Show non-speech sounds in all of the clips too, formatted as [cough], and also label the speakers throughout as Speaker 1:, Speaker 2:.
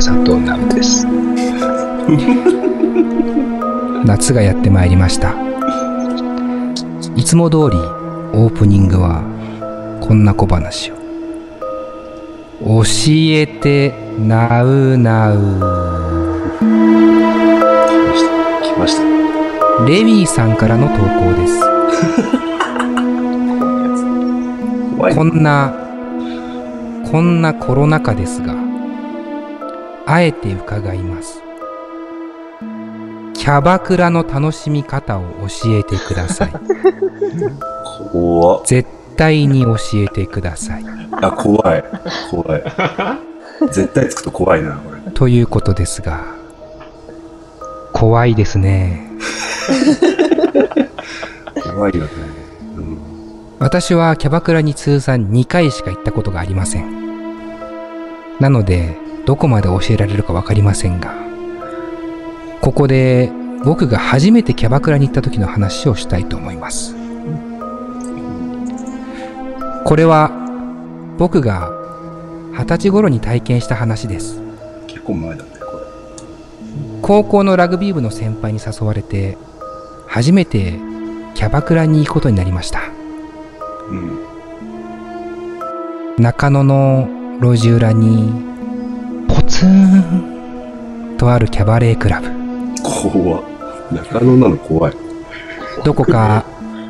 Speaker 1: 砂糖ナムです。
Speaker 2: [laughs] 夏がやってまいりましたいつも通りオープニングはこんな小話を教えてなうなう
Speaker 3: 来ました。
Speaker 2: レヴィさんからの投稿です
Speaker 3: 怖い。
Speaker 2: こんなこんなコロナ禍ですがあえて伺いますキャバクラの楽しみ方を教えてください
Speaker 3: 怖
Speaker 2: [laughs]
Speaker 3: っ。
Speaker 2: 絶対に教えてください
Speaker 3: あ、怖い。
Speaker 2: [laughs]
Speaker 3: 怖い。絶対つくと怖いな、これ。
Speaker 2: ということですが怖いですね
Speaker 3: 怖いよね。うん。
Speaker 2: 私はキャバクラに通算2回しか行ったことがありませんなのでどこまで教えられるか分かりませんがここで僕が初めてキャバクラに行った時の話をしたいと思いますこれは僕が二十歳頃に体験した話です
Speaker 3: 結構前だね、こ
Speaker 2: 高校のラグビー部の先輩に誘われて初めてキャバクラに行くことになりました
Speaker 3: れ。うん。
Speaker 2: 中野の路地裏にポツンとあるキャバレークラブ
Speaker 3: 怖っ。中野なの怖い。
Speaker 2: どこか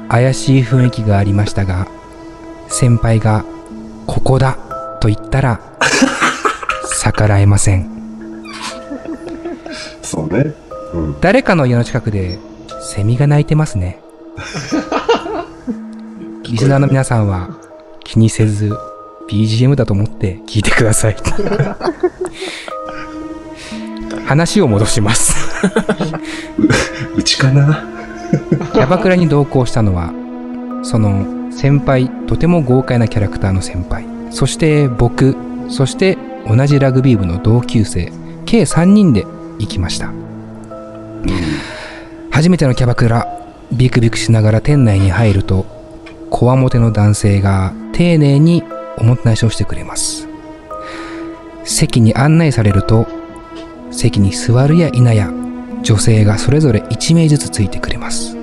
Speaker 2: 怪しい雰囲気がありましたが先輩が「ここだ」と言ったら逆らえません
Speaker 3: そうね。うん。
Speaker 2: 誰かの家の近くでセミが鳴いてますねリスナーの皆さんは気にせず BGM だと思って聞いてください話を戻します
Speaker 3: うちかな
Speaker 2: キャバクラに同行したのはその先輩とても豪快なキャラクターの先輩そして僕そして同じラグビー部の同級生計3人で行きました
Speaker 3: うん。
Speaker 2: 初めてのキャバクラビクビクしながら店内に入るとこわもての男性が丁寧におもてなしをしてくれます席に案内されると席に座るや否や女性がそれぞれ1名ずつついてくれます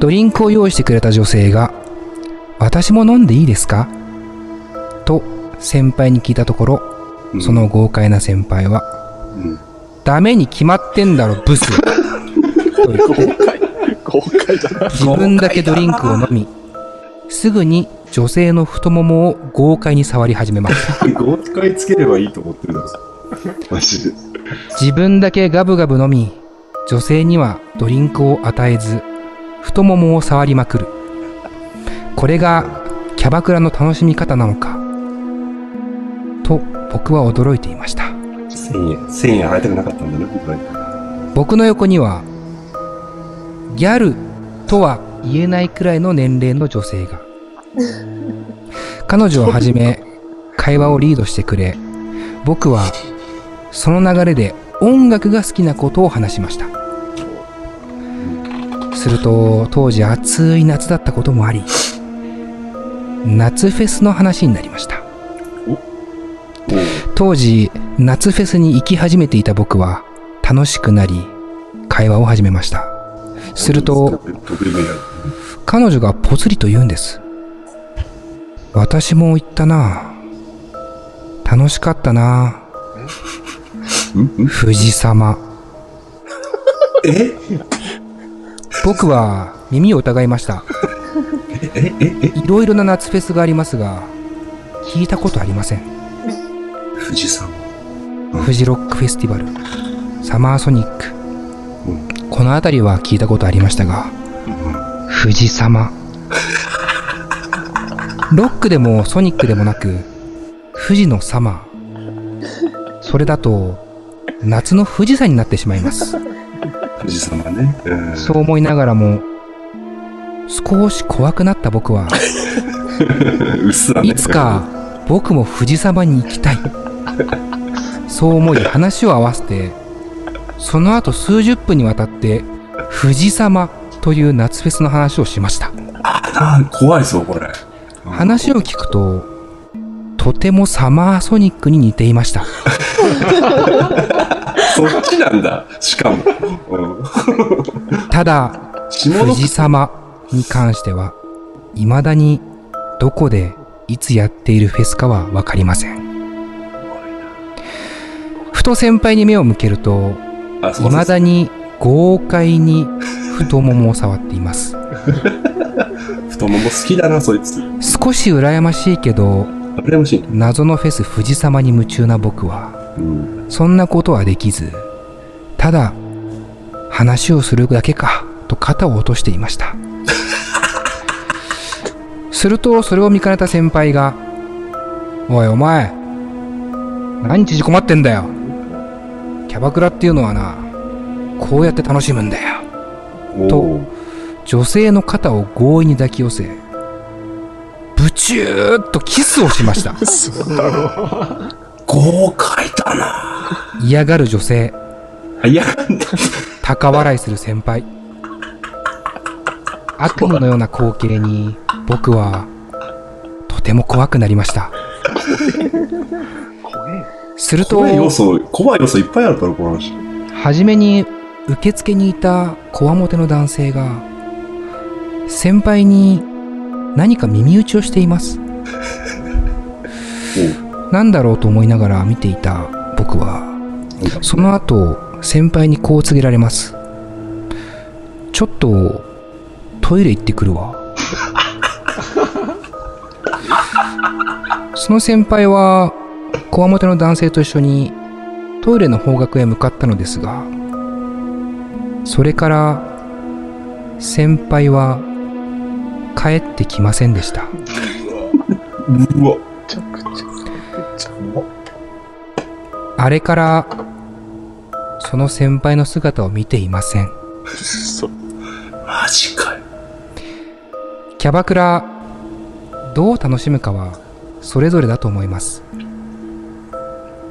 Speaker 2: ドリンクを用意してくれた女性が「私も飲んでいいですか?」と先輩に聞いたところ
Speaker 3: うん
Speaker 2: その、豪快な先輩は
Speaker 3: うん。
Speaker 2: 「ダメに決まってんだろブス」
Speaker 3: [laughs]
Speaker 2: と言って
Speaker 4: 公開じゃない
Speaker 2: 自分だけドリンクを飲みすぐに女性の太ももを豪快に触り始めました
Speaker 3: 豪快つければいいと思ってるだろ。マジで。
Speaker 2: 自分だけガブガブ飲み女性にはドリンクを与えず太ももを触りまくるこれがキャバクラの楽しみ方なのかと僕は驚いていました
Speaker 3: 1000円。1000円払いたくなかったんだね、僕は。
Speaker 2: 僕の横にはギャルとは言えないくらいの年齢の女性が彼女をはじめ会話をリードしてくれ僕はその流れで音楽が好きなことを話しましたすると当時暑い夏だったこともあり夏フェスの話になりました当時夏フェスに行き始めていた僕は楽しくなり会話を始めましたすると
Speaker 3: 僕でもやる。
Speaker 2: 彼女がぽつりと言うんです私も行ったな楽しかったなん
Speaker 3: ん
Speaker 2: 藤様
Speaker 3: え
Speaker 2: 僕は耳を疑いました
Speaker 3: えええ
Speaker 2: いろいろな夏フェスがありますが聞いたことありません
Speaker 3: 富士山。
Speaker 2: フジロックフェスティバルサマーソニック
Speaker 3: うん。
Speaker 2: この辺りは聞いたことありましたが
Speaker 3: うん
Speaker 2: 富士様ロックでもソニックでもなく富士の様それだと夏の富士山になってしまいます
Speaker 3: 富士山はね。うん。
Speaker 2: そう思いながらも少し怖くなった僕は
Speaker 3: [laughs] うっすらね。
Speaker 2: いつか僕も富士様に行きたいそう思い話を合わせてその後数十分にわたって富士様という夏フェスの話をしました
Speaker 3: あ。怖いぞ、これ。
Speaker 2: 話を聞くととてもサマーソニックに似ていました
Speaker 3: そっちなんだ。しかも。うん。
Speaker 2: ただ
Speaker 3: 下の
Speaker 2: 藤様に関しては未だにどこでいつやっているフェスかは分かりませんふと先輩に目を向けると
Speaker 3: あ、そうそう
Speaker 2: 未
Speaker 3: そう
Speaker 2: だに豪快に太ももを触っています
Speaker 3: 太もも好きだな、そいつ。
Speaker 2: 少し羨ましいけど
Speaker 3: 羨ましい。
Speaker 2: 謎のフェス藤様に夢中な僕は
Speaker 3: うん。
Speaker 2: そんなことはできずただ話をするだけかと肩を落としていました [laughs] するとそれを見かねた先輩が「おいお前何縮こまってんだよキャバクラっていうのはなこうやって楽しむんだよ」と
Speaker 3: おー
Speaker 2: 女性の肩を強引に抱き寄せブチューッとキスをしました
Speaker 3: 豪快だな。
Speaker 2: 嫌がる女性
Speaker 3: あ、いや、なんだ
Speaker 2: 高笑いする先輩悪夢のような光景に僕はとても怖くなりましたすると
Speaker 3: 怖い要素、怖い要素いっぱいあるから、この話。
Speaker 2: 初めに受付にいたこわもての男性が先輩に何か耳打ちをしています何だろうと思いながら見ていた僕は
Speaker 3: おなんだ
Speaker 2: その後、先輩にこう告げられます。ちょっと、トイレ行ってくる [laughs] わ。その先輩は、こわもての男性と一緒に、トイレの方角へ向かったのですが、それから、先輩は、帰ってきませんでした。
Speaker 3: うわ。
Speaker 2: あれから、その先輩の姿を見ていません。
Speaker 4: そう
Speaker 3: マジかよ。
Speaker 2: キャバクラどう楽しむかはそれぞれだと思います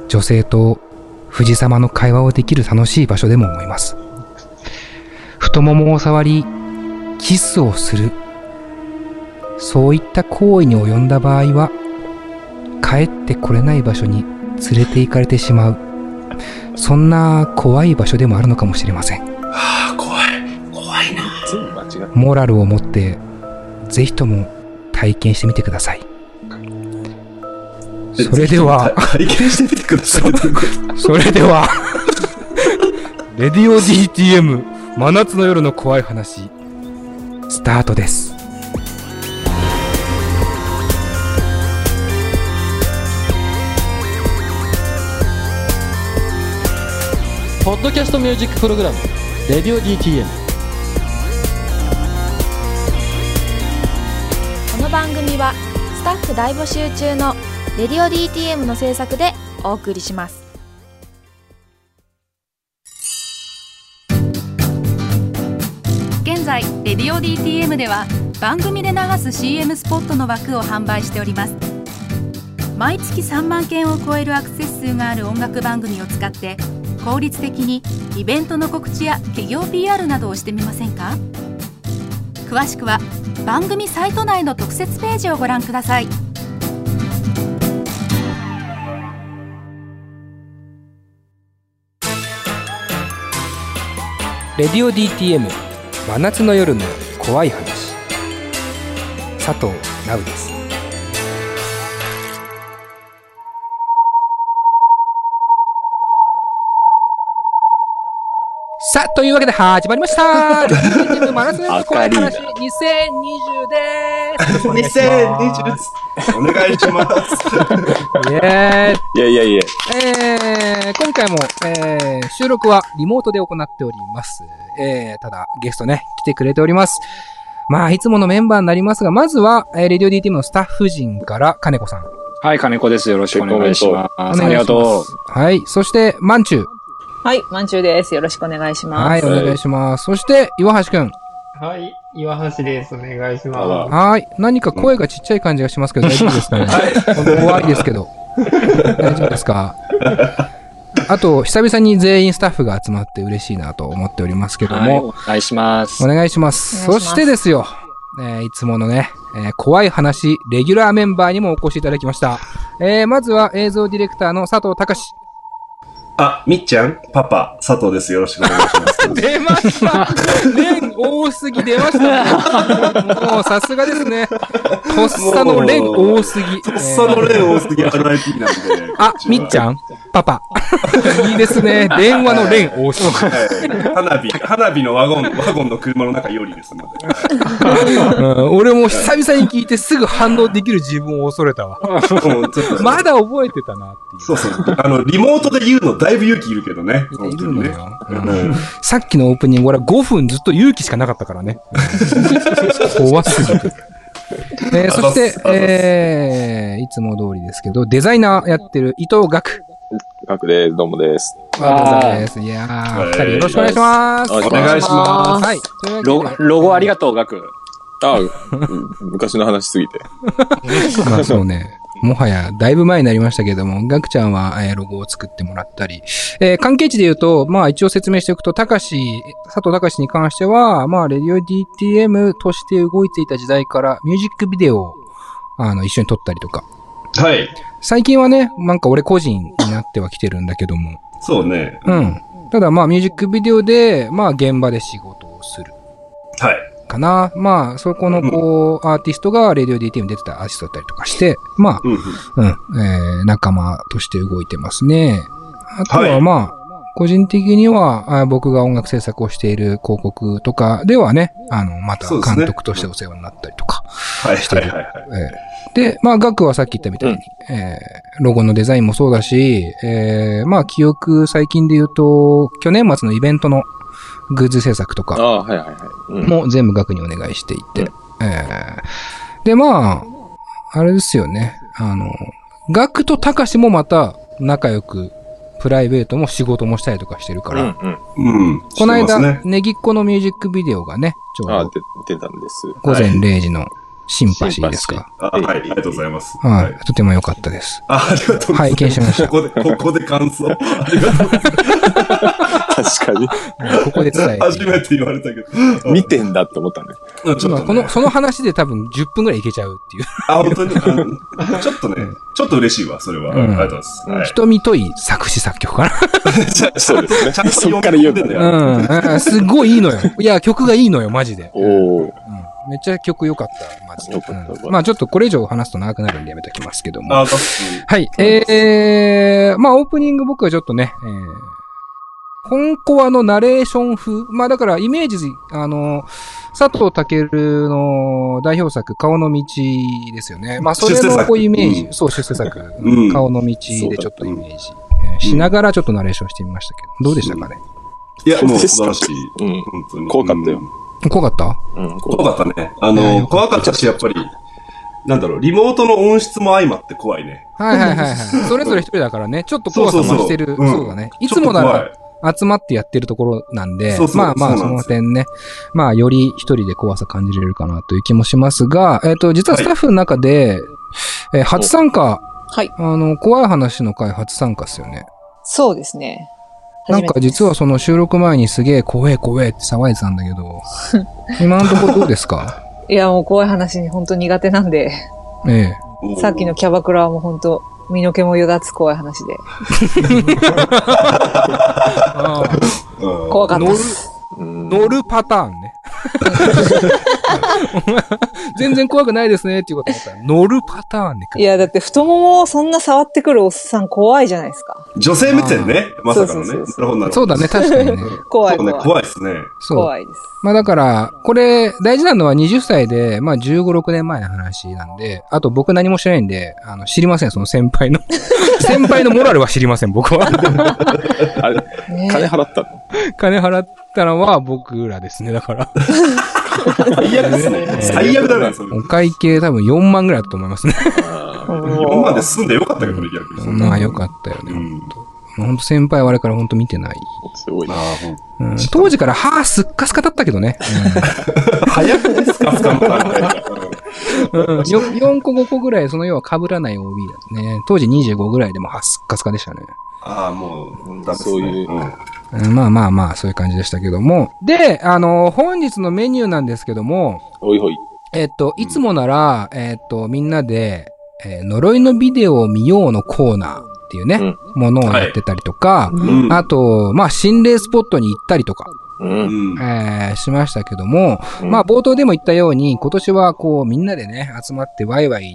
Speaker 2: 女性と藤様の会話をできる楽しい場所でも思います太ももを触りキスをするそういった行為に及んだ場合は帰ってこれない場所に連れて行かれてしまうそんな怖い場所でもあるのかもしれません
Speaker 3: あ、怖い。怖いな。
Speaker 4: 全部間違ってる
Speaker 2: モラルを持ってぜひとも体験してみてくださいそれでは
Speaker 3: 体験してみてください。
Speaker 2: [laughs] それではレディオ DTM 真夏の夜の怖い話スタートです
Speaker 1: ポッドキャストミュージックプログラム「レディオ DTM
Speaker 5: この番組はスタッフ大募集中のレディオ DTM の制作でお送りします
Speaker 6: 現在レディオ DTM では番組で流す CM スポットの枠を販売しております毎月3万件を超えるアクセス数がある音楽番組を使って効率的にイベントの告知や企業 PR などをしてみませんか詳しくは番組サイト内の特設ページをご覧ください
Speaker 2: レディオ DTM 真夏の夜の怖い話佐藤直ですさあ、というわけで始まりました !DTM 真夏の夜の怖い話2020ですよろしくお願いします
Speaker 3: お願いします。
Speaker 2: イエーイ
Speaker 4: [laughs] いやいやいや
Speaker 2: えー今回も、えー収録はリモートで行っております。えーただ、ゲストね、来てくれております。まあ、いつものメンバーになりますが、まずは、えーレディオ DTM のスタッフ陣から、金子さん。
Speaker 7: はい、金子です。よろしくお願いしま
Speaker 2: お願いしま
Speaker 7: す。
Speaker 2: す
Speaker 7: ありがと
Speaker 2: はい。そして、まんちゅう。
Speaker 8: はい、まんじゅうです。よろしくお願いします。
Speaker 2: はい、お願いします。そして、岩橋くん。
Speaker 9: はい、岩橋です。お願いし
Speaker 4: あ
Speaker 9: ま
Speaker 4: ら
Speaker 2: はい。何か声がちっちゃい感じがしますけど、大丈夫ですかね怖いですけど。大丈夫ですかあと、久々に全員スタッフが集まって嬉しいなと思っておりますけ
Speaker 7: う。
Speaker 2: ど
Speaker 7: はい、
Speaker 2: も、
Speaker 7: お願いします
Speaker 2: お。願いします。
Speaker 8: お
Speaker 2: そ
Speaker 8: 願いします
Speaker 2: してですよ、えーいつものね、えー怖い話、レギュラーメンバーにもお越しいただきました。えーまずは映像ディレクターの佐藤隆史。
Speaker 3: あ、みっちゃん、パパ、佐藤です。よろしくお願いしま
Speaker 2: [laughs]
Speaker 3: す。
Speaker 2: 出ました連多すぎ出ました
Speaker 3: [laughs]
Speaker 2: ねもうさすがですね。とっさの連多すぎ。
Speaker 3: とっさの例多すぎ、アナ IP なんで。
Speaker 2: [laughs] あ、みっちゃ
Speaker 3: ん。
Speaker 2: んパ
Speaker 3: [laughs]
Speaker 2: パ。いいですね。電話の連多すぎ。
Speaker 3: はい。花火、花火のワゴン、ワゴンの車の中よりですので。
Speaker 2: うん俺も久々に聞いてすぐ反応できる自分を恐れたわ。
Speaker 3: うんちょっと
Speaker 2: まだ覚えてたなっていう。
Speaker 3: そうそう。あの、リモートで言うのだいぶ勇気いるけどね。本
Speaker 2: い
Speaker 3: 当
Speaker 2: る
Speaker 3: に
Speaker 2: の
Speaker 3: ね。
Speaker 2: よ。
Speaker 3: う
Speaker 2: うん
Speaker 3: ん。
Speaker 2: さっきのオープニング、俺は5分ずっと勇気しかなかったからね。怖すぎて。えーそして
Speaker 3: あざっすあざっす、
Speaker 2: えーいつも通りですけど、デザイナーやってる伊藤岳。
Speaker 4: 学でどうもです。
Speaker 2: あざっすいやー、
Speaker 3: はい
Speaker 2: 二人よろしくお願いします。。
Speaker 4: お
Speaker 3: 願いします
Speaker 2: はい。という
Speaker 7: ロ
Speaker 2: わけで
Speaker 7: ロゴありがとう、ガク。
Speaker 4: あ、うん昔の話すぎて。
Speaker 2: まあそうね。もはや、だいぶ前になりましたけども、ガクちゃんは、えーロゴを作ってもらったり、えー関係値で言うと、まあ一応説明しておくと、高し、佐藤高しに関しては、まあ、レディオ DTM として動いていた時代から、ミュージックビデオを、あの、一緒に撮ったりとか、
Speaker 3: はい。
Speaker 2: 最近はね、なんか俺個人になっては来てるんだけども、
Speaker 3: そうね。
Speaker 2: うん。ただまあ、ミュージックビデオで、まあ、現場で仕事をする。
Speaker 3: はい。
Speaker 2: かな。まあ、そこの、こう、アーティストが、レディオ DTM に出てたアーティストだったりとかして、まあ、
Speaker 3: うんうん。
Speaker 2: うん、えー仲間として動いてますね。あと
Speaker 3: は
Speaker 2: はいまあ、個人的にはあ、僕が音楽制作をしている広告とかではね、あの、また
Speaker 3: そうですね
Speaker 2: 監督としてお世話になったりとか。
Speaker 3: はいはいはいはい。
Speaker 2: でで、まあ、ガクはさっき言ったみたいに、えーロゴのデザインもそうだし、えーまあ、記憶最近で言うと、去年末のイベントのグッズ制作とか
Speaker 4: あ、あ、はいはいはい。うん
Speaker 2: も全部額にお願いしていて。
Speaker 4: うん
Speaker 2: えーで、まあ、あれですよね。あの、額と高しもまた仲良く、プライベートも仕事もしたりとかしてるか
Speaker 4: う
Speaker 2: ら。
Speaker 4: んうん。
Speaker 3: うん。
Speaker 2: この
Speaker 3: 知って
Speaker 2: 間、
Speaker 3: ますね
Speaker 2: ねぎっこのミュージックビデオがね、ちょう
Speaker 4: あ
Speaker 2: ど
Speaker 4: で出たんです。
Speaker 2: 午前
Speaker 3: はい
Speaker 2: 0時のシンパシーです
Speaker 4: シン
Speaker 2: か。
Speaker 3: あはい、ありがとうございます。
Speaker 2: はい。。とても良かったです。
Speaker 3: あ、ありがとうございます。
Speaker 2: 拝見しました
Speaker 3: ここで、ここで
Speaker 2: [laughs]
Speaker 3: 感想。ありがとう。
Speaker 4: 確か
Speaker 2: ここで伝え
Speaker 3: [laughs] 初
Speaker 2: て。
Speaker 3: めて言われたけど。
Speaker 4: に。見てんだって思ったね。
Speaker 3: うん、ちょっ
Speaker 2: ま
Speaker 3: と
Speaker 2: あ
Speaker 3: ね
Speaker 2: この、その話で多分10分ぐらいいけちゃうっていう。
Speaker 3: あ、本当に。うんちょっとね、ちょっと嬉しいわ、それは。
Speaker 2: うん
Speaker 3: ありがとうございます。はい
Speaker 2: 瞳とい作詞作曲かな。
Speaker 4: [laughs] そうですね。
Speaker 3: ちゃんと
Speaker 4: そっから言うんだ
Speaker 3: 読んでんだ
Speaker 4: ね。
Speaker 2: うんうん。すごいいいのよ。いや、曲がいいのよ、マジで。
Speaker 4: おお。
Speaker 2: うんめっちゃ曲良かった、マジで
Speaker 4: 良かった
Speaker 2: うんまあちょっとこれ以上話すと長くなるんでやめときますけども。
Speaker 3: あ、確かに。
Speaker 2: はい。えー、まあオープニング僕はちょっとね、えー、本コアのナレーション風。まあだからイメージ、あの、佐藤健の代表作、顔の道ですよね。まあそれ
Speaker 3: 出世
Speaker 2: の
Speaker 3: 作
Speaker 2: こうイメージ、
Speaker 3: う
Speaker 2: そう、出世作、
Speaker 3: [laughs] うん
Speaker 2: 顔の道でちょっとイメージ、えーしながらちょっとナレーションしてみましたけど、どうでしたかね
Speaker 3: いや、もう素晴らしい。
Speaker 4: うん。
Speaker 3: 本当に。
Speaker 4: 怖かったよ
Speaker 3: うん。
Speaker 2: 怖かった
Speaker 4: うん。
Speaker 3: 怖かったね。あの、怖かったし、やっぱり、なんだろう、リモートの音質も相まって怖いね。
Speaker 2: はいはいはいはい。それぞれ一人だからね、ちょっと怖さ増してる。
Speaker 3: そうそうそう
Speaker 2: そうだね。い
Speaker 3: ち
Speaker 2: つ
Speaker 3: ょっと
Speaker 2: もな
Speaker 3: 怖
Speaker 2: ら集まい集まってやってるところなんで、
Speaker 3: そうそう
Speaker 2: まあまあ
Speaker 3: そ
Speaker 2: そう
Speaker 3: なんで
Speaker 2: の
Speaker 3: すよ
Speaker 2: 点ね、まあより一人で怖さ感じれるかなという気もしますが、えっ、と、実はスタッフの中で、えー初参加、
Speaker 8: はい。
Speaker 2: あの、怖い話の会初参加っすよね。
Speaker 8: そうですね。
Speaker 2: なんか実はその収録前にすげえ怖え怖えって騒いでたんだけ
Speaker 8: [laughs]
Speaker 2: ど、今のところどうですか
Speaker 8: いや、もう怖い話に本当苦手なん
Speaker 2: [laughs]
Speaker 8: で、
Speaker 2: ええ。
Speaker 3: おー
Speaker 8: さっきのキャバクラはもう本当身の毛もよだつ怖い話で。
Speaker 3: うん
Speaker 8: 怖かったです。
Speaker 4: うん
Speaker 2: 乗るパターンね。 [laughs] 全然怖くないですねっていうことだったら、乗るパターンね。
Speaker 8: いや、だって太ももをそんな触ってくるおっさん怖いじゃないですか。
Speaker 3: 女性目線ね、まさかのね。な
Speaker 8: そ
Speaker 3: る
Speaker 8: うそう
Speaker 3: ほど、なるほど。
Speaker 2: そうだね、確かにね。
Speaker 8: 怖い
Speaker 3: そうね
Speaker 8: 怖い。、
Speaker 3: 怖いですね。
Speaker 2: そう。
Speaker 8: 怖いです。
Speaker 2: まあだから、これ、大事なのは20歳で、まあ15、6年前の話なんで、あと僕何も知らないんで、あの、知りません、その先輩 [laughs] の。先輩のモラルは知りません、僕は。
Speaker 4: あれ、
Speaker 8: ね
Speaker 4: 金払ったの
Speaker 2: 金払ったのは僕らですね、だから。
Speaker 3: 最悪ですね。 [laughs] 最悪だね、それ
Speaker 2: お。会計多分4万ぐらいだと思いますね。
Speaker 3: 今まで住んでよかったけどね、逆に。
Speaker 2: まあよかったよね。
Speaker 3: う
Speaker 2: ほん
Speaker 3: ん。
Speaker 2: とほんと先輩はあれからほんと見てない。
Speaker 4: すごいね。
Speaker 3: ああ、
Speaker 2: うん当時から歯すっかすかだったけどね。
Speaker 3: 早くですか、スカンパン
Speaker 2: うん、4個5個ぐらい、その要は被らない OB だね。当時25ぐらいでも歯すっかすかでしたね。
Speaker 3: ああ、もう、ダメですね
Speaker 4: そういうん
Speaker 2: うんまあまあまあ、そういう感じでしたけども。で、あの、本日のメニューなんですけども、
Speaker 4: おいおい。
Speaker 2: えっと、いつもなら、えっと、みんなで、えー呪いのビデオを見ようのコーナーっていうね、
Speaker 4: うん
Speaker 2: ものをやってたりとか、
Speaker 3: うん
Speaker 2: あと、まあ、心霊スポットに行ったりとか、
Speaker 4: うん。うん
Speaker 3: うん。
Speaker 2: えーしましたけども、
Speaker 4: うん
Speaker 2: まあ、冒頭でも言ったように、今年はこう、みんなでね、集まってワイワイ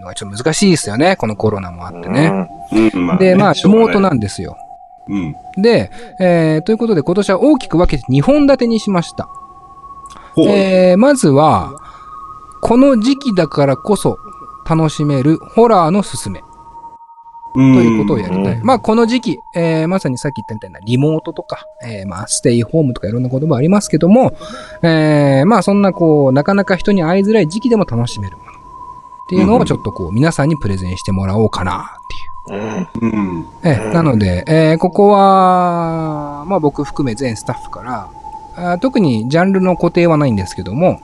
Speaker 2: のがちょっと難しいですよね、このコロナもあってね。
Speaker 3: うん。まあね
Speaker 2: で、まあ、
Speaker 3: しょうがい
Speaker 2: 妹なんですよ。
Speaker 3: うん。
Speaker 2: で、えーということで今年は大きく分けて2本立てにしました。
Speaker 3: ほう。
Speaker 2: えーまずは、この時期だからこそ楽しめるホラーのすすめ
Speaker 3: と
Speaker 2: ということをやりたい。
Speaker 4: うん
Speaker 2: まあこの時期、えーまさにさっき言ったみたいなリモートとか、えーまあステイホームとかいろんな言葉ありますけども、えーまあそんなこう、なかなか人に会いづらい時期でも楽しめるものっていうのをちょっとこう、皆さんにプレゼンしてもらおうかなっていう。
Speaker 4: うん。
Speaker 3: うん。
Speaker 2: ええ、なので、えーここは、まあ僕含め全スタッフから、あー特にジャンルの固定はないんですけども、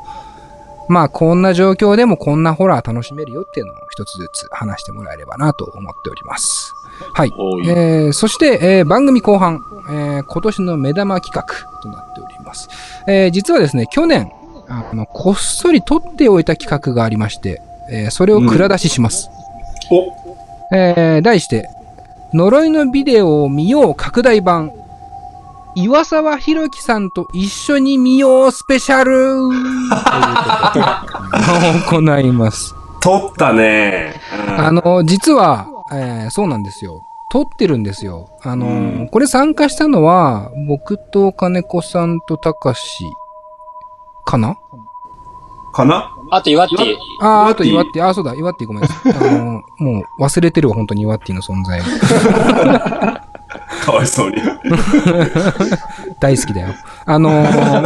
Speaker 2: まあこんな状況でもこんなホラー楽しめるよっていうのを一つずつ話してもらえればなと思っております。はい。
Speaker 4: おい
Speaker 2: えーそして、えー番組後半、えー今年の目玉企画となっております。えー実はですね、去年、あこのこっそり撮っておいた企画がありまして、えーそれを蔵出しします。
Speaker 3: お、
Speaker 2: えー、題して、呪いのビデオを見よう拡大版、岩沢博樹さんと一緒に見ようスペシャルということで行います。
Speaker 3: 撮ったね。うん
Speaker 2: あの、実は、えーそうなんですよ。撮ってるんですよ。あのー
Speaker 3: うん
Speaker 2: これ参加したのは、僕と金子さんとたかし、かな
Speaker 3: かな
Speaker 7: あと、岩って
Speaker 3: 岩
Speaker 2: ああ、あ
Speaker 3: 岩
Speaker 2: と
Speaker 3: 手
Speaker 2: 岩って、ああ、そうだ、岩ってごめんなさい。あのーもう忘れてるわ、本当に岩っての存在を。
Speaker 3: かわいそうに。
Speaker 2: 大好きだよ。あの [laughs] ー、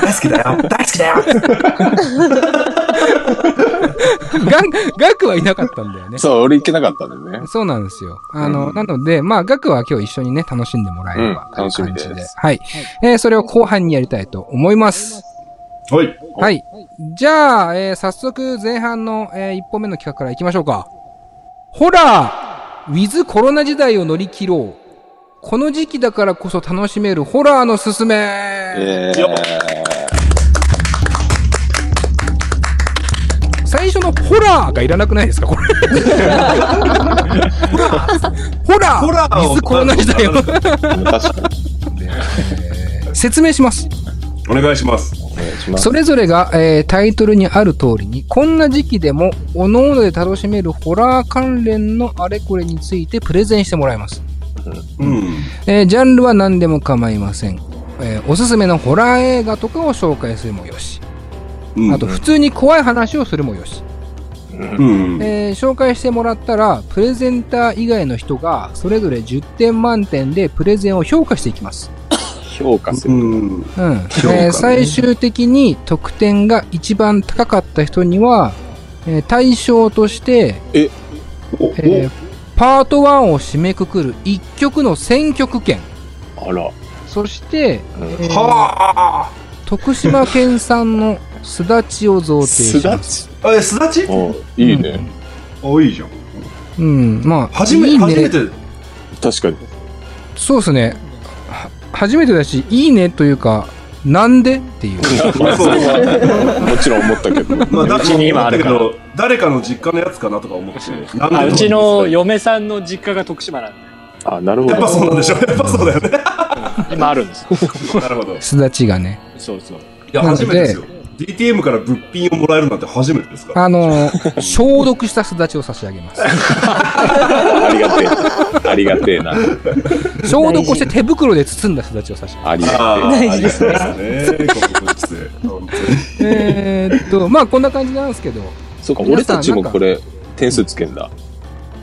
Speaker 3: 大好きだよ。大好きだよ。
Speaker 2: ガン、ガクはいなかったんだよね。
Speaker 4: そう、俺行けなかったんだよね。
Speaker 2: そうなんですよ。あの、
Speaker 3: うん
Speaker 2: なので、まあ、ガクは今日一緒にね、楽しんでもらえれば
Speaker 4: う
Speaker 2: という
Speaker 4: ん、楽しみ
Speaker 2: 感
Speaker 4: です
Speaker 2: じで。はい。えーそれを後半にやりたいと思います。
Speaker 3: はい。
Speaker 2: はい。じゃあ、えー早速、前半の、え1本目の企画から行きましょうか。ホラーウィズコロナ時代を乗り切ろう。この時期だからこそ楽しめるホラーのすすめ、
Speaker 4: え
Speaker 3: よっ
Speaker 4: ー。
Speaker 2: 最初のホラーがいらなくないですかこれ。
Speaker 3: [laughs]
Speaker 2: ホラー
Speaker 3: ホラーを
Speaker 2: ウィズコロナ時代を。
Speaker 4: 確かに。
Speaker 2: 説明します。
Speaker 3: お願いします。
Speaker 4: お願いします。
Speaker 2: それぞれが、えータイトルにある通りに、こんな時期でも、おのおので楽しめるホラー関連のあれこれについてプレゼンしてもらいます。
Speaker 3: うん。
Speaker 2: えージャンルは何でも構いません。えーおすすめのホラー映画とかを紹介するもよし、
Speaker 3: うん
Speaker 2: あと、普通に怖い話をするもよし、
Speaker 3: うん。
Speaker 2: えー紹介してもらったら、プレゼンター以外の人が、それぞれ10点満点でプレゼンを評価していきます。
Speaker 4: 評価す
Speaker 3: う
Speaker 4: る。
Speaker 3: ん。
Speaker 2: うん
Speaker 3: 評価
Speaker 2: えー
Speaker 3: ね
Speaker 2: 最終的に得点が一番高かった人には、えー対象として、
Speaker 3: お、お、
Speaker 2: えーパート1を締めくくる1曲の選曲権
Speaker 4: あら。
Speaker 2: そして、
Speaker 4: うん
Speaker 2: えー
Speaker 3: は
Speaker 2: 徳島県産のすだちを贈呈
Speaker 4: す
Speaker 2: し
Speaker 4: だ
Speaker 2: ます。
Speaker 4: ち。
Speaker 3: あ。え、すだち
Speaker 4: おいいね。
Speaker 3: あ、いいじゃん。
Speaker 2: うん、まあ、
Speaker 3: 初め
Speaker 2: いい
Speaker 3: て、
Speaker 2: ね
Speaker 3: 初めて。
Speaker 4: 確かに。
Speaker 2: そうですね。は初めてだし、いいねというか、なんでって
Speaker 3: [laughs]
Speaker 2: いう。
Speaker 4: まあ、それは、 [laughs] もちろん思ったけど。
Speaker 3: まあ、だ
Speaker 7: うちに今あるから
Speaker 3: だけど誰かの実家のやつかなとか思って。なんで
Speaker 7: あ
Speaker 3: だろ
Speaker 7: うちの嫁さんの実家が徳島なんで、
Speaker 4: あ、なるほ
Speaker 3: やっぱ
Speaker 4: ど。
Speaker 3: そうなんでしょ。やっぱそうだよね。
Speaker 7: 今あるん [laughs] です。
Speaker 3: なるほど。い
Speaker 2: すだちがね。
Speaker 7: そうそう。
Speaker 3: や、
Speaker 2: なので
Speaker 3: 初めてですよ。DTM から物品をもらえるなんて初めてですから。
Speaker 2: あのー、消毒したすだちを差し上げ
Speaker 3: [laughs]
Speaker 2: ます。
Speaker 4: ありがてえ。ありがてえな。
Speaker 2: 消毒をして手袋で包んだすだちを差し上げます。
Speaker 4: ありが
Speaker 3: ああ、
Speaker 8: 大事ですね
Speaker 3: ありがとうございますね。このご時世本当に
Speaker 2: えーっと、まあこんな感じなんですけど、
Speaker 4: て。そうか、
Speaker 2: 皆
Speaker 4: 俺
Speaker 2: さん
Speaker 4: たちもこれ、点数つけんだ。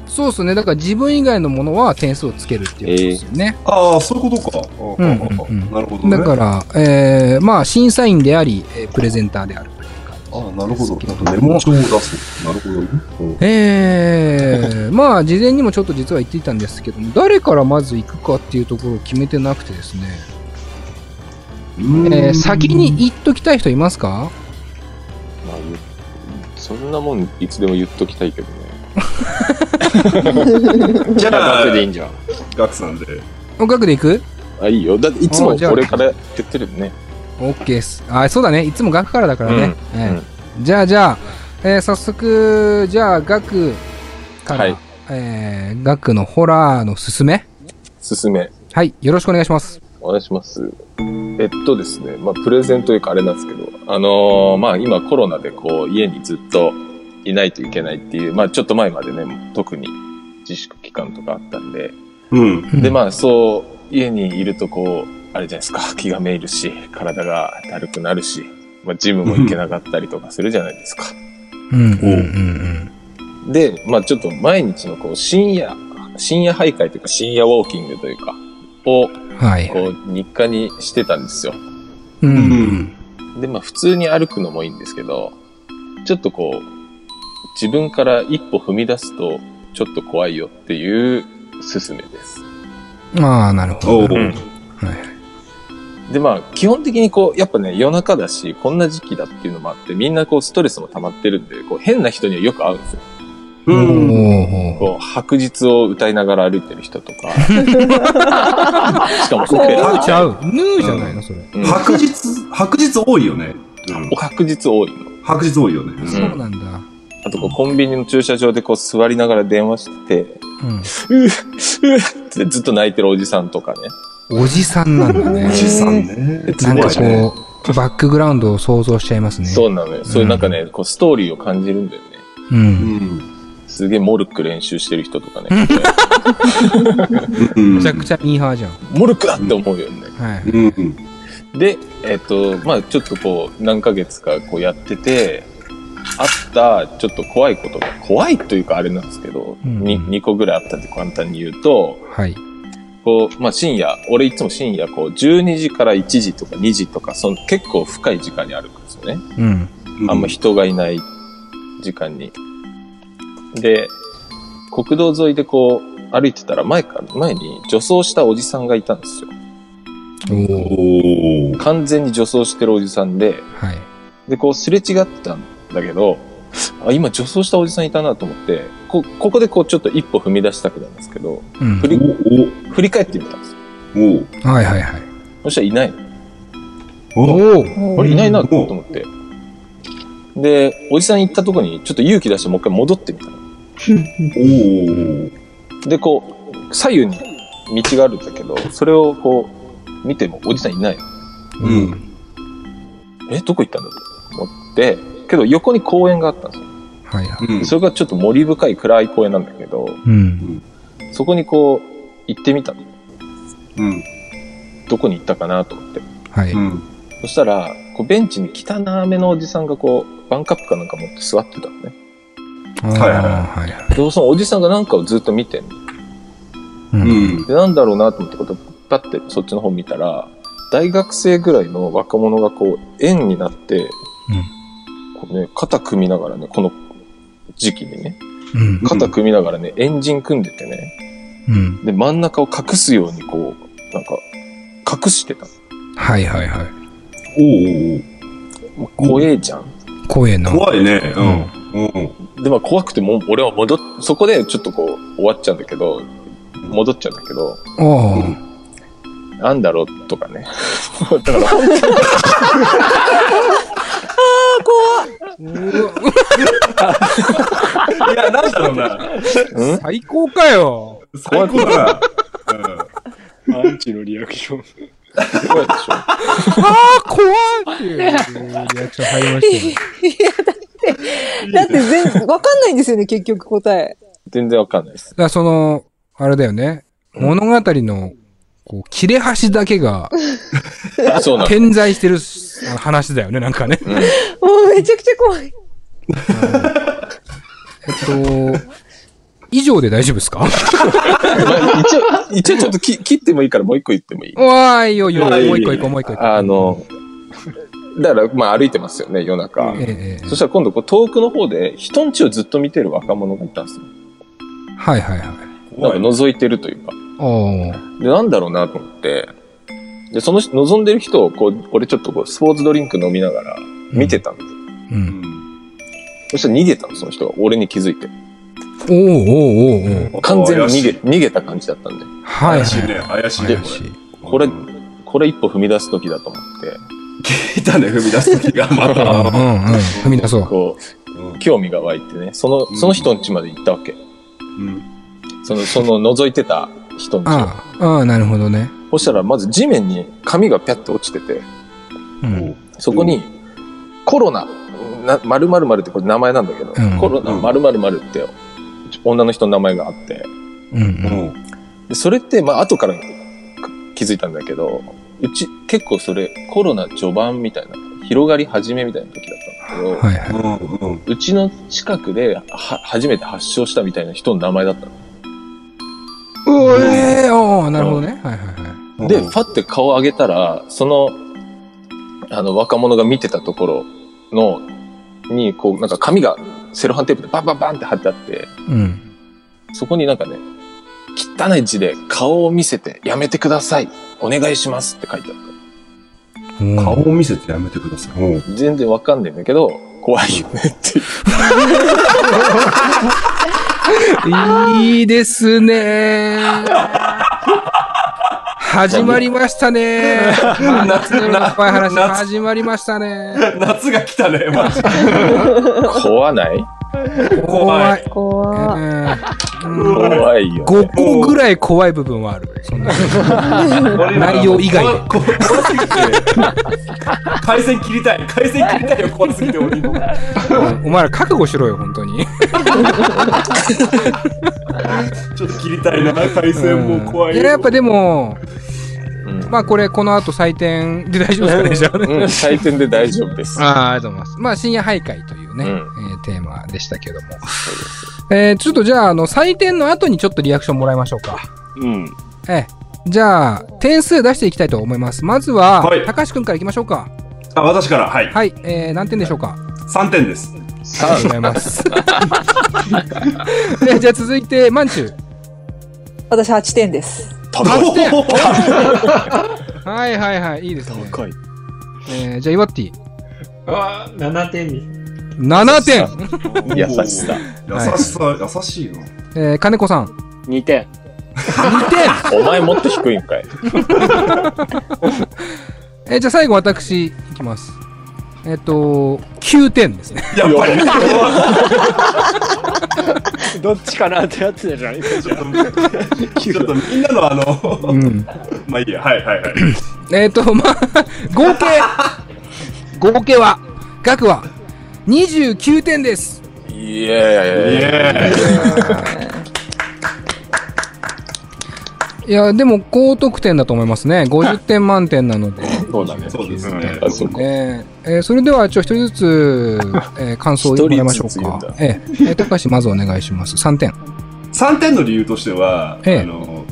Speaker 2: そうっすね、だから自分以外のものは点数をつけるっていうことですよね。
Speaker 3: ああ、そういうことか。あ
Speaker 2: うん
Speaker 3: あああ
Speaker 2: うんうん
Speaker 3: なるほどね。
Speaker 2: だから、えー、まあ審査員であり、えープレゼンターである。
Speaker 3: ああ、なるほど。なんかメモ帳を出す。なるほどね。うん
Speaker 2: えー、まあ事前にもちょっと実は言っていたんですけども、誰からまず行くかっていうところを決めてなくてですね、えー先に言っときたい人いますか
Speaker 4: まあ、ゆそんなもん、いつでも言っときたいけどね。
Speaker 3: じゃあ、
Speaker 7: 楽でいいんじゃん。
Speaker 3: ガクさんで。
Speaker 2: お額で行く
Speaker 4: あ、いいよ。だって、いつ
Speaker 2: あ
Speaker 4: も
Speaker 2: じゃあ
Speaker 4: これから言ってるよね。
Speaker 2: ?OK っす。あ、そうだね。いつも額からだからね。えーじゃあじゃあ、えー早速、じゃあ、ガクから、
Speaker 4: はい
Speaker 2: えー、ガクのホラーのすすめ
Speaker 4: 進め。
Speaker 2: はい、よろしくお願いします。
Speaker 4: お願いします。えっとですね、まあ、プレゼンというかあれなんですけど、あのーまあ、今コロナでこう、家にずっといないといけないっていう、まあ、ちょっと前までね、特に自粛期間とかあったんで、
Speaker 3: うん。
Speaker 2: うん
Speaker 4: で、まあ、そう、家にいるとこう、あれじゃないですか、 [laughs] 気がめいるし、体がだるくなるし、まあ、ジムも行けなかったりとかするじゃないですか。
Speaker 2: うん、うん、うん
Speaker 4: で、まあ、ちょっと毎日のこう、深夜、深夜徘徊というか、深夜ウォーキングというか、を、
Speaker 2: うん。はい。
Speaker 4: こう、日課にしてたんですよ。
Speaker 2: う、
Speaker 3: うんん。
Speaker 4: で、まあ普通に歩くのもいいんですけど、ちょっとこう、自分から一歩踏み出すと、ちょっと怖いよっていう勧めです。
Speaker 2: ああ、なるほど。
Speaker 3: おう
Speaker 4: うんで、まあ基本的にこう、やっぱね、夜中だし、こんな時期だっていうのもあって、みんなこうストレスも溜まってるんで、こう変な人にはよく会うんですよ。
Speaker 3: う
Speaker 2: おお
Speaker 3: ん。
Speaker 4: こう、白日を歌いながら歩いてる人と [laughs] か。しかもこう、ペラ
Speaker 2: ちゃう。ヌーじゃないの、それ。
Speaker 4: うん
Speaker 3: 白日、白日多いよね。うん
Speaker 4: お白日多いの。
Speaker 3: 白日多いよね。
Speaker 4: ん
Speaker 2: そうなんだ。
Speaker 4: あとこう、コンビニの駐車場でこう座りながら電話してて、うぅ、うぅってずっと泣いてるおじさんとかね。
Speaker 2: うん。おじさんなんだね
Speaker 3: [laughs] お。じさんね。
Speaker 2: なんか
Speaker 4: すごいね
Speaker 2: こう、バックグラウンドを想像しちゃいますね。
Speaker 4: そうなのよ。そういうなんかね、こうストーリーを感じるんだよね。
Speaker 2: う。
Speaker 3: うんん。
Speaker 4: すげえモルック練習してる人とかね。
Speaker 3: うん
Speaker 2: めちゃくちゃミーハーじゃん。
Speaker 4: モルックだって思うよね。
Speaker 2: はい。
Speaker 3: うん。
Speaker 4: で、えっ、と、まあちょっとこう、何ヶ月かこうやってて、あった、ちょっと怖いことが、怖いというかあれなんですけど、
Speaker 2: うん
Speaker 4: に2個ぐらいあったって簡単に言うと、
Speaker 2: はい。
Speaker 4: こう、まあ深夜、俺いつも深夜こう、12時から1時とか2時とか、その結構深い時間に歩くんですよね。
Speaker 2: うん。
Speaker 3: うん
Speaker 4: あんま人がいない時間に。で、国道沿いでこう歩いてたら前から、前に女装したおじさんがいたんですよ。
Speaker 2: おお。
Speaker 3: おー
Speaker 4: 完全に女装してるおじさんで、
Speaker 2: はい。
Speaker 4: で、こうすれ違ったんだけど、あ、今女装したおじさんいたなと思って、こ、ここでこうちょっと一歩踏み出したくなるんですけど、
Speaker 2: うん
Speaker 4: 振。り、
Speaker 3: お
Speaker 4: 振り返ってみたんですよ。
Speaker 3: お
Speaker 2: はいはいはい。
Speaker 4: そしたらいない
Speaker 3: お
Speaker 4: の。
Speaker 3: お
Speaker 2: おお。
Speaker 4: あれいないなと思って。で、おじさん行ったとこにちょっと勇気出してもう一回戻ってみたの。
Speaker 3: お
Speaker 4: で、こう、左右に道があるんだけど、それをこう、見てもおじさんいない。
Speaker 3: うん。
Speaker 4: え、どこ行ったんだと思って、けど横に公園があったんですよ。
Speaker 2: はいはい。
Speaker 3: うん。
Speaker 4: それがちょっと森深い暗い公園なんだけど、
Speaker 2: うん。
Speaker 4: そこにこう、行ってみたの。
Speaker 3: うん。
Speaker 4: どこに行ったかなと思って。
Speaker 2: はい。
Speaker 3: うん。
Speaker 4: そしたら、こうベンチに汚めのおじさんがこう、ワンカップかなんか持って座ってたのね。
Speaker 2: あー
Speaker 3: はいはい
Speaker 2: はいはい。
Speaker 4: で、そのおじさんがなんかをずっと見てんの
Speaker 2: う。
Speaker 3: うんん。
Speaker 4: で、なんだろうなと思ってこと、パッてそっちの方見たら、大学生ぐらいの若者がこう、円になって、こうね、肩組みながらね、この時期にね、
Speaker 2: うん。
Speaker 4: 肩組みながらね、エンジン組んでてね、
Speaker 2: うん。
Speaker 4: で、真ん中を隠すようにこう、なんか、隠してた。
Speaker 2: はいはいはい。
Speaker 3: おー
Speaker 4: もう怖えじゃん。
Speaker 2: 怖えな。
Speaker 3: 怖いね。うん。うん。
Speaker 4: で、まあ怖くてもう、俺は戻っ、そこでちょっとこう、終わっちゃうんだけど、戻っちゃうんだけど、
Speaker 2: おお。
Speaker 4: なんだろうとかね。 [laughs] だから、
Speaker 3: いや、なんだろうな。
Speaker 4: ん
Speaker 2: 最高かよ。
Speaker 3: 最高だな。
Speaker 7: アンチのリアクション。
Speaker 4: 怖いでしょ
Speaker 2: [laughs] あ、怖いっていうリアクション入りましたよ。
Speaker 8: だって全然、わかんないんですよね、結局答え。
Speaker 4: 全然わかんないです
Speaker 2: だ。からその、あれだよね。物語の、こう、切れ端だけが、
Speaker 4: あそう [laughs] なの。
Speaker 2: 点在してるあの話だよね、なんかね。
Speaker 4: うん
Speaker 8: もうめちゃくちゃ怖い。
Speaker 2: えっと、以上で大丈夫ですかわ
Speaker 4: まあ一応、一応ちょっとき切ってもいいからもう一個言ってもいい
Speaker 2: ーいよいよ、
Speaker 3: いやいやいや
Speaker 2: もう一個行こう、もう一個行こう。
Speaker 4: あの、だから、まあ歩いてますよね、夜中。
Speaker 2: ええ、ええ
Speaker 4: そしたら今度こう遠くの方で人ん家をずっと見てる若者がいたんですよ。
Speaker 2: はいはいはい。
Speaker 4: なんか覗いてるというか。
Speaker 2: おー
Speaker 4: で、なんだろうなと思って。で、その人望んでる人をこう、俺ちょっとこう、スポーツドリンク飲みながら見てたんですよ。
Speaker 2: うん。
Speaker 4: そしたら逃げたの、その人が。俺に気づいて。
Speaker 2: おーおーおーおー
Speaker 4: 完全に逃げ、逃げた感じだったんで。
Speaker 2: はいはい。
Speaker 3: 怪しいね。怪しいね。
Speaker 2: 怪しい。
Speaker 4: これ、これ一歩踏み出す時だと思って。
Speaker 3: 聞いたね、踏み出す時が、ま
Speaker 2: うんうん
Speaker 3: た。
Speaker 2: うん。踏み出 [laughs] そう。
Speaker 4: こう、興味が湧いてね、その、その人ん家まで行ったわけ。
Speaker 3: うん。
Speaker 4: その、その覗いてた人ん家。
Speaker 2: ああ、ああ、なるほどね。
Speaker 4: そしたら、まず地面に紙がピャッと落ちてて、
Speaker 2: うん。
Speaker 4: そこに、コロナ、な、〇〇〇ってこれ名前なんだけど、
Speaker 2: うん
Speaker 4: コロナ〇〇〇って、女の人の名前があって、
Speaker 2: うんう
Speaker 3: う
Speaker 2: ん。
Speaker 3: ん。
Speaker 4: でそれって、まあ、後から気づいたんだけど、うち、結構それ、コロナ序盤みたいな、広がり始めみたいな時だったんだけど、
Speaker 2: はいはい。
Speaker 3: うん。うん。
Speaker 4: うちの近くでは初めて発症したみたいな人の名前だった
Speaker 2: うえー、おーなるほどね。はいはいはい。
Speaker 3: うん
Speaker 4: の。で、ファって顔を上げたら、その、あの、若者が見てたところの、に、こう、なんか紙がセロハンテープでバンバンバンって貼ってあって、
Speaker 2: うん。
Speaker 4: そこになんかね、汚い字で顔を見せてやめてください。お願いしますって書いてあった。
Speaker 2: うん
Speaker 3: 顔を見せてやめてください。うん。
Speaker 4: 全然わかんないんだけど、怖いよねって。
Speaker 2: いいですね。始まりましたね。真夏の夜の怖い話
Speaker 3: 夏
Speaker 2: 始まりましたね。
Speaker 3: 夏が来たね、マジで。
Speaker 4: 怖ない
Speaker 2: 怖
Speaker 3: 怖
Speaker 2: い。
Speaker 8: 怖
Speaker 2: うん
Speaker 4: 怖いよ、ね。
Speaker 2: 5個ぐらい怖い部分はある。そんな内容以外で
Speaker 3: 怖怖すぎて。回線切りたい。回線切りたいよ、怖すぎて、俺今。
Speaker 2: お前ら覚悟しろよ、本当に。
Speaker 3: ちょっと切りたいな、回線もう怖い
Speaker 2: い
Speaker 3: よ。
Speaker 2: や、やっぱでも、
Speaker 4: うん
Speaker 2: まあこれ、この後採点で大丈夫ですかね、じゃあね。
Speaker 4: うん、採点で大丈夫です。
Speaker 2: ああ、ありがとうございます。まあ、深夜徘徊というね、
Speaker 4: うん
Speaker 2: えーテーマでしたけども。えー、ちょっとじゃあ、あの、採点の後にちょっとリアクションもらいましょうか。
Speaker 4: うん。
Speaker 2: ええじゃあ、点数出していきたいと思います。まずは、
Speaker 3: はい
Speaker 2: 高橋くんからいきましょうか。
Speaker 3: あ、私から、はい。
Speaker 2: はい、えー、何点でしょうか、
Speaker 3: 3点です。
Speaker 2: ありがとうございます。でじゃあ続いて、まんちゅう。
Speaker 8: 私8点です。
Speaker 3: おお
Speaker 2: はいはいはい、いいですね。
Speaker 4: 高い。
Speaker 2: えー、じゃあ、岩わっティ。
Speaker 9: あー、7点です。
Speaker 2: 7点
Speaker 4: 優しさ。
Speaker 3: 優しさ、優しいな。
Speaker 2: えー、金子さん。
Speaker 7: 2点。
Speaker 2: 2点
Speaker 4: お前もっと低いんかい。
Speaker 2: えー、じゃあ最後私、いきます。えっ、と、9点ですね。
Speaker 3: やっぱ [laughs] りね。
Speaker 7: どっちかなってやってたじゃん。
Speaker 3: ちょっとちょっとみんなのあの、
Speaker 2: うん。
Speaker 3: まあいいや、はいはいはい。
Speaker 2: えっ、と、まあ、合計、合計は、額は、29点です。
Speaker 4: いやいやいやいや。
Speaker 2: いや、でも高得点だと思いますね。50点満点なので。
Speaker 4: そうだね。
Speaker 3: そうですね。
Speaker 4: あそこ。
Speaker 2: えーえーそれでは、ちょ、一人ずつ、えー感想を言ってもらいましょ
Speaker 4: 一人ずつ
Speaker 2: う
Speaker 4: 言うん
Speaker 2: か
Speaker 4: だ。
Speaker 2: えーえー高橋、まずお願いします。3点。
Speaker 3: 3点の理由としては、
Speaker 2: ええ
Speaker 3: あの、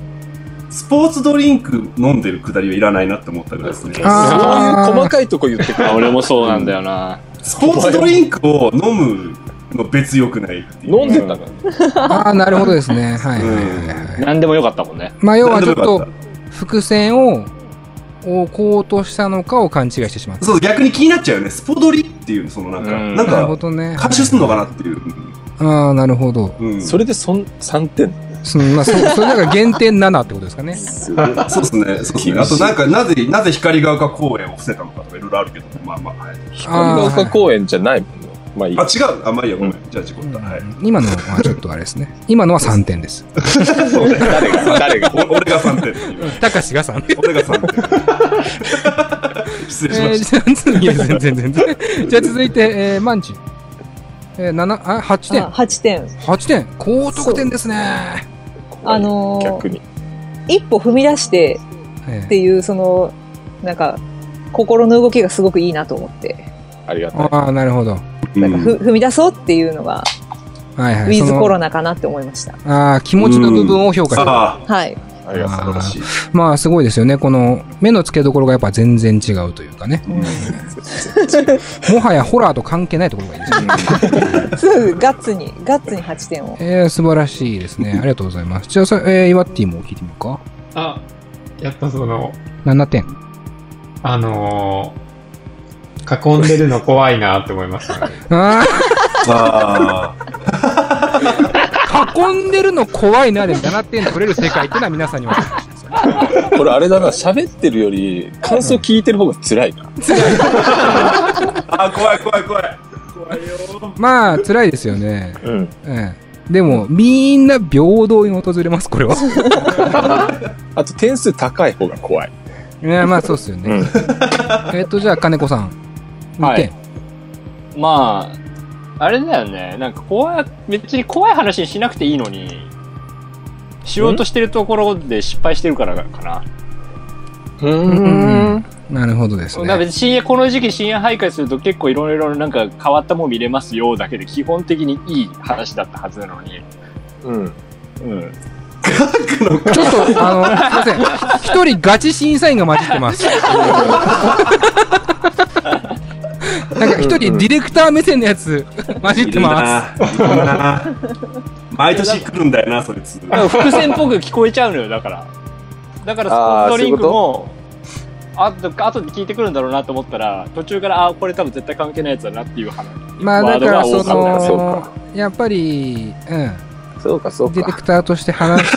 Speaker 3: スポーツドリンク飲んでるくだりはいらないなって思ったぐらいですね。
Speaker 4: そう
Speaker 2: あー
Speaker 4: いう細かいとこ言ってくる。
Speaker 7: 俺もそうなんだよな。
Speaker 3: スポーツドリンクを飲むの別良くないっていう。
Speaker 4: 飲んでたから。
Speaker 2: ああ、なるほどですね。はい。
Speaker 3: うん
Speaker 7: 何でもよかったもんね。
Speaker 2: まあ、要
Speaker 3: な
Speaker 2: は
Speaker 3: ん
Speaker 2: ち
Speaker 3: で
Speaker 2: ょ
Speaker 3: も
Speaker 2: っ
Speaker 3: よか
Speaker 2: と
Speaker 3: っ、。
Speaker 2: 伏線を、をこうとしたのかを勘違いしてしまった
Speaker 3: そう、逆に気になっちゃうよね。スポドリっていう、そのなんか、
Speaker 7: うん
Speaker 3: なん
Speaker 2: た。なるほ
Speaker 3: か、
Speaker 2: どね。
Speaker 3: 回収すんのかなっていう。
Speaker 2: ああ、なるほど。
Speaker 3: うん。
Speaker 4: それでそん3点。
Speaker 2: そのまあ、そ [laughs] それだから減点7ってことですかね。
Speaker 3: [laughs] そうですね。そうですね。あとなんか、なぜ、なぜ光が丘公園を伏せたのかとかいろいろあるけど、まあまあ、はい。
Speaker 4: 光が丘公園じゃないもんね。まあいい
Speaker 3: あ、。違う。あ、まあいいや、ごめん。じゃあ事故った。はい。
Speaker 2: 今のはちょっとあれですね。今のは3点です。
Speaker 4: 誰が、誰が。
Speaker 3: お俺が3点って言いまし
Speaker 2: 高橋が3
Speaker 3: た。俺が3点。失礼しました。
Speaker 2: いや、全然全然。じゃあ続いて、えー、マンチ。えー、7、あ、8
Speaker 8: あ
Speaker 2: 点。
Speaker 8: 8点。
Speaker 2: 8点。高得点ですね。
Speaker 8: あのー
Speaker 4: 逆に。
Speaker 8: 一歩踏み出して
Speaker 2: え
Speaker 8: っていう、その、なんか、心の動きがすごくいいなと思って。
Speaker 4: ありが
Speaker 2: ー
Speaker 4: たい。
Speaker 2: ああ、なるほど。
Speaker 8: なんかふ、踏み出そうっていうのが、
Speaker 2: はいは
Speaker 8: ウ
Speaker 2: い。
Speaker 8: ィズ
Speaker 2: その
Speaker 8: コロナかなって思いました。
Speaker 2: ああ、気持ちの部分を評価した。
Speaker 3: さあ、
Speaker 8: はい。
Speaker 4: ありがとう。
Speaker 3: 素晴らしい。
Speaker 2: まあ、すごいですよね。この、目の付けどころがやっぱ全然違うというかね。もはやホラーと関係ないところがいいですよね。
Speaker 8: そうですガッツに、ガッツに8点を。
Speaker 2: えー、素晴らしいですね。ありがとうございます。じゃあ、そえー、イワッティも聞いてみようか。
Speaker 9: あ、やっぱその、
Speaker 2: 7点。
Speaker 9: あのー、囲んでるの怖いなって思いましたね。
Speaker 2: あ
Speaker 3: さあ、
Speaker 2: あ、囲んでるの怖いなで7点取れる世界ってのは皆さんには。
Speaker 4: これあれだな、喋ってるより、感想聞いてる方が辛いな。
Speaker 3: あ、怖い怖い怖い。怖いよ。
Speaker 2: まあ、辛いですよね。
Speaker 4: うん。
Speaker 2: ええ。でも、みんな平等に訪れます、これは。
Speaker 4: あと点数高い方が怖い。
Speaker 2: いや、まあ、そうっすよね。えっと、じゃあ、金子さん。
Speaker 7: はい
Speaker 2: 二点
Speaker 7: まあ、あれだよね。なんか怖い、別に怖い話にしなくていいのに、しようとしてるところで失敗してるからかな。
Speaker 2: うんなるほどです
Speaker 7: だから
Speaker 2: ね。
Speaker 7: 別に深夜、この時期深夜徘徊すると結構いろいろなんか変わったもん見れますよだけで基本的にいい話だったはずなのに。
Speaker 4: うん。
Speaker 7: うん。
Speaker 2: ちょっと、あの、すいません。一人ガチ審査員が混じってます。なんか一人ディレクター目線のやつ混じってます。
Speaker 3: す。いるな毎年来るんだよな、そいつ。
Speaker 7: なんか伏線っぽく聞こえちゃうのよ、だから。だからスポーツドリンクも、あと後で聞いてくるんだろうなと思ったら、途中から、あーこれ多分絶対関係ないやつだなっていう話。
Speaker 2: まあだから
Speaker 7: ワード
Speaker 2: そ
Speaker 7: が多かった
Speaker 4: そう
Speaker 2: の
Speaker 4: か
Speaker 2: やっぱり、、
Speaker 4: そうか、そううん
Speaker 2: ディレ
Speaker 4: か。
Speaker 2: クターとして
Speaker 4: [laughs]
Speaker 2: 話し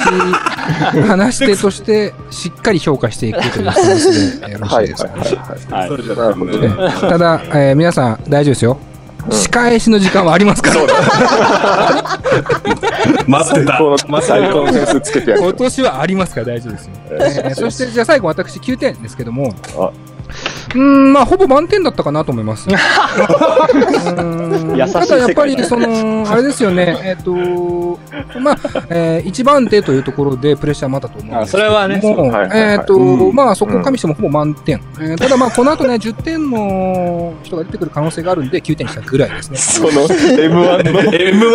Speaker 2: 話し手としてしっかり評価していくという形でよろし
Speaker 4: はいい
Speaker 2: です
Speaker 4: はい
Speaker 2: か、
Speaker 4: はいはい。
Speaker 7: はい
Speaker 3: そ。れじゃダメ
Speaker 4: なる
Speaker 3: ね。
Speaker 2: ええただ、えー皆さん大丈夫ですよ、仕返しの時間はありますから
Speaker 3: 待ってた
Speaker 4: こ。の最高の点数つけ
Speaker 2: [laughs]
Speaker 4: てやる
Speaker 2: 今。年はありますから大丈夫ですよ、えーそしてじゃあ最後私9点ですけどもう
Speaker 4: あ
Speaker 2: ーんまあほぼ満点だったかなと思いますうーん
Speaker 7: 優しい世
Speaker 2: た
Speaker 7: 界
Speaker 2: だやっぱりそのあれですよねえっ、とまあ、えー一番手というところでプレッシャーもあったと思うんですけども
Speaker 7: あそれはねそう
Speaker 4: はいはいはい
Speaker 2: えっ、と、
Speaker 3: うん
Speaker 2: まあそこを加味してもほぼ満点、えーただまあこの後ね10点の人が出てくる可能性があるんで9点にしたぐらいですね
Speaker 4: その M1 の
Speaker 3: M1 の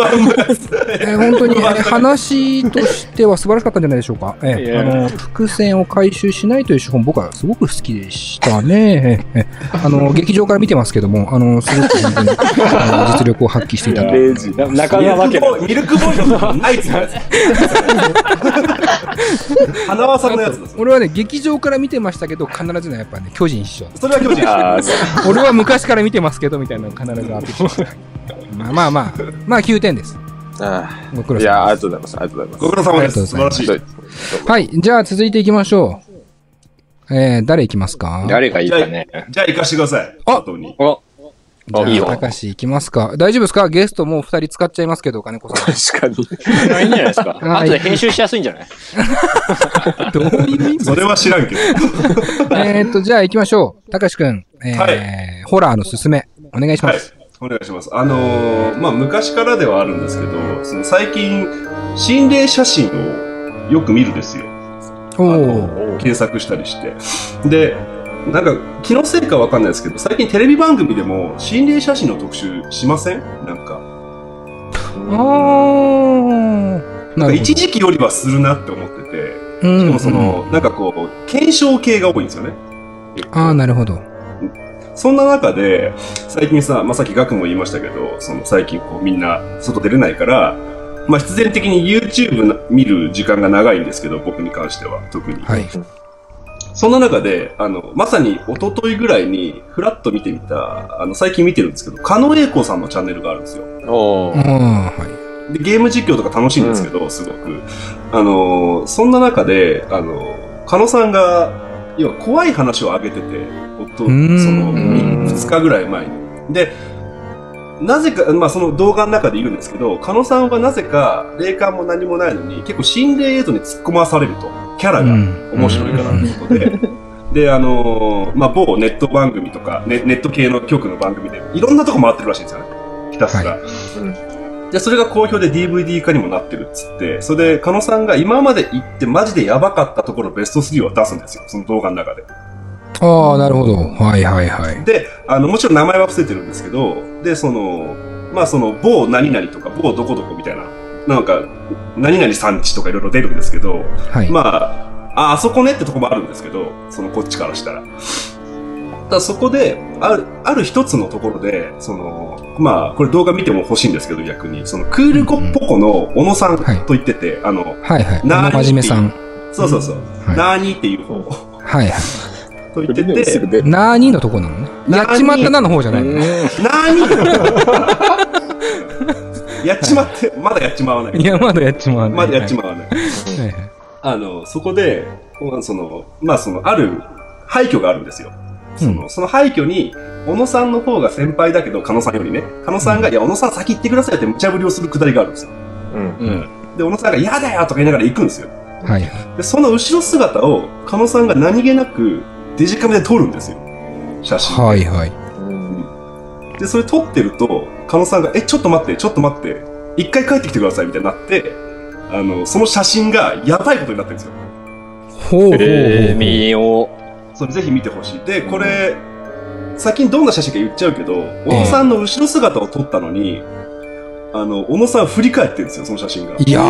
Speaker 3: やつ
Speaker 2: えー本当に、え
Speaker 7: [laughs]
Speaker 2: ー話としては素晴らしかったんじゃないでしょうか。えー
Speaker 7: いや
Speaker 2: あの伏線を回収しないという手法、僕はすごく好きでした
Speaker 4: [laughs]
Speaker 2: ね。えーえーあの劇場から見てますけども、あのすごく本
Speaker 4: [laughs]
Speaker 2: 当にあの実力を発揮していたと。
Speaker 4: 0時。
Speaker 7: な中
Speaker 3: ミル
Speaker 7: 川家
Speaker 3: クボー
Speaker 7: の
Speaker 3: イ、ミルクボーイのこと [laughs] ナイツのやつ。花輪さんのやつだ。それ
Speaker 2: 俺はね、劇場から見てましたけど、必ずね、やっぱね、巨人師匠。
Speaker 3: それは巨人。
Speaker 4: ああ、そう
Speaker 2: 俺は昔から見てますけど、みたいなのが必ずあってきました。
Speaker 4: [laughs]
Speaker 2: まあまあまあ、まあ9点です。
Speaker 4: あ
Speaker 2: ご苦
Speaker 4: あ
Speaker 2: 労
Speaker 4: いや、あ
Speaker 2: 様
Speaker 4: り
Speaker 2: です。
Speaker 4: がとうございます。ありがとうござ
Speaker 3: ご
Speaker 4: い
Speaker 3: 苦労様です。素晴ら
Speaker 4: ま
Speaker 3: し
Speaker 4: す
Speaker 3: い。
Speaker 4: どう
Speaker 3: じ
Speaker 4: ぞ。
Speaker 2: はい、じゃあ続いていきましょう。えー、誰いきますか
Speaker 7: 誰がいい
Speaker 3: ゃあ
Speaker 7: かね。、
Speaker 3: じゃあ行かしてください。
Speaker 2: あ
Speaker 3: 後に。
Speaker 2: じゃあ、
Speaker 4: いいよ
Speaker 2: たかし行きますか。大丈夫ですかゲストもう二人使っちゃいますけど、金子
Speaker 4: [laughs]
Speaker 2: さ
Speaker 4: 確かに。
Speaker 7: いいんじゃないですか。
Speaker 2: はい
Speaker 7: あとで編集しやすいんじゃない
Speaker 2: ん。どういう意味
Speaker 3: それは知らんけど。
Speaker 2: えーっと、じゃあ行きましょう。たかしくん、えー
Speaker 3: は
Speaker 2: ホラーのすすめ、お願いしま
Speaker 3: はい
Speaker 2: す。。
Speaker 3: お願いします。あのーまあ、昔からではあるんですけど、その最近、心霊写真をよく見るんですよ。
Speaker 2: おー
Speaker 3: 検索したりして。で、なんか気のせいかわかんないですけど、最近テレビ番組でも心霊写真の特集しませんなんか。
Speaker 2: あー。
Speaker 3: な
Speaker 2: なん
Speaker 3: か
Speaker 2: るほ
Speaker 3: 一時期よりはするなって思ってて、
Speaker 2: ど。うん
Speaker 3: しかもその、なんかこう、検証系が多いんですよね。
Speaker 2: ああ、なるほど。
Speaker 3: そんな中で、最近さ、まあ、さっきガクも言いましたけど、その最近こうみんな外出れないから、まあ、必然的に YouTube な見る時間が長いんですけど、僕に関しては特に。
Speaker 2: はい。
Speaker 3: そんな中で、あの、まさに一昨日ぐらいに、フラッと見てみた、あの、最近見てるんですけど、狩野英孝さんのチャンネルがあるんですよ。
Speaker 4: お
Speaker 2: あー
Speaker 4: ー
Speaker 2: は
Speaker 3: で、ゲーム実況とか楽しいんですけど、すごく。あのー、そんな中で、あのー、狩野さんが、要は怖い話を上げてて、おと
Speaker 2: う
Speaker 3: そ
Speaker 2: ーん
Speaker 3: の、2日ぐらい前に。で、なぜか、まあその動画の中で言うんですけど、狩野さんはなぜか霊感も何もないのに、結構心霊映像に突っ込まされると、キャラ
Speaker 2: い。う
Speaker 3: が。
Speaker 2: ん。
Speaker 3: 面白いかなってことで。で、あのーまあ、某ネット番組とか、ネネット系の局の番組で、いろんなとこ回ってるらしいんですよね。ひたすら。
Speaker 2: は
Speaker 3: で、それが好評で DVD 化にもなってるっつって、それで、狩野さんが今まで行ってマジでやばかったところベスト3を出すんですよ。その動画の中で。
Speaker 2: ああ、なるほど。はいはいはい。
Speaker 3: で、あの、もちろん名前は伏せてるんですけど、で、その、まあ、その、某何々とか、某どこどこみたいな、なんか、何々産地とかいろいろ出るんですけど、
Speaker 2: はい。
Speaker 3: まあ、あ、あそこねってとこもあるんですけど、そのこっちからしたら。ただそこで、ある、ある一つのところで、その、まあ、これ動画見ても欲しいんですけど、逆に、その、クールコッポコの小野さん
Speaker 2: はい
Speaker 3: と言ってて、あの、
Speaker 2: はいはい。
Speaker 3: なーに
Speaker 2: 真面目さん。
Speaker 3: そうそうそう、
Speaker 2: はい
Speaker 3: なーにっていう方を
Speaker 2: はいは
Speaker 3: と言っ
Speaker 4: 振
Speaker 3: て
Speaker 4: りねす
Speaker 3: て、
Speaker 4: ぐ出
Speaker 2: い。
Speaker 4: る。
Speaker 2: なーにのとこなのね。やっちまったなの方じゃないのね。
Speaker 3: なー [laughs] にやっちまって、まだやっちまわない
Speaker 2: い。や、まだやっちまわない。
Speaker 3: まだやっち
Speaker 2: ま
Speaker 3: まわない。
Speaker 2: はいはい。
Speaker 3: あの、そこで、まあその、まあその、ある廃墟があるんですよ。その、
Speaker 2: う
Speaker 3: その廃墟に、小野さんの方が先輩だけど、狩野さんよりね、狩野さんが、いや、小野さん先行ってくださいって無茶ぶりをするくだりがあるんですよ。
Speaker 4: うん。
Speaker 3: で、小野さんが、嫌だよとか言いながら行くんですよ。
Speaker 2: はい。
Speaker 3: で、その後ろ姿を、狩野さんが何気なく、デジカメで撮るんですよ。写真。
Speaker 2: はいはい。
Speaker 4: うん。
Speaker 3: で、それ撮ってると、狩野さんが、え、ちょっと待って、ちょっと待って、一回帰ってきてください、みたいになって、あの、その写真がやばいことになってるんですよ。
Speaker 2: ほうほうほう。
Speaker 7: えー、見よ
Speaker 3: それぜひ見てほしい。で、これ、先にどんな写真か言っちゃうけど、小野さんの後ろ姿を撮ったのに、あの、小野さん振り返ってるんですよ、その写真が。
Speaker 2: や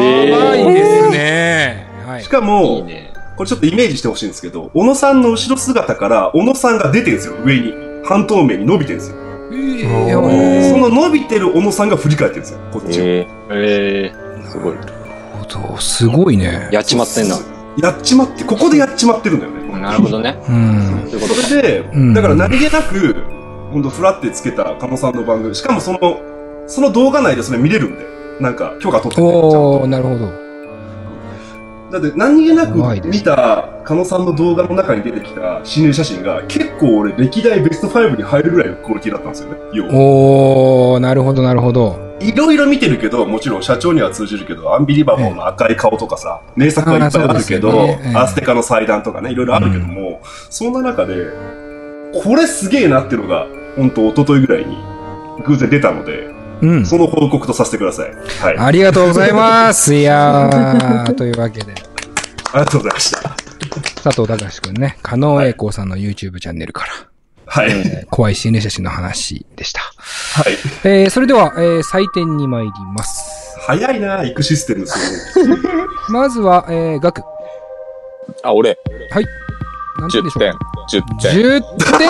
Speaker 2: ばいですね。はい
Speaker 3: し。か
Speaker 4: いい
Speaker 3: も、
Speaker 4: ね。
Speaker 3: これちょっとイメージしてほしいんですけど、小野さんの後ろ姿から、小野さんが出てるんですよ、上に。半透明に伸びてるんですよ。
Speaker 2: やばい
Speaker 3: その伸びてる小野さんが振り返ってるんですよ、こっちを。
Speaker 4: えー、えー、すごい。
Speaker 2: ほどすごいね。
Speaker 7: やっちまってんな。
Speaker 3: やっちまって、ここでやっちまってるんだよね。
Speaker 7: なるほどね。
Speaker 2: うん。
Speaker 7: ということか。
Speaker 3: それで
Speaker 2: うん、
Speaker 3: だから何気なく、ほんと、フラってつけた狩野さんの番組、しかもその、その動画内でそれ見れるんで、なんか、許可取ってて、ちゃん
Speaker 2: お
Speaker 3: と
Speaker 2: ー、なるほど。
Speaker 3: だって、何気な
Speaker 2: 怖いで
Speaker 3: く
Speaker 2: す
Speaker 3: 見た狩野さんの動画の中に出てきた心霊写真が、結構俺、歴代ベスト5に入るぐらいのクオリティだったんですよね。要は
Speaker 2: おー、なるほど、なるほど。
Speaker 3: いろいろ見てるけど、もちろん社長には通じるけど、アンビリバボーの赤い顔とかさ、名作はいっぱい
Speaker 2: あー
Speaker 3: あるけ
Speaker 2: そう
Speaker 3: ど、
Speaker 2: ですよねええ
Speaker 3: アステカの祭壇とかね、いろいろあるけども、そんな中で、これすげえなってのが、本当一昨日ぐらいに偶然出たので、
Speaker 2: うん。
Speaker 3: その報告とさせてください。はい。あ
Speaker 2: ありがとうございます。いやー、というわけで、
Speaker 3: りがとうございました。
Speaker 2: 佐藤隆くんね、加納栄光さんの YouTube チャンネルから、
Speaker 3: はい。はい。
Speaker 2: えー怖い心霊写真の話でした。えー、それでは、えー、採点に参ります。
Speaker 3: 早いな、行くシステムですよね。
Speaker 2: まずは、えー、額。
Speaker 4: あ、俺、
Speaker 2: 何点でしょ
Speaker 4: 10
Speaker 2: う
Speaker 4: 点。10点。
Speaker 2: 10点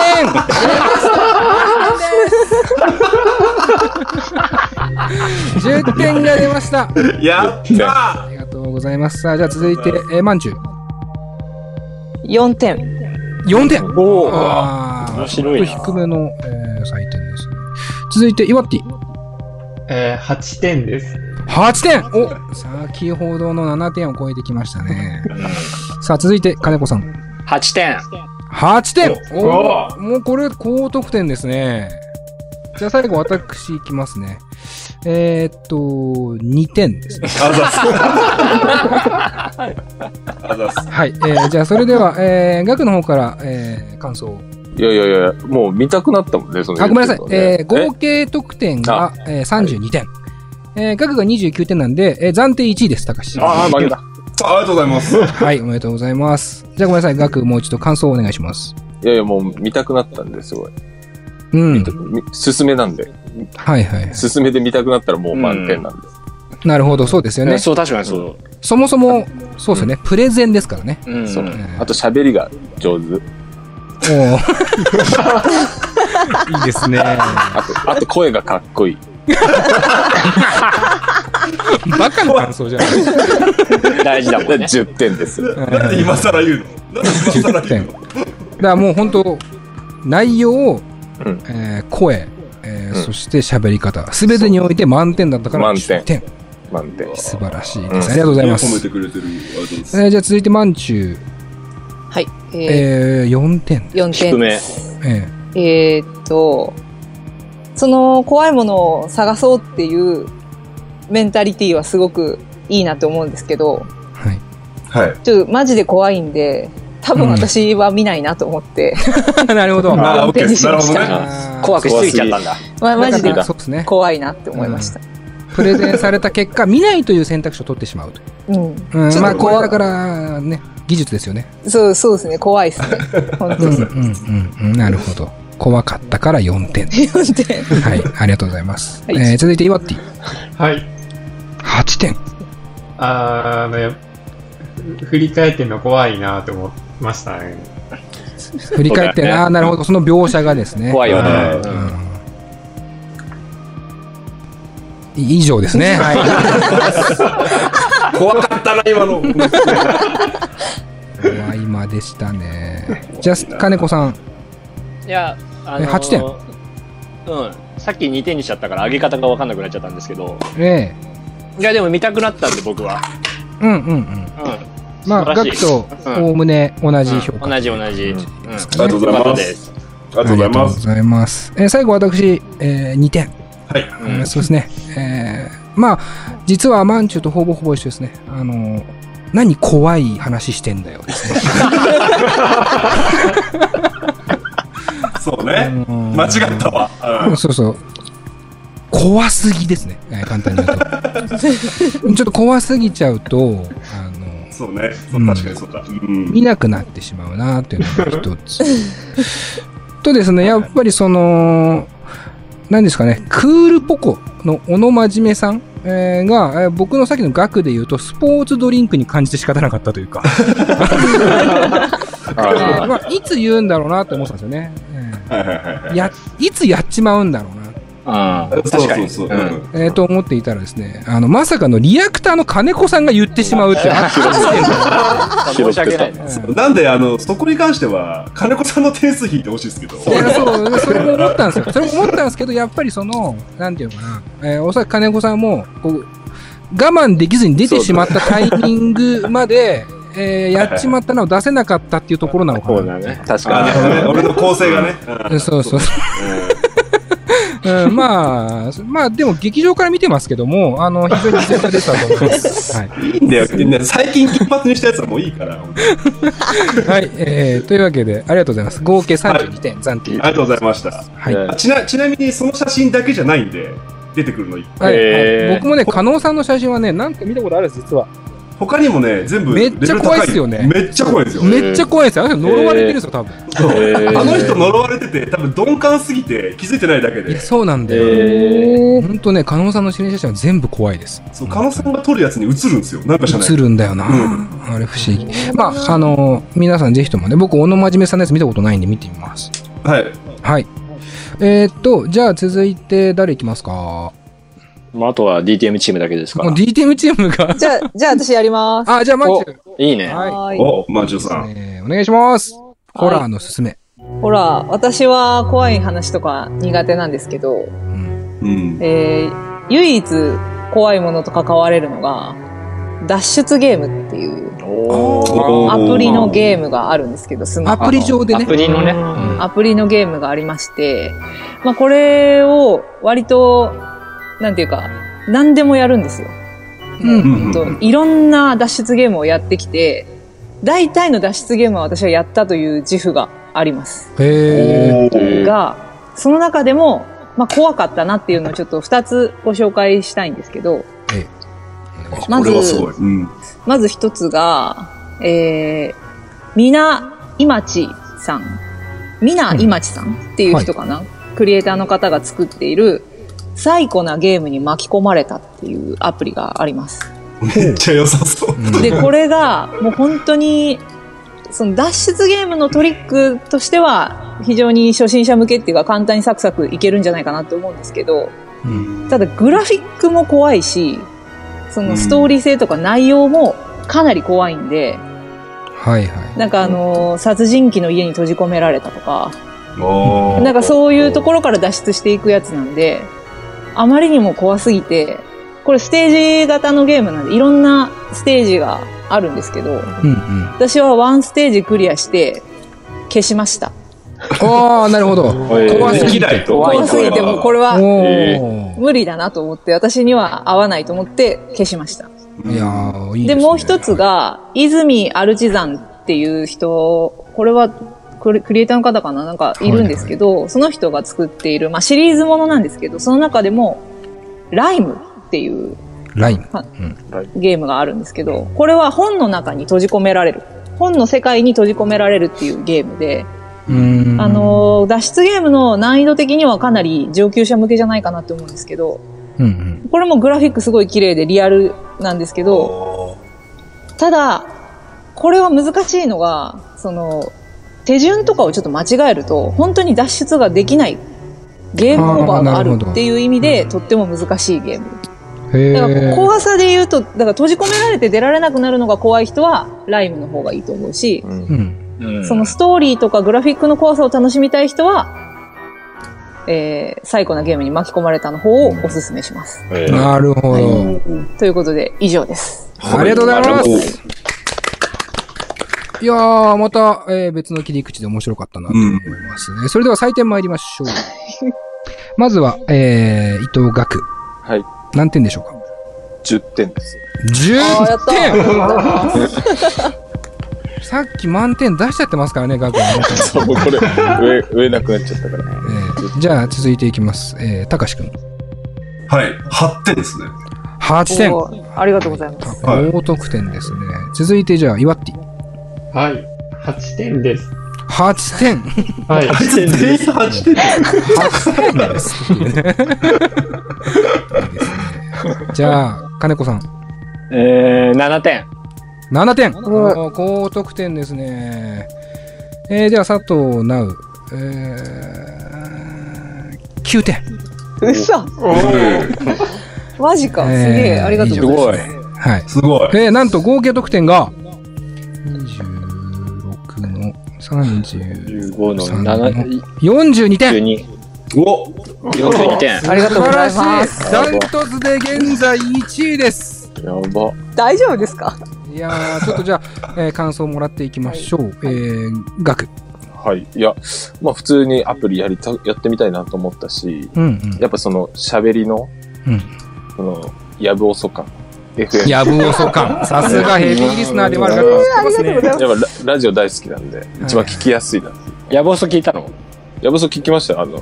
Speaker 2: !10 点が出ましたあ
Speaker 3: やったー
Speaker 2: りがとうございます。さあ、じゃあ続いて、えー、まんじゅう。
Speaker 8: 4点。
Speaker 2: 4点
Speaker 7: おー
Speaker 2: あー
Speaker 7: 面白いな
Speaker 2: ちょっと低めの、えー、採点ですね。続いて、岩わって
Speaker 9: [laughs] えー、8点です。
Speaker 2: 8点お先ほどの7点を超えてきました [laughs] ね。さあ、続いて、金子さん。
Speaker 7: 8点。
Speaker 2: 8点お
Speaker 9: お
Speaker 2: ーもうこれ、高得点ですね。じゃあ最後、私いきますね。えー、っと、2点ですね。
Speaker 3: あざっす。あざっす。
Speaker 2: はい。えー、じゃあそれでは、えー、額の方から、えー、感想を。
Speaker 4: いやいやいや、もう見たくなったもんね、その、
Speaker 2: あ、ごめんなさい。えー、合
Speaker 4: 5
Speaker 2: 計得点が、えー、32点。えー、額が29点なんで、えー、暫定1位です、高橋。
Speaker 4: ああ、負けた。
Speaker 3: あありがとうございます。
Speaker 2: はい、おめでとうございます。じゃあごめんなさい、額もう一度感想をお願いします。
Speaker 4: いやいや、もう見たくなったんですごい。
Speaker 2: うん。
Speaker 4: み勧めなんで。
Speaker 2: はいはい。
Speaker 4: 勧めで見たくなったらもう満点なんで。
Speaker 2: なるほど、そうですよね。
Speaker 7: そう、確かにそう。
Speaker 2: そもそも、そうですよね、プレゼンですからね。
Speaker 7: うん。
Speaker 4: そう
Speaker 2: えー
Speaker 4: あと喋りが上手。
Speaker 2: おー [laughs] いい [laughs] ですね。
Speaker 4: あと、あと声がかっこいい。
Speaker 2: バカの感想 [laughs] じゃない
Speaker 7: 大事だもん
Speaker 2: [laughs]
Speaker 7: ね。
Speaker 4: 10点です。
Speaker 3: なんで今更言うのなんで今更言うの
Speaker 2: だからもう本当内容、
Speaker 4: うん
Speaker 2: えー声、えー
Speaker 4: うん
Speaker 2: そして喋り方全てにおいて満点だったから
Speaker 4: 満点
Speaker 2: 10点
Speaker 4: 満点。
Speaker 2: 素晴らしいです、あり
Speaker 4: うん
Speaker 2: がとうございま
Speaker 3: 褒め
Speaker 2: す
Speaker 3: て、くれてる。ありがとうございま
Speaker 2: え
Speaker 3: す。
Speaker 2: ーじゃあ続いてまんちゅう、
Speaker 8: はい。
Speaker 2: え
Speaker 8: え
Speaker 2: ー、4点、
Speaker 8: ー、4
Speaker 7: 低
Speaker 8: 点
Speaker 7: め。
Speaker 2: え
Speaker 8: えーっと、その怖いものを探そうっていうメンタリティーはすごくいいなと思うんですけど、
Speaker 2: ーはい、
Speaker 3: はい。
Speaker 8: ちょっとマジで怖いんで、多分私は見ないなと思って、
Speaker 2: [laughs] なるほど
Speaker 8: [laughs]
Speaker 3: あー、オッケ
Speaker 8: 手に
Speaker 3: ー。
Speaker 8: し
Speaker 3: なる
Speaker 8: ま
Speaker 3: ほど
Speaker 8: した
Speaker 3: ね。
Speaker 2: あー
Speaker 7: 怖くしすぎちゃったんだ。
Speaker 8: まマジで
Speaker 2: だからそうですね
Speaker 8: 怖いなって思いました。
Speaker 2: プレゼンされた結果見ないという選択肢を取ってしまうと、
Speaker 8: うん。
Speaker 2: うん
Speaker 8: ちょっと
Speaker 2: まあこれ
Speaker 8: 怖い
Speaker 2: だからね技術ですよね
Speaker 8: そう、そうですね。怖
Speaker 2: [laughs]
Speaker 8: いですね。本
Speaker 2: う
Speaker 8: 当
Speaker 2: んう
Speaker 8: に。 [laughs]
Speaker 2: んうんうんなるほど怖かったから4点
Speaker 8: 4点。
Speaker 2: はいありがとうございます、
Speaker 8: はい
Speaker 2: えー続いて岩わってぃ
Speaker 9: はい。
Speaker 2: 8点
Speaker 9: あーあのやふ振り返ってんの怖いなと思いましたね。
Speaker 2: 振り返って
Speaker 7: そうだよ
Speaker 2: な、あ
Speaker 7: ね
Speaker 2: ーなるほど、その描写がですね。
Speaker 7: 怖いよね。
Speaker 9: は
Speaker 2: うんい以上ですね。はい。
Speaker 3: 怖かったな、今の。
Speaker 2: 怖い間でしたね。じゃあ、金子さん。
Speaker 7: いや、あの
Speaker 2: え8点
Speaker 7: うん。さっき2点にしちゃったから上げ方が分かんなくなっちゃったんですけど。
Speaker 2: ええ
Speaker 7: いや、でも見たくなったんで、僕は。
Speaker 2: うんうんうん。
Speaker 7: うん。
Speaker 2: まあ、
Speaker 7: 素晴
Speaker 2: ガ
Speaker 7: ら
Speaker 2: ク
Speaker 7: しい
Speaker 2: とおおむね同じ評価、
Speaker 7: 同じ同じ。うん
Speaker 3: ありがとうございます。ありがとうご
Speaker 2: ありがと
Speaker 3: ざいま
Speaker 2: うご
Speaker 3: す。
Speaker 2: ざいます。えー最後、私、え2点。
Speaker 3: はい。
Speaker 7: うん
Speaker 2: そうですね。えーまあ、実はマンチュとほぼほぼ一緒ですね。あのー何怖い話してんだよですね。
Speaker 3: そう
Speaker 2: あ
Speaker 3: ね。
Speaker 2: のー
Speaker 3: 間違ったわ。うん
Speaker 2: そうそう。怖すぎですね。えー簡単に言うと。ちょっと怖すぎちゃうと、あのー
Speaker 3: そうね。そう
Speaker 2: うん
Speaker 3: 確かにそうだ。うん
Speaker 2: 見なくなってしまうなっていうのが一つ。とですね、やっぱりその、何ですかね、クールポコの小野真面目さん、えーが、えー僕のさっきの額で言うと、スポーツドリンクに感じて仕方なかったというか、
Speaker 4: あ
Speaker 2: [laughs] まあ、いつ言うんだろうなって思ってたんですよね。え
Speaker 3: はいはいはいは
Speaker 2: ー
Speaker 3: い。
Speaker 2: やいつやっちまうんだろうな、
Speaker 7: あー
Speaker 3: そうそうそう。うん
Speaker 2: えーと思っていたらですね、あの、まさかのリアクターの金子さんが言ってしまうっていう、あ
Speaker 4: 拾ってた
Speaker 7: 申し訳ないね。
Speaker 2: うん
Speaker 3: なんで、あの、そこに関しては、金子さんの点数引いてほしいですけど。
Speaker 2: いやそうそれも思ったんですよ。それも思ったんですけど、やっぱりその、なんていうのかな、えーおそらく金子さんも、こう、我慢できずに出てしまったタイミングまで、えーやっちまったのを出せなかったっていうところなのか
Speaker 7: そう
Speaker 2: な。
Speaker 7: だね。確
Speaker 3: あ
Speaker 7: か
Speaker 3: なるほどね俺の構成がね。
Speaker 2: うんそうそう。うん、まあ、まあ、でも劇場から見てますけども、あの、非常に全が出てたと思い [laughs] ます。はい。
Speaker 3: うんいいんだよ。みんな最近金髪にしたやつはもういいから。本当に
Speaker 2: はい、えーというわけで、ありがとうございます。合計32点、暫定。
Speaker 3: ありがとうございました。
Speaker 2: はい。はい
Speaker 4: うん
Speaker 3: あちな、ちなみにその写真だけじゃないんで、出てくるのいい。
Speaker 2: はい
Speaker 7: えー
Speaker 2: 僕もね、加納さんの写真はね、なんか見たことあるんです、実は。
Speaker 3: 他にもね、全部
Speaker 2: めっちゃ怖いっすよね
Speaker 3: レベル高いめっちゃ怖いですよ。
Speaker 2: めっちゃ怖いですよ。あの人呪われてるんですよ、多分。
Speaker 4: ー
Speaker 3: あの人呪われてて、多分鈍感すぎて気づいてないだけ
Speaker 2: いや
Speaker 3: で、
Speaker 2: そうなんだ
Speaker 4: え
Speaker 2: よ。
Speaker 4: ー
Speaker 2: 本当ね、加納さんの心霊写真は全部怖いです。
Speaker 3: そう、狩野さんが撮るやつに映るんですよ。なんかじゃない
Speaker 2: 映。るんだよな。
Speaker 3: うん
Speaker 2: あれ不思議。まあ、あのー皆さんぜひともね、僕、小野真面目さんのやつ見たことないんで見てみます。
Speaker 3: はい。
Speaker 2: はい。えー、っと、じゃあ続いて誰いきますかも
Speaker 7: まあ、あとは DTM チームだけです
Speaker 2: う
Speaker 7: から。
Speaker 2: DTM チーム
Speaker 3: [laughs]
Speaker 2: が。
Speaker 8: じゃあ、じゃあ私やります。
Speaker 2: あ、じゃあ、マイチュ
Speaker 7: いいね。
Speaker 2: はい
Speaker 8: はーい。
Speaker 3: お、まんじゅうさん。
Speaker 2: えーお願いします。ホラーのすすめ。
Speaker 8: ほら、私は怖い話とか苦手なんですけど、
Speaker 2: うん
Speaker 3: うん。
Speaker 8: えー、唯一怖いものと関われるのが、脱出ゲームっていう
Speaker 3: お
Speaker 8: アプリのゲームがあるんですけど、スマ
Speaker 2: アプリ上で
Speaker 7: ア
Speaker 2: ね。
Speaker 7: プリのね。
Speaker 8: アプリのゲームがありまして、まあこれを割と、なんていうか、何でもやるんですよ。
Speaker 2: うん
Speaker 3: うん
Speaker 8: えっといろんな脱出ゲームをやってきて、大体の脱出ゲームは私はやったという自負があります。
Speaker 2: へ
Speaker 3: おー
Speaker 8: が、その中でも、まあ怖かったなっていうのをちょっと2つご紹介したいんですけど、
Speaker 2: ー。
Speaker 8: ま
Speaker 3: こ
Speaker 8: ず
Speaker 3: れはすごい。うん。
Speaker 8: まず一つが、えー、みないまちさん。みないまちさんっていう人かな、クリエイターの方が作っている、サイコなゲームに巻き込まれたっていうアプリがあります。
Speaker 3: めっちゃ良さそう。
Speaker 2: うん
Speaker 8: で、これが、もう本当に、その脱出ゲームのトリックとしては、非常に初心者向けっていうか簡単にサクサクいけるんじゃないかなと思うんですけど、ただグラフィックも怖いし、そのストーリー性とか内容もかなり怖いんで、
Speaker 2: はいはい。
Speaker 8: なんかあのー殺人鬼の家に閉じ込められたとか、
Speaker 3: お
Speaker 8: なんかそういうところから脱出していくやつなんで、あまりにも怖すぎて、これステージ型のゲームなんで、いろんなステージがあるんですけど、
Speaker 2: うんうん。
Speaker 8: 私はワンステージクリアして、消しました。
Speaker 2: ああ、なるほど。怖すぎ
Speaker 3: 嫌い
Speaker 2: て。
Speaker 3: 怖
Speaker 8: 怖すぎてもうこれ
Speaker 2: お
Speaker 8: は
Speaker 2: ー。
Speaker 8: 無理だなと思って、私には合わないと思って消しました。
Speaker 2: いやー、いい
Speaker 8: で、
Speaker 2: すね
Speaker 8: もう一つ、が、泉アルチザンっていう人、これはクリクリエイターの方かななんかいるんですけど、その人が作っている、まあシリーズものなんですけど、その中でも、ライムっていう
Speaker 2: ライン。
Speaker 8: ゲームがあるんですけど、これは本の中に閉じ込められる。本の世界に閉じ込められるっていうゲームで、
Speaker 2: うん
Speaker 8: あ、のー、脱出ゲームの難易度的にはかなり上級者向けじゃないかなって思うんですけど、
Speaker 2: うんうん。
Speaker 8: これもグラフィックすごい綺麗でリアルなんですけど、ただ、これは難しいのが、その、手順とかをちょっと間違えると、本当に脱出ができない。ゲームオーバ
Speaker 2: あー
Speaker 8: ーがあ
Speaker 2: なる
Speaker 8: る
Speaker 2: ほど
Speaker 8: っていう意味で、とっても難しいゲーム。
Speaker 2: へ
Speaker 8: だから
Speaker 2: ー
Speaker 8: 怖さで言うと、だから閉じ込められて出られなくなるのが怖い人は、ライムの方がいいと思うし、
Speaker 2: うん。
Speaker 7: うん
Speaker 8: そのストーリーとかグラフィックの怖さを楽しみたい人は、えー、最高なゲームに巻き込まれたの方をおすすめします。
Speaker 7: えー
Speaker 2: なるほど。
Speaker 8: ということで、以上です。
Speaker 2: ありがとうございます。いやー、また、えー別の切り口で面白かったなと思いますね。それでは採点参りましょう。まずは、えー、伊藤岳。
Speaker 4: はい。
Speaker 2: 何点でしょうか
Speaker 4: 10点です。
Speaker 8: あーやっ
Speaker 2: ?10
Speaker 8: た
Speaker 2: 点 [laughs] さっき満点出しちゃってますからね、岳 [laughs] はね。
Speaker 4: そう、もうこれ、上、上なくなっちゃったから。
Speaker 2: えーじゃあ、続いていきます。えー、高志くん。
Speaker 3: はい。8点ですね。
Speaker 2: 8点。
Speaker 8: おーありがとうございます。
Speaker 3: はい
Speaker 2: 高得点ですね。続いて、じゃあ、岩っティ。
Speaker 9: はい。8点です。
Speaker 2: 8点。
Speaker 9: はい。
Speaker 3: 全員8点です。
Speaker 2: 8点です。いいですね。じゃあ、金子さん。
Speaker 7: えー、7点。
Speaker 2: 7点
Speaker 8: うわ
Speaker 2: おー高得点ですね。えー、では、佐藤直。えー、9点。
Speaker 8: うさ、マジか。すげえ、ありがとうございます。
Speaker 2: はい。
Speaker 3: すごい。
Speaker 2: えー、なんと合計得点が、26の30、
Speaker 7: 15の
Speaker 2: 7
Speaker 7: 7、
Speaker 2: 42点
Speaker 7: 12、
Speaker 3: お
Speaker 7: 42点。
Speaker 8: ありがとうござい
Speaker 2: 素
Speaker 8: ま
Speaker 2: 晴
Speaker 8: す。
Speaker 2: しいダントツで現在1位です
Speaker 4: やば。
Speaker 8: 大丈夫ですか
Speaker 2: いやー、ちょっとじゃあ、えー感想もらっていきましょう。えー、額。
Speaker 4: はい。いや、まあ普通にアプリやりた、やってみたいなと思ったし、
Speaker 2: うんうん。
Speaker 4: やっぱその喋りの、
Speaker 2: うん
Speaker 4: その、やぶおそ感。FM。や
Speaker 2: やぶおそ
Speaker 4: [laughs]
Speaker 2: 感。さすがヘビーリスナーでもあるから。
Speaker 8: ありがとうございます。
Speaker 4: っぱララジオ大好きなんで、一番聞きやすいな。
Speaker 7: やぼそ聞いたの
Speaker 4: やぶそ聞きましたよあの、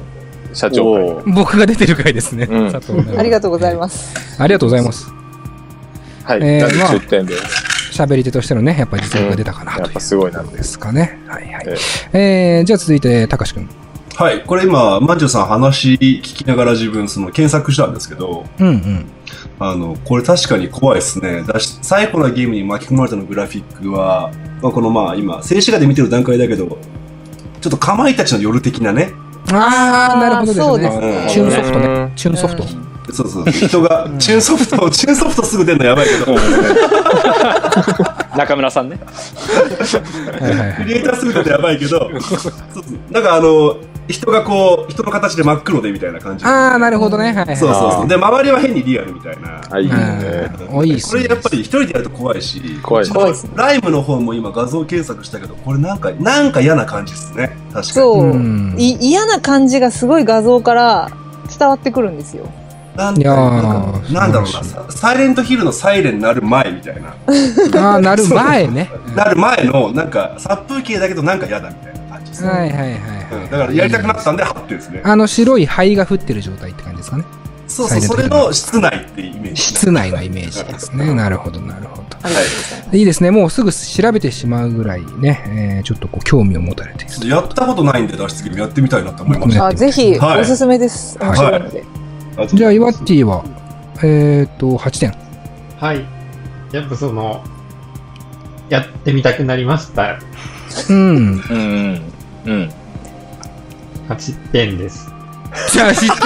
Speaker 4: 社長会。
Speaker 7: ー
Speaker 2: 僕が出てる回ですね。
Speaker 4: うん
Speaker 2: 佐藤直
Speaker 8: ありがとうございます。
Speaker 2: ありがとうございます。
Speaker 4: はい。
Speaker 2: えー
Speaker 4: なんで
Speaker 2: まあ
Speaker 4: 10点で、
Speaker 2: 喋り手としてのね、やっぱり実力が出たかな
Speaker 4: や
Speaker 2: と
Speaker 4: っ
Speaker 2: い
Speaker 4: ぱ
Speaker 2: う
Speaker 4: すごいな
Speaker 2: こ
Speaker 4: ん
Speaker 2: と
Speaker 4: で。
Speaker 2: ですかね。はいはい
Speaker 4: え。
Speaker 2: えー、じゃあ続いて、高志くん。
Speaker 3: はい。これ今、まんじゅうさん話聞きながら自分、その検索したんですけど、
Speaker 2: うんうん。
Speaker 3: あの、これ確かに怖いですね。だし、最古なゲームに巻き込まれたのグラフィックは、まあ、このまあ今、静止画で見てる段階だけど、ちょっとかまいたちの夜的なね、
Speaker 2: あー、なるほどです
Speaker 8: そうで
Speaker 2: ね
Speaker 8: す。
Speaker 3: うん
Speaker 2: チューンソフト
Speaker 4: う
Speaker 2: ね
Speaker 4: ん。
Speaker 2: チューンソフト。
Speaker 3: そうそう、人が、チューンソフト、チューンソフトすぐ出るのやばいけど、
Speaker 7: 中村さんね。
Speaker 2: はいはいは
Speaker 3: ク
Speaker 2: い。
Speaker 3: リエイターすぐ出るのやばいけど、そうそうなんかあの、人がこう、人の形で真っ黒でみたいな感じ。
Speaker 2: あー、なるほどね。はいはい。
Speaker 3: そうそうそう。で、周りは変にリアルみたいな。
Speaker 4: はい、いいね。
Speaker 2: うんおいいっす
Speaker 3: こ
Speaker 2: ね
Speaker 3: れやっぱり一人でやると怖いし、
Speaker 4: 怖い
Speaker 3: こっちのライムの方も今画像検索したけど、これなんか、なんか嫌な感じですね。確かに。
Speaker 8: そう
Speaker 2: うん。
Speaker 8: い嫌な感じがすごい画像から伝わってくるんですよ。
Speaker 3: なんて
Speaker 2: いやー
Speaker 3: なんかなんだろう
Speaker 2: 素
Speaker 3: な、ササイレントヒルのサイレンになる前みたいな、 [laughs]
Speaker 2: あー、なる前ね。
Speaker 3: なる前の、なんか、殺風景だけど、なんか嫌だみたいな感じですね。
Speaker 2: はいはいはい
Speaker 3: うん
Speaker 2: は
Speaker 3: だ
Speaker 2: い。
Speaker 3: から、やりたくなったんで、ハッてですね。
Speaker 2: あの白い灰が降ってる状態って感じですかね。
Speaker 3: そう
Speaker 2: サ
Speaker 3: そ
Speaker 2: イ
Speaker 3: う、
Speaker 2: レント
Speaker 3: そ
Speaker 2: ヒル
Speaker 3: れの室内っていうイメージ。
Speaker 2: 室内のイメージですね。なるほどなるほど。
Speaker 8: ありがとうございます。
Speaker 2: いいですね。もうすぐ調べてしまうぐらいね、えーちょっとこう興味を持たれている
Speaker 3: ちょ。っとやったことないんで、脱出ゲームやってみたいなと思いまし
Speaker 2: ね
Speaker 3: た。
Speaker 8: あぜひ、
Speaker 3: はい
Speaker 8: おすすめです。面白いので。
Speaker 2: じゃあ、イワッティは、えっ、と、8点。
Speaker 9: はい。やっぱその、やってみたくなりました。
Speaker 2: うん。
Speaker 4: うん。うん。
Speaker 9: 8点です。
Speaker 2: じゃあ、知ってます。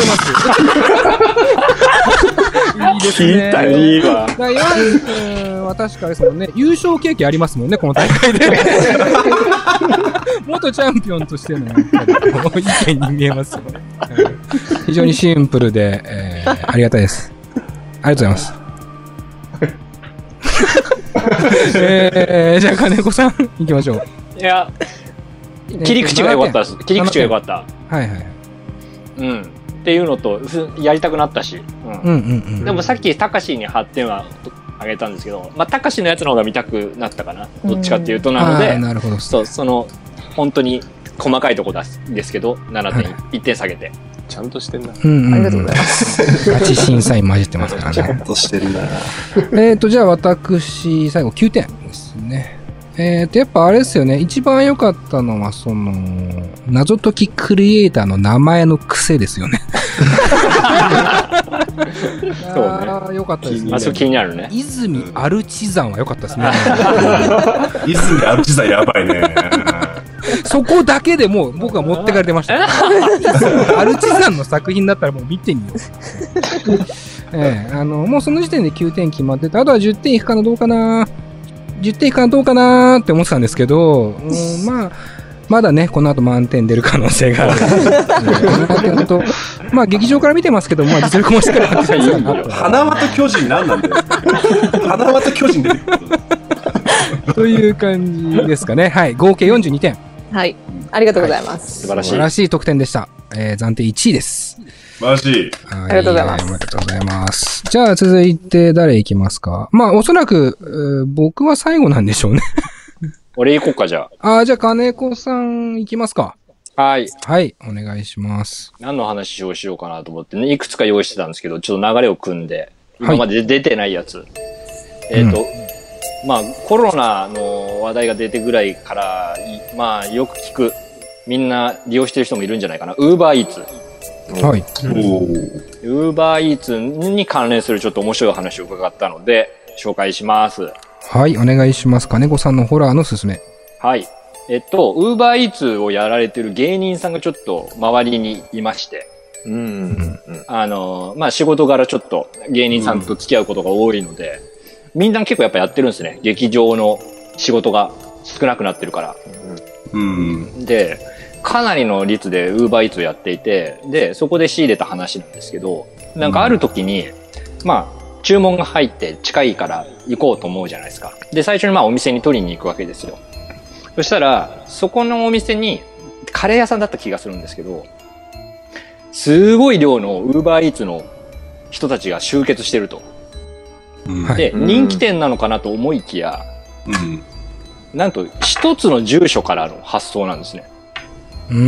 Speaker 2: いいですね。
Speaker 4: いいわ。
Speaker 2: だからイワッティは確かですもんね、優勝経験ありますもんね、この大会 [laughs] で。元チャンピオンとしての、やっぱりこう意見に見えますよね。うん非常にシンプルで、えーありがたいです。ありがとうござい
Speaker 7: [laughs]
Speaker 2: ます。えー、じゃあ金子さん、行きましょう。
Speaker 7: いや、切り口が良かったです。切り口が良かった。
Speaker 2: はいはい。
Speaker 7: うん。っていうのと、ふやりたくなったし。うん
Speaker 2: うんうんうん。
Speaker 7: でもさっき、たかしに発展はあげたんですけど、まあ、たかしのやつの方が見たくなったかな。どっちかっていうと、なの
Speaker 2: あ
Speaker 7: で
Speaker 2: ー、なるほど。
Speaker 7: そう、その、本当に細かいとこですですけど、7点、1点下げて。
Speaker 4: ちゃんとしてんな。
Speaker 2: うんうん、うん。
Speaker 8: ありがとうござい
Speaker 2: ます。ガチ審査員混じってますからね。
Speaker 3: としてるな。
Speaker 2: [laughs] えーと、じゃあ私、最後9点ですね。えーと、やっぱあれですよね。一番良かったのは、その、謎解きクリエイターの名前の癖です [laughs] よね。
Speaker 7: ね
Speaker 2: そう良かったですね
Speaker 7: あ、。そこ気になるね。
Speaker 2: 泉アルチザンは良かった [laughs] ですね。
Speaker 3: 泉アルチザやばいね。
Speaker 2: そこだけでもう僕は持ってかれてました。
Speaker 7: [laughs]
Speaker 2: アルチザンの作品だったらもう見てみよう。 [laughs] ええあの、もうその時点で9点決まってて、あとは10点いくかなどうかな10点いくかなどうかなって思ってたんですけど、うん、まあ、まだね、この後満点出る可能性があ
Speaker 7: [laughs]
Speaker 2: る。うん満点と、まあ劇場から見てますけど、まあ実力もしっかり発揮され
Speaker 7: [laughs]
Speaker 2: てたなと。
Speaker 3: 花輪と巨人何なんだよ。花輪と巨人出てくる。
Speaker 2: という感じですかね。はい。合計42点。
Speaker 8: はい。ありがとうございます。
Speaker 7: 素晴ら
Speaker 2: 素
Speaker 7: しい
Speaker 2: 晴。らしい得点でした。えー、暫定1位です。
Speaker 3: マジ。
Speaker 2: あ
Speaker 8: ありがとうございます
Speaker 2: おめでとうございます。じゃあ続いて誰いきますかまあおそらく、えー僕は最後なんでしょうね。 [laughs]
Speaker 7: 俺行こうか、じゃ
Speaker 2: あーじゃあ金子さんいきますか。
Speaker 7: あ。はい。
Speaker 2: はい、お願いします。
Speaker 7: 何の話をしようかなと思ってね、いくつか用意してたんですけど、ちょっと流れを組んで、今まで出てないやつ。えっ、と、まあ、コロナの話題が出てぐらいから、いまあ、よく聞く、みんな利用してる人もいるんじゃないかな。ウーバーイーツ。
Speaker 2: はい。
Speaker 3: お
Speaker 7: ウーバーイーツに関連するちょっと面白い話を伺ったので、紹介します。
Speaker 2: はい、お願いします。金子さんのホラーのすすめ。
Speaker 7: はい。えっと、ウーバーイーツをやられてる芸人さんがちょっと周りにいまして、
Speaker 4: うん。
Speaker 7: あの、まあ、仕事柄ちょっと芸人さんと付き合うことが多いので、みんな結構やっぱやってるんですね。劇場の仕事が少なくなってるから。
Speaker 3: うん。
Speaker 7: で、かなりの率で UberEats をやっていて、で、そこで仕入れた話なんですけど、なんかある時に、まあ、注文が入って近いから行こうと思うじゃないですか。で、最初にまあお店に取りに行くわけですよ。そしたら、そこのお店に、カレー屋さんだった気がするんですけど、すごい量の UberEats の人たちが集結してると。
Speaker 3: うん
Speaker 2: はい
Speaker 7: で、
Speaker 4: うん
Speaker 7: 人気店なのかなと思いきや、
Speaker 3: うん。
Speaker 7: なんと一つの住所からの発想なんですね。
Speaker 2: うーん。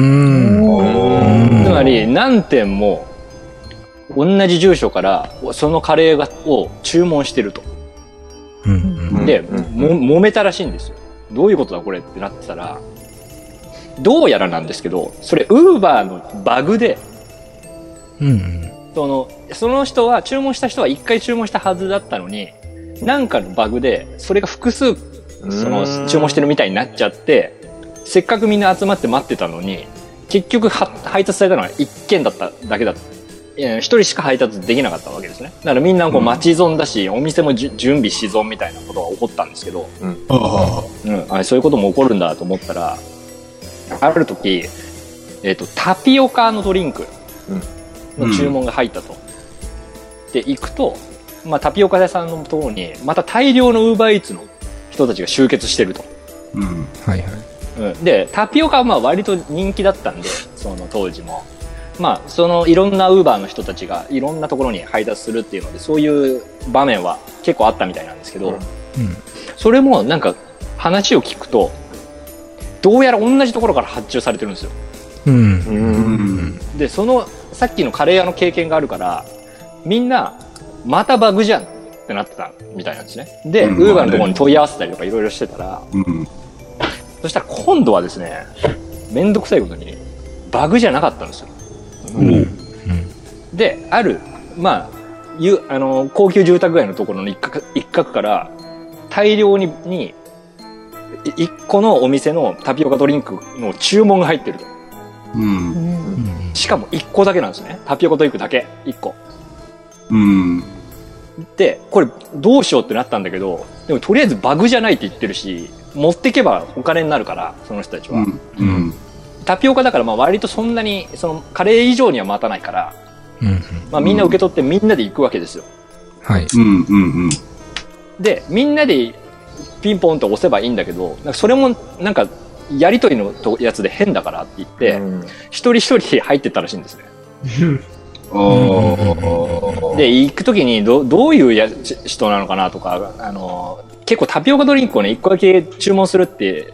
Speaker 4: うん
Speaker 7: つまり何店も同じ住所からそのカレーがを注文してると。
Speaker 2: うんうん。
Speaker 7: で、
Speaker 4: うん
Speaker 7: も揉めたらしいんですよ。どういうことだこれってなってたら、どうやらなんですけど、それウーバーのバグで、
Speaker 2: うん
Speaker 7: その、その人は、注文した人は一回注文したはずだったのに、なんかのバグで、それが複数、その、注文してるみたいになっちゃって、せっかくみんな集まって待ってたのに、結局は配達されたのは一件だっただけだった。いや一人しか配達できなかったわけですね。だからみんなこう待ち損だし、お店もじゅ準備し損みたいなことが起こったんですけど、
Speaker 3: あ
Speaker 7: うん、あそういうことも起こるんだと思ったらある時、えっとタピオカのドリンクの注文が入ったと、で行くと、まあ、タピオカ屋さんのところにまた大量のウーバーイーツの人たちが集結してると、
Speaker 3: ーうん。
Speaker 2: はいはい。
Speaker 7: うん、でタピオカはまあ割と人気だったんでその当時もまあそのいろんなウーバーの人たちがいろんなところに配達するっていうのでそういう場面は結構あったみたいなんですけど、
Speaker 4: うん
Speaker 2: う
Speaker 7: それもなんか話を聞くとどうやら同じところから発注されてるんですよ
Speaker 2: ん。
Speaker 4: う。
Speaker 3: うんん。
Speaker 7: でそのさっきのカレー屋の経験があるからみんなまたバグじゃんってなってたみたいなんですねで、
Speaker 3: うん
Speaker 7: ウーバーのところに問い合わせたりとかいろいろしてたら
Speaker 3: うん。
Speaker 7: そしたら今度はですねめんどくさいことにバグじゃなかったんですよ
Speaker 3: うん。
Speaker 7: であるまあゆあの高級住宅街のところの一角一角から大量ににい一個のお店のタピオカドリンクの注文が入ってると
Speaker 3: うん。
Speaker 2: うん。
Speaker 7: しかも一個だけなんですねタピオカドリンクだけ一個
Speaker 3: うん。
Speaker 7: でこれどうしようってなったんだけどでもとりあえずバグじゃないって言ってるし持ってけばお金になるからその人たちは、
Speaker 3: うん。
Speaker 7: タピオカだからまあ割とそんなにそのカレー以上には待たないから、
Speaker 2: うん。
Speaker 7: まあ、みんな受け取ってみんなで行くわけですよ
Speaker 2: はい。
Speaker 3: うん。うん。
Speaker 7: でみんなでピンポンと押せばいいんだけどなんかそれもなんかやり取りのとやつで変だからって言って、一人一人入ってったらしいんですね
Speaker 3: ああ。
Speaker 7: で行く時にどどういうやし人なのかなとかあの結構タピオカドリンクをね一個だけ注文するって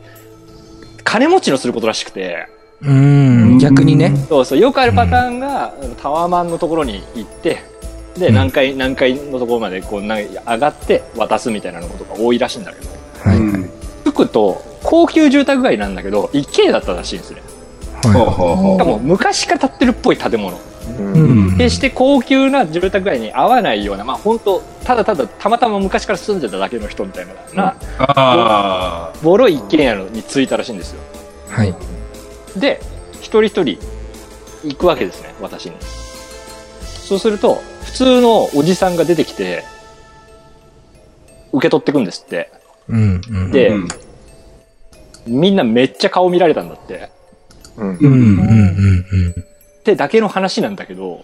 Speaker 7: 金持ちのすることらしくて
Speaker 2: うん。逆にね。
Speaker 7: そうそうよくあるパターンが、タワーマンのところに行ってで
Speaker 2: うん
Speaker 7: 何階何階のところまでこうな上がって渡すみたいなことが多いらしいんだけど
Speaker 2: はい。はい
Speaker 7: 服と高級住宅街なんだけど一軒家だったらしいんですねしかも昔から建ってるっぽい建物
Speaker 2: うん。
Speaker 7: 決して高級な住宅街に合わないようなまあ本当ただただたまたま昔から住んでただけの人みたいなな
Speaker 3: ああ。
Speaker 7: ボロい一軒家に着いたらしいんですよ
Speaker 2: はい。
Speaker 7: で一人一人行くわけですね私にそうすると普通のおじさんが出てきて受け取ってくんですって
Speaker 2: うん。うん。
Speaker 7: で、
Speaker 3: うん
Speaker 7: みんなめっちゃ顔見られたんだって
Speaker 2: うん。うん。うん。うん。
Speaker 7: ってだけの話なんだけど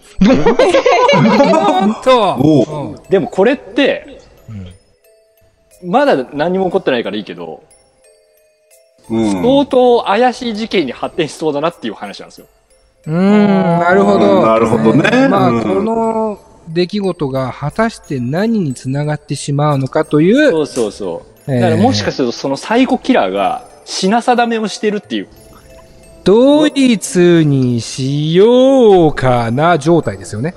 Speaker 2: おっと
Speaker 3: お
Speaker 7: でもこれってまだ何も起こってないからいいけど、
Speaker 3: うん。
Speaker 7: 相当怪しい事件に発展しそうだなっていう話なんですよ。
Speaker 2: うーん、なるほど。
Speaker 3: うんなるほどね
Speaker 2: まあ、
Speaker 3: うん
Speaker 2: この出来事が果たして何につながってしまうのかという、
Speaker 7: そうそうそう。
Speaker 2: えー
Speaker 7: だからもしかするとそのサイコキラーが品定めをしてるっていう。
Speaker 2: ドイツにしようかな状態ですよね。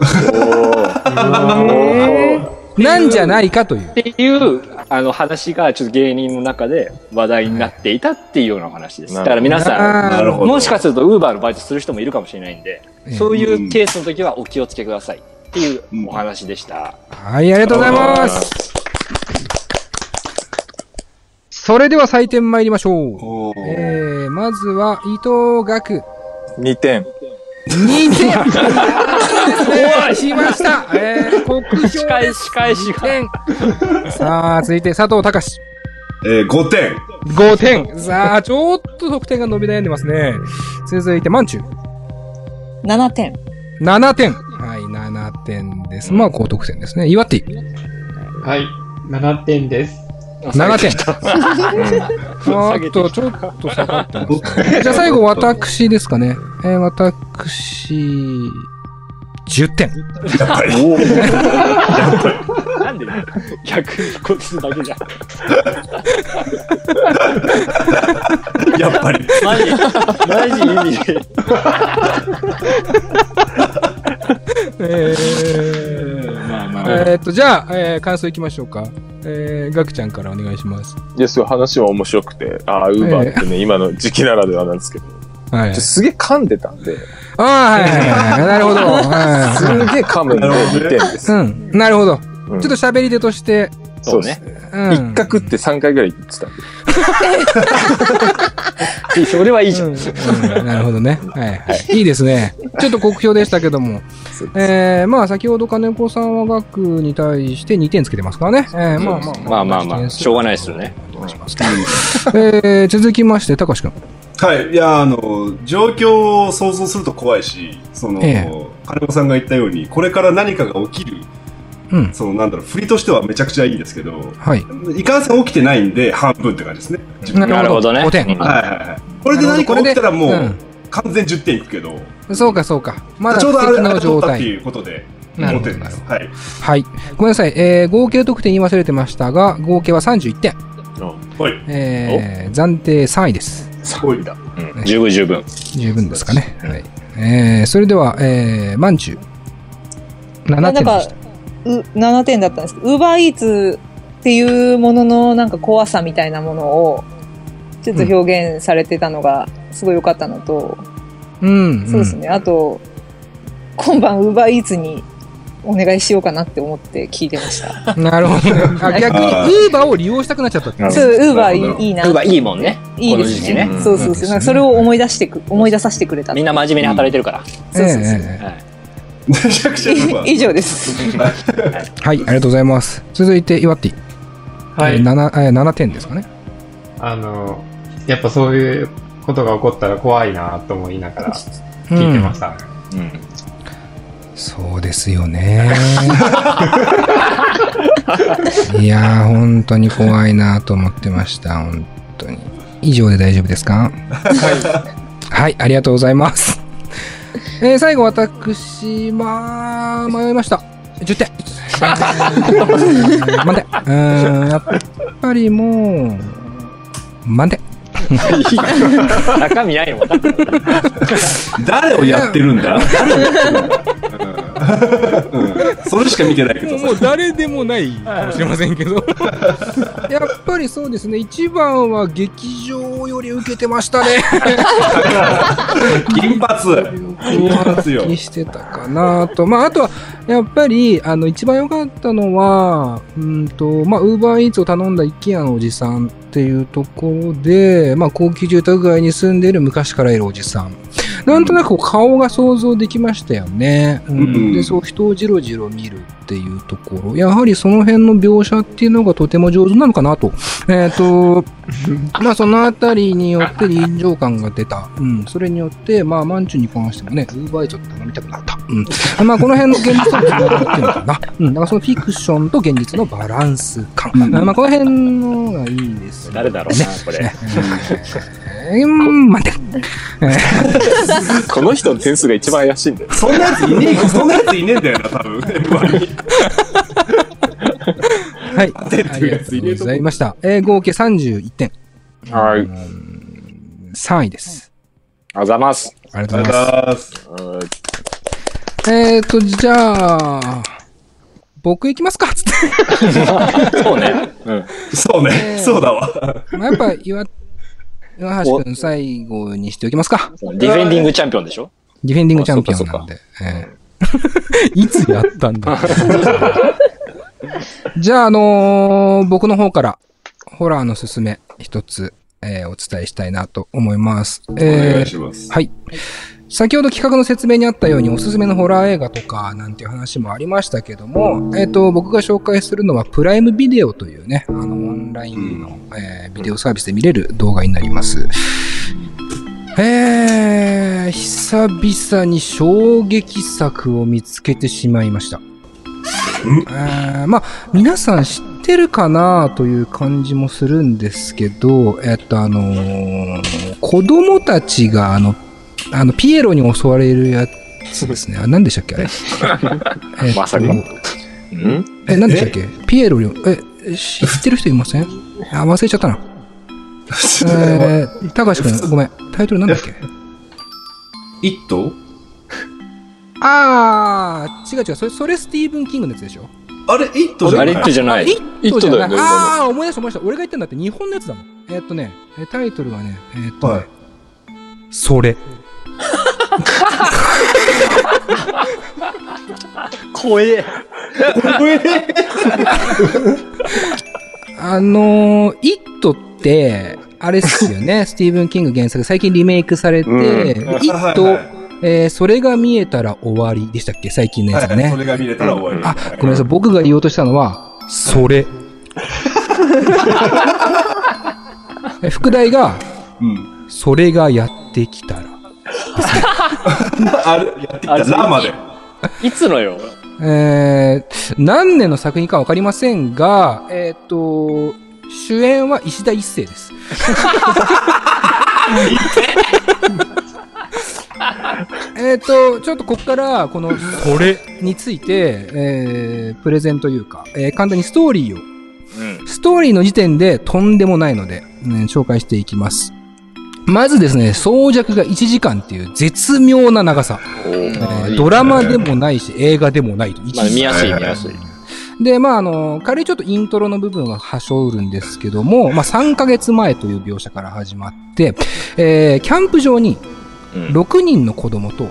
Speaker 2: なんじゃないかという。
Speaker 7: っていうあの話がちょっと芸人の中で話題になっていたっていうようなお話です。
Speaker 4: な
Speaker 7: だか
Speaker 4: る
Speaker 7: ら皆さん、
Speaker 3: なるほど。
Speaker 7: もしかするとウーバーのバイトする人もいるかもしれないんで、
Speaker 2: ええ
Speaker 7: そういうケースの時はお気をつけくださいっていうお話でした。
Speaker 2: はい、ありがとうございます。それでは採点参りましょう。
Speaker 3: おー
Speaker 2: えー、まずは、伊藤学。
Speaker 4: 2点。
Speaker 2: 2点しましたえー、国
Speaker 7: 仕
Speaker 2: 評
Speaker 7: 返し、仕返しが。
Speaker 2: 点。さあ、続いて佐藤隆史。
Speaker 3: えー、5点。
Speaker 2: 5点。さあ、ちょっと得点が伸び悩んでますね。続いて、マンチュ。
Speaker 8: 7点。
Speaker 2: 7点。はい、7点です。まあ、高得点ですね。岩手。
Speaker 9: はい、7点です。
Speaker 2: 7点。あーっと、ちょっと下がってますね。じゃあ最後、私ですかね。えー、私、10点。
Speaker 3: やっぱり。
Speaker 7: なんで逆にこっちだけじゃん。
Speaker 3: やっぱり。
Speaker 7: マジ、マジ意味で。
Speaker 2: えー、
Speaker 7: まあまあ。
Speaker 2: えーっと、じゃあ、えー感想いきましょうか。えー、ガクちゃんからお願いします。
Speaker 4: いや、すごい話は面白くて、ああ、ウーバーってね、今の時期ならではなんですけど、
Speaker 2: はい。あ
Speaker 4: すげえ噛んでたんで、
Speaker 2: あー、はいはいはい。なるほど。
Speaker 4: す
Speaker 2: は
Speaker 4: げえ噛むんで2点です。
Speaker 2: い、うん。なるほど。ち
Speaker 4: うん
Speaker 2: ょっと喋り手として、
Speaker 4: そうですね。
Speaker 2: うん。
Speaker 4: 一角って3回ぐらい言ってたんで。
Speaker 7: それはいいじゃ。
Speaker 2: うんんうんなるほど
Speaker 3: [laughs]
Speaker 2: ね。はいはい。いいですね。ちょっと酷評でしたけども。
Speaker 4: そうです
Speaker 2: えー、まあ先ほど金子さんは学に対して2点つけてますからね。えー、まあまあ
Speaker 7: まあまあまあ、しょうがないですよね。
Speaker 2: えー、続きまして、高志くん。
Speaker 3: はい。いや、あの、状況を想像すると怖いし、その、
Speaker 2: ええ
Speaker 3: 金子さんが言ったように、これから何かが起きる、
Speaker 2: うん。
Speaker 3: その、なんだろう、振りとしてはめちゃくちゃいいですけど、
Speaker 2: はい。
Speaker 3: いかんせん起きてないんで、半分って感じですね。自分
Speaker 7: なるほどね。
Speaker 2: 5点
Speaker 7: うん
Speaker 3: はいはいはい。これで何か起きたらも
Speaker 2: なるほど
Speaker 3: う、完全10点いくけど、
Speaker 2: そうかそうか。まだ
Speaker 3: ちょうどあ
Speaker 2: 敵
Speaker 3: れ
Speaker 2: の状
Speaker 3: 取ったって
Speaker 2: 態。
Speaker 3: いうことで、
Speaker 2: なる
Speaker 3: 5
Speaker 2: ほど
Speaker 3: 点です。はい。
Speaker 2: はい。ごめんなさい。えー、合計得点言い忘れてましたが、合計は31点。
Speaker 3: はい。
Speaker 2: えー、暫定3位です。[laughs]
Speaker 3: ごいだ。
Speaker 7: うん十分十分。
Speaker 2: 十分ですかね。はい。えー、それでは、えー、まんじゅう。
Speaker 8: な
Speaker 2: 7
Speaker 8: ん
Speaker 2: 点で
Speaker 8: か
Speaker 2: し、
Speaker 8: う7点だったんですけど、ウーバーイーツっていうもののなんか怖さみたいなものを、ちょっと表現されてたのが、すごい良かったのと、
Speaker 2: た。うん。
Speaker 8: そうですね。あと、今晩ウーバーイーツにお願いしようかなって思って聞いてました。
Speaker 2: うん。なるほどね。あ逆に、
Speaker 3: あー
Speaker 2: ウーバーを利用したくなっちゃったっていう。
Speaker 8: そう、ウーバ
Speaker 3: なるほ
Speaker 8: ー
Speaker 3: ど
Speaker 8: いいな。
Speaker 7: ウーバーいいもんね。
Speaker 8: いいで
Speaker 7: この時
Speaker 8: す
Speaker 7: 期
Speaker 8: ね
Speaker 7: ね。
Speaker 8: そうそうそう。なんかそれを思い出してく、思い出させてくれた。 [laughs]
Speaker 7: みんな真面目に働いてるから。
Speaker 8: そうそうそう
Speaker 2: ええ
Speaker 7: はい
Speaker 3: めちゃくちゃうまい
Speaker 8: 以上です。
Speaker 2: はい、ありがとうございます。続いて、岩手。
Speaker 9: は
Speaker 2: え
Speaker 9: い
Speaker 2: ー、7、えー7点ですかね。
Speaker 9: あの、やっぱそういうことが起こったら怖いなと思いながら
Speaker 2: う
Speaker 9: 聞いて
Speaker 2: ん
Speaker 9: ました。
Speaker 2: そうですよね。 [laughs] いやー、本当に怖いなと思ってました。本当に。以上で大丈夫ですかはい、ありがとうございます。えー最後、私、まあ、迷いました。10点。 [laughs] 満点。うーん、やっぱりもう、満点。
Speaker 7: 中身ないのも分かってる
Speaker 3: [laughs] 誰をやってるんだ誰を
Speaker 2: [laughs]
Speaker 3: やってるんだうんうんそれしか見てないけどさ
Speaker 2: もう誰でもないかもしれませんけどやっぱりそうですね一番は劇場より受けてましたね
Speaker 3: 金髪金髪よ
Speaker 2: にしてたかなとまああとはやっぱりあの一番良かったのはうんとまあウーバーイーツを頼んだ IKEA のおじさんっていうところでまあ高級住宅街に住んでいる昔からいるおじさんなんとなくこう顔が想像できましたよね。うん
Speaker 3: うん
Speaker 2: で、そう、人をじろじろ見るっていうところ。やはりその辺の描写っていうのがとても上手なのかなと。えっ、と、まあそのあたりによって臨場感が出た。うん。それによって、まあマンチュに関してもね、ウーバーイーツを頼みたくなった。うん。あまあこの辺の現実との違いっていうのかな。うん。だからそのフィクションと現実のバランス感。まあこの辺のがいいですよ
Speaker 7: 誰だろうな、これ。
Speaker 2: えー、待って。
Speaker 4: [laughs] この人の点数が一番怪しいんだよ。
Speaker 3: そんなやついねえよ、そんなやついねえんだよな、多分。F1 に
Speaker 2: はい。あ
Speaker 3: てって
Speaker 2: り
Speaker 3: いう
Speaker 2: が
Speaker 3: やつ
Speaker 2: と
Speaker 3: 入れとこう
Speaker 2: うございました。えー合計31点。
Speaker 4: はい。
Speaker 2: 3位です。
Speaker 4: あざます。
Speaker 2: ありがと
Speaker 3: あ
Speaker 2: う
Speaker 3: り
Speaker 2: ご
Speaker 3: がとう
Speaker 2: ざ
Speaker 3: ご
Speaker 2: いま
Speaker 3: ざいます。
Speaker 2: す。えっ、ー、と、じゃあ、僕行きますかつっ
Speaker 7: そうね。うん。
Speaker 3: そう
Speaker 2: え
Speaker 3: ね
Speaker 2: え、
Speaker 3: そうだわ。
Speaker 2: [laughs] て。まあ、やっぱ、岩、岩橋くん最後にしておきますか。
Speaker 7: ディフェンディングチャンピオンでしょ
Speaker 2: ディフェンディングチャンピオンなんで。えー [laughs] いつやったんだ [laughs] じゃあ、あのー僕の方から、ホラーのすすめ、一つ、えーお伝えしたいなと思います。
Speaker 3: お
Speaker 2: え
Speaker 3: 願
Speaker 2: ー
Speaker 3: いします。
Speaker 2: はい。先ほど企画の説明にあったようにおすすめのホラー映画とかなんていう話もありましたけども、えっ、と、僕が紹介するのはプライムビデオというね、あの、オンラインの、えービデオサービスで見れる動画になります。えー、久々に衝撃作を見つけてしまいました。えーまあ、皆さん知ってるかなという感じもするんですけど、えっと、あのー子供たちが、あの、あの、ピエロに襲われるやつですね。あ、何でしたっけあれ。えっと
Speaker 7: まさか。
Speaker 4: うん
Speaker 2: え、何でしたっけピエロに、え、知ってる人いませんあ、忘れちゃったな。えー、高橋くん、ごめん。タイトルなんだっけ
Speaker 3: 一頭
Speaker 2: あー、違う違う。それ、それスティーブン・キングのやつでしょ
Speaker 3: あれ、一頭じゃな
Speaker 7: あれ
Speaker 3: い
Speaker 7: ってじゃない。
Speaker 2: イットじゃない
Speaker 4: イットだよね
Speaker 2: ああ、思い出した思い出した。俺が言ったんだって日本のやつだもん。えーっとね、えータイトルはね、えーっとね、
Speaker 3: はい
Speaker 2: それ。
Speaker 7: 怖え。
Speaker 2: あのー、イットって、あれっすよ [laughs] ね、スティーブン・キング原作、最近リメイクされて、イット、えーそれが見えたら終わりでしたっけ最近のやつが
Speaker 3: はい、そ
Speaker 2: ね。
Speaker 3: れが見れたら終わり。
Speaker 2: あ、ごめんなさい、僕が言おうとしたのは、それ。 [laughs] え副題が、
Speaker 3: うん。
Speaker 2: それがやってきたら。
Speaker 3: あれ、やってきた。
Speaker 7: あれ
Speaker 3: ラまで。
Speaker 7: いつのよ。
Speaker 2: えー何年の作品かわかりませんが、えっ、と、主演は石田一世です。えっと、ちょっとここから、この、これについて、えープレゼンというか、えー簡単にストーリーを
Speaker 7: うん。
Speaker 2: ストーリーの時点でとんでもないので、ね紹介していきます。まずですね、装着が1時間っていう絶妙な長さ。えードラマでもないし、映画でもないと。
Speaker 7: まあ、見やすい、
Speaker 3: は
Speaker 7: 見
Speaker 3: いはい
Speaker 7: やすい。
Speaker 2: で、まあ、あの、仮にちょっとイントロの部分ははしょるんですけども、まあ、3ヶ月前という描写から始ま
Speaker 4: [laughs]
Speaker 2: って、えーキャンプ場に
Speaker 7: うん
Speaker 2: 6人の子供と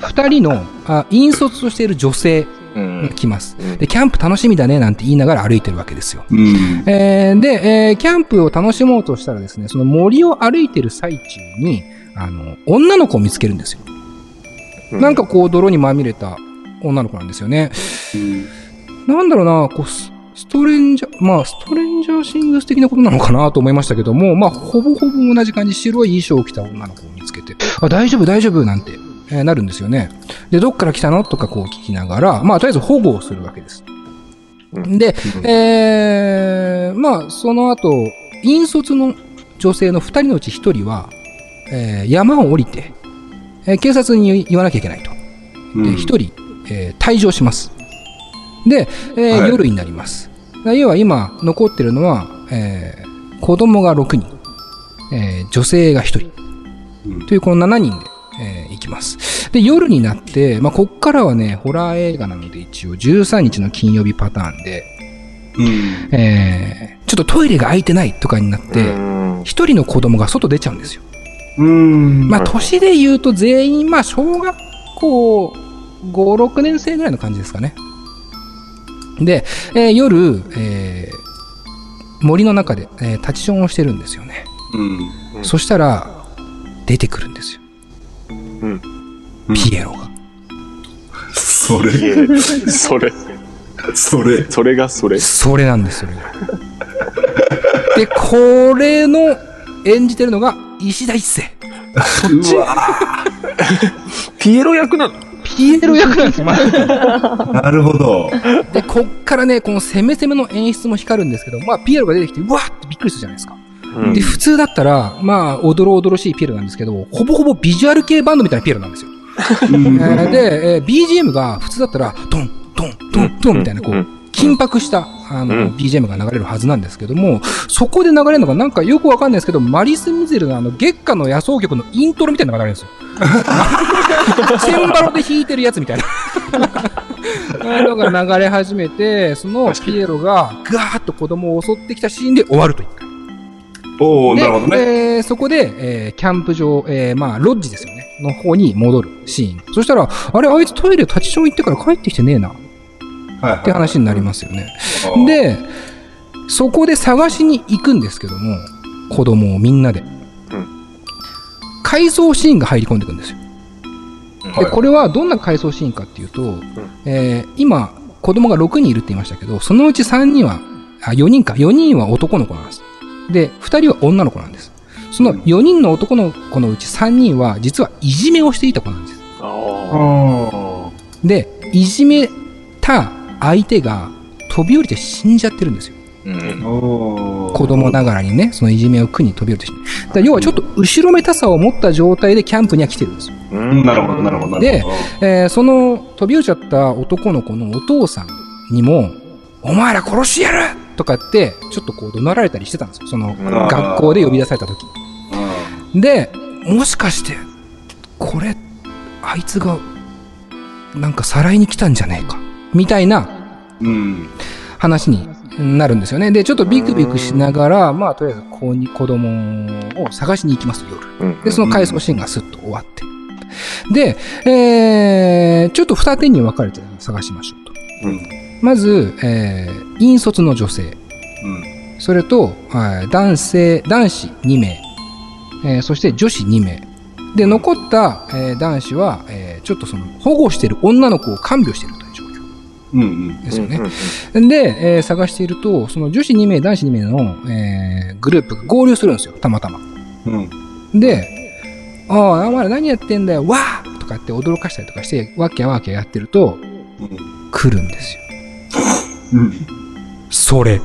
Speaker 2: 2人の、あ、引率をしている女性
Speaker 7: う
Speaker 2: が
Speaker 7: ん。
Speaker 2: 来ます
Speaker 4: うん。
Speaker 2: で、キャンプ楽しみだねなんて言いながら歩いてるわけですよ。
Speaker 3: うん。
Speaker 2: えーで、えーキャンプを楽しもうとしたらですね、その森を歩いてる最中に、あの、女の子を見つけるんですよ。なんかこう、泥にまみれた女の子なんですよね。なんだろうな、こう、スストレンジャー、まあ、ストレンジャーシングス的なことなのかなと思いましたけども、まあ、ほぼほぼ同じ感じ、白い衣装を着た女の子を見つけて、あ、大丈夫、大丈夫、なんて、えーなるんですよね。で、どっから来たのとかこう聞きながら、まあ、とりあえず保護をするわけです。
Speaker 4: うん
Speaker 2: で、えー、まあ、その後、引率の女性の2人のうち1人は、えー山を降りて、えー警察に言わなきゃいけないと。
Speaker 3: うん
Speaker 2: で、1人、えー退場します。で、えー
Speaker 3: はい
Speaker 2: 夜になります。だから要は今、残ってるのは、えー子供が6人、えー女性が1人、
Speaker 3: うん
Speaker 2: というこの7人で、えー行きます。で、夜になって、まあ、こっからはね、ホラー映画なので一応13日の金曜日パターンで、
Speaker 3: うん。
Speaker 2: えーちょっとトイレが空いてないとかになっ
Speaker 4: う
Speaker 2: て、
Speaker 4: ん
Speaker 2: 一人の子供が外出ちゃうんですよ。
Speaker 3: うん。
Speaker 2: まあ、年で言うと全員、まあ、小学校5、6年生ぐらいの感じですかね。で、えー夜、えー森の中で、えー立ちションをしてるんですよね。
Speaker 3: うん。
Speaker 4: うん
Speaker 2: そしたら、出てくるんですよ。
Speaker 3: うん
Speaker 2: ピエロが。
Speaker 3: それ
Speaker 4: い、え、それ、
Speaker 3: それ。
Speaker 4: それがそれ。
Speaker 2: それなんですよ。で、これの演じてるのが石田一世。
Speaker 3: うわ
Speaker 4: ピエロ役なの
Speaker 2: ピエロ役なんですよ。
Speaker 3: なるほど。
Speaker 2: で、こっからね、この攻め攻めの演出も光るんですけど、まあ、ピエロが出てきて、うわーってびっくりするじゃないですか。
Speaker 4: うん
Speaker 2: で、普通だったら、まあ、おどろおどろしいピエロなんですけど、ほぼほぼビジュアル系バンドみたいなピエロなんですよ。えーで、えー BGM が普通だったら、トン、トン、トン、トンみたいな、こ
Speaker 4: う、
Speaker 2: うん緊迫した、あ
Speaker 4: うん
Speaker 2: の、BGM が流れるはずなんですけども、そこで流れるのがなんかよくわかんないですけど、マリス・ミゼルのあの、月下の野草曲のイントロみたいなのが流れるん
Speaker 4: [laughs]
Speaker 2: ですよ。チェンバロで弾いてるやつみたいな。あのが流れ始めて、そのピエロがガーッと子供を襲ってきたシーンで終わるという。
Speaker 3: おお
Speaker 2: で
Speaker 3: なるほどね。
Speaker 2: えーそこで、えーキャンプ場、えーまあ、ロッジですよね。の方に戻るシーン。そしたら、あれ、あいつトイレ立ちション行ってから帰ってきてねえな、っ
Speaker 3: はいはい
Speaker 2: て話になりますよね。
Speaker 3: あー
Speaker 2: で、そこで探しに行くんですけども、子供をみんなで。回想シーンが入り込んでいくんですよ。で、これはどんな回想シーンかっていうと、えー今、子供が6人いるって言いましたけど、そのうち3人は、あ、4人か、4人は男の子なんです。で、2人は女の子なんです。その4人の男の子のうち3人は、実はいじめをしていた子なんです。
Speaker 4: あ
Speaker 3: あ
Speaker 2: で、いじめた相手が飛び降りて死んじゃってるんですよ。
Speaker 4: ーうん
Speaker 3: ーおー
Speaker 2: 子供ながらにね、そのいじめを苦に飛び降りてしまう。だから要はちょっと後ろめたさを持った状態でキャンプには来てるんですよ。
Speaker 3: うんなるほど、なるほど、なるほど。
Speaker 2: えーその飛び降りちゃった男の子のお父さんにも、お前ら殺してやるとかって、ちょっとこう怒鳴られたりしてたんですよ。その
Speaker 4: うん
Speaker 2: 学校で呼び出された時。で、もしかして、これ、あいつが、なんかさらいに来たんじゃねえか。みたいな
Speaker 3: うん。
Speaker 2: 話になるんですよね。で、ちょっとビクビクしながら、まあ、とりあえず子に子供を探しに行きますと、夜。
Speaker 4: うん
Speaker 2: で、その回想シーンがスッと終わって。で、えー、ちょっと二手に分かれて探しましょうと。
Speaker 3: うん。うん。
Speaker 2: まず、えー、引率の女性。それと、はい男性、男子2名。えー、そして女子2名。で、残った、えー男子は、えー、ちょっとその、保護してる女の子を看病してるという状況
Speaker 3: うん。うん。
Speaker 2: ですよね。
Speaker 4: うんうん
Speaker 2: で、えー探していると、その女子2名、男子2名の、えーグループが合流するんですよ、たまたま。
Speaker 3: うん。
Speaker 2: で、ああ、お前ら何やってんだよ、わーとかって驚かしたりとかして、わけわけやってると、来るんですよ。
Speaker 3: うん。
Speaker 2: それ。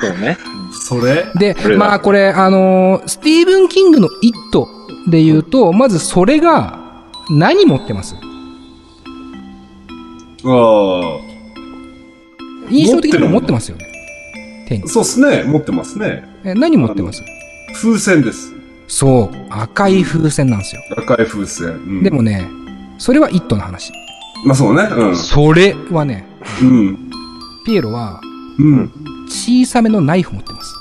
Speaker 7: そうね。
Speaker 3: それ
Speaker 2: で
Speaker 4: それ、だ
Speaker 2: まあこれ、あのースティーブン・キングのイットで言うと、まずそれが、何持ってます
Speaker 3: ああ。
Speaker 2: 印象的にも持ってますよね。手に。
Speaker 3: そうっすね。持ってますね。
Speaker 2: え何持ってます
Speaker 3: 風船です。
Speaker 2: そう、赤い風船なんですよ。
Speaker 3: 赤い風船。うん、
Speaker 2: でもね、それはイットの話。
Speaker 3: まあそうね。う
Speaker 2: それはね、
Speaker 3: ん。うん。
Speaker 2: ピエロは
Speaker 3: うん。
Speaker 2: 小さめのナイフ持ってます。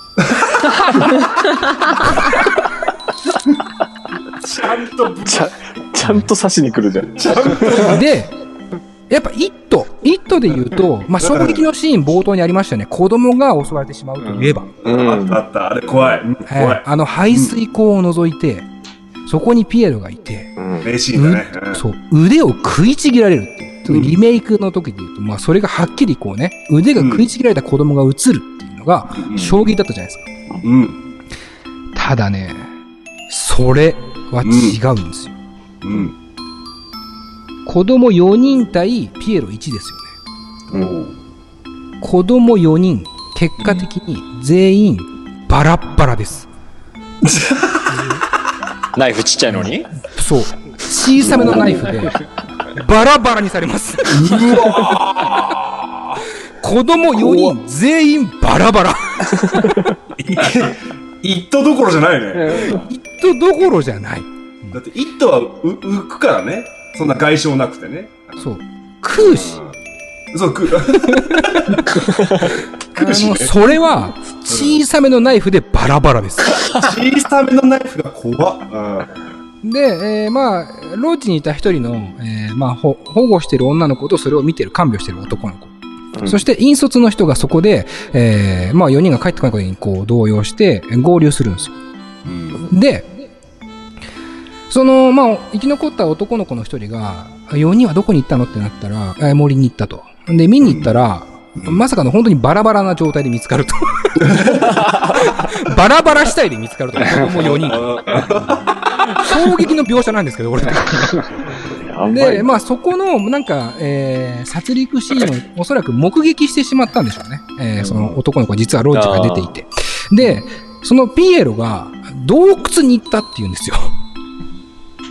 Speaker 3: ちゃんと、
Speaker 4: ちゃ、ちゃんと刺しに来るじゃん。
Speaker 2: [laughs] で、やっぱ、イット、イットで言うと、まあ、衝撃のシーン冒頭にありましたよね。子供が襲われてしまうといえば、
Speaker 4: うん
Speaker 3: あったあった。あれ怖い。うん
Speaker 2: えー
Speaker 3: 怖い。
Speaker 2: あの排水溝を覗いて、そこにピエロがいて、
Speaker 4: うん
Speaker 3: 名シーンだね。うん
Speaker 2: そう、腕を食いちぎられるっていう。
Speaker 3: うん
Speaker 2: リメイクの時で言うと、まあ、それがはっきりこうね、腕が食いちぎられた子供が映るっていうのが、
Speaker 3: うん
Speaker 2: 衝撃だったじゃないですか。
Speaker 3: うん。
Speaker 2: ただね、それは違うんですよ。
Speaker 3: うん。
Speaker 2: 子供4人対ピエロ1ですよね。
Speaker 3: うん。
Speaker 2: 子供4人、結果的に全員バラッバラです。
Speaker 7: ナイフちっちゃいのに
Speaker 2: そう。小さめのナイ
Speaker 3: [laughs]
Speaker 2: フで、バラバラにされます。子供4人全員バラバラ。
Speaker 3: 一途どころじゃないね。
Speaker 2: とどころじゃない。
Speaker 3: だって、一途はう浮くからね。そんな外傷なくてね。
Speaker 2: そう。食うし。
Speaker 3: うんそう、く、
Speaker 2: あの、それは、小さめのナイフでバラバラです。
Speaker 3: 小さめのナイフが怖っ。
Speaker 2: で、えーまあ、ローチにいた一人の、えーまあ、ほ保護してる女の子とそれを見てる、看病してる男の子。
Speaker 4: うん
Speaker 2: そして、引率の人がそこで、えーまあ、4人が帰ってこないことにこう動揺して、合流するんですよ。
Speaker 3: うん。
Speaker 2: で、その、まあ、生き残った男の子の一人が、4人はどこに行ったのってなったら、えー森に行ったと。で、見に行ったら、
Speaker 3: うん
Speaker 2: まさかの本当にバラバラな状態で見つか
Speaker 3: [laughs]
Speaker 2: ると。バラバラ死体で見つかると。もう4人。衝撃の描写なんですけど、俺の中で
Speaker 4: やばい
Speaker 2: で、まあそこの、なんか、えー殺戮シーンをおそらく目撃してしまったんでしょうね。えーその男の子、実はロッジから出ていて。で、そのピエロが洞窟に行ったっていうんですよ。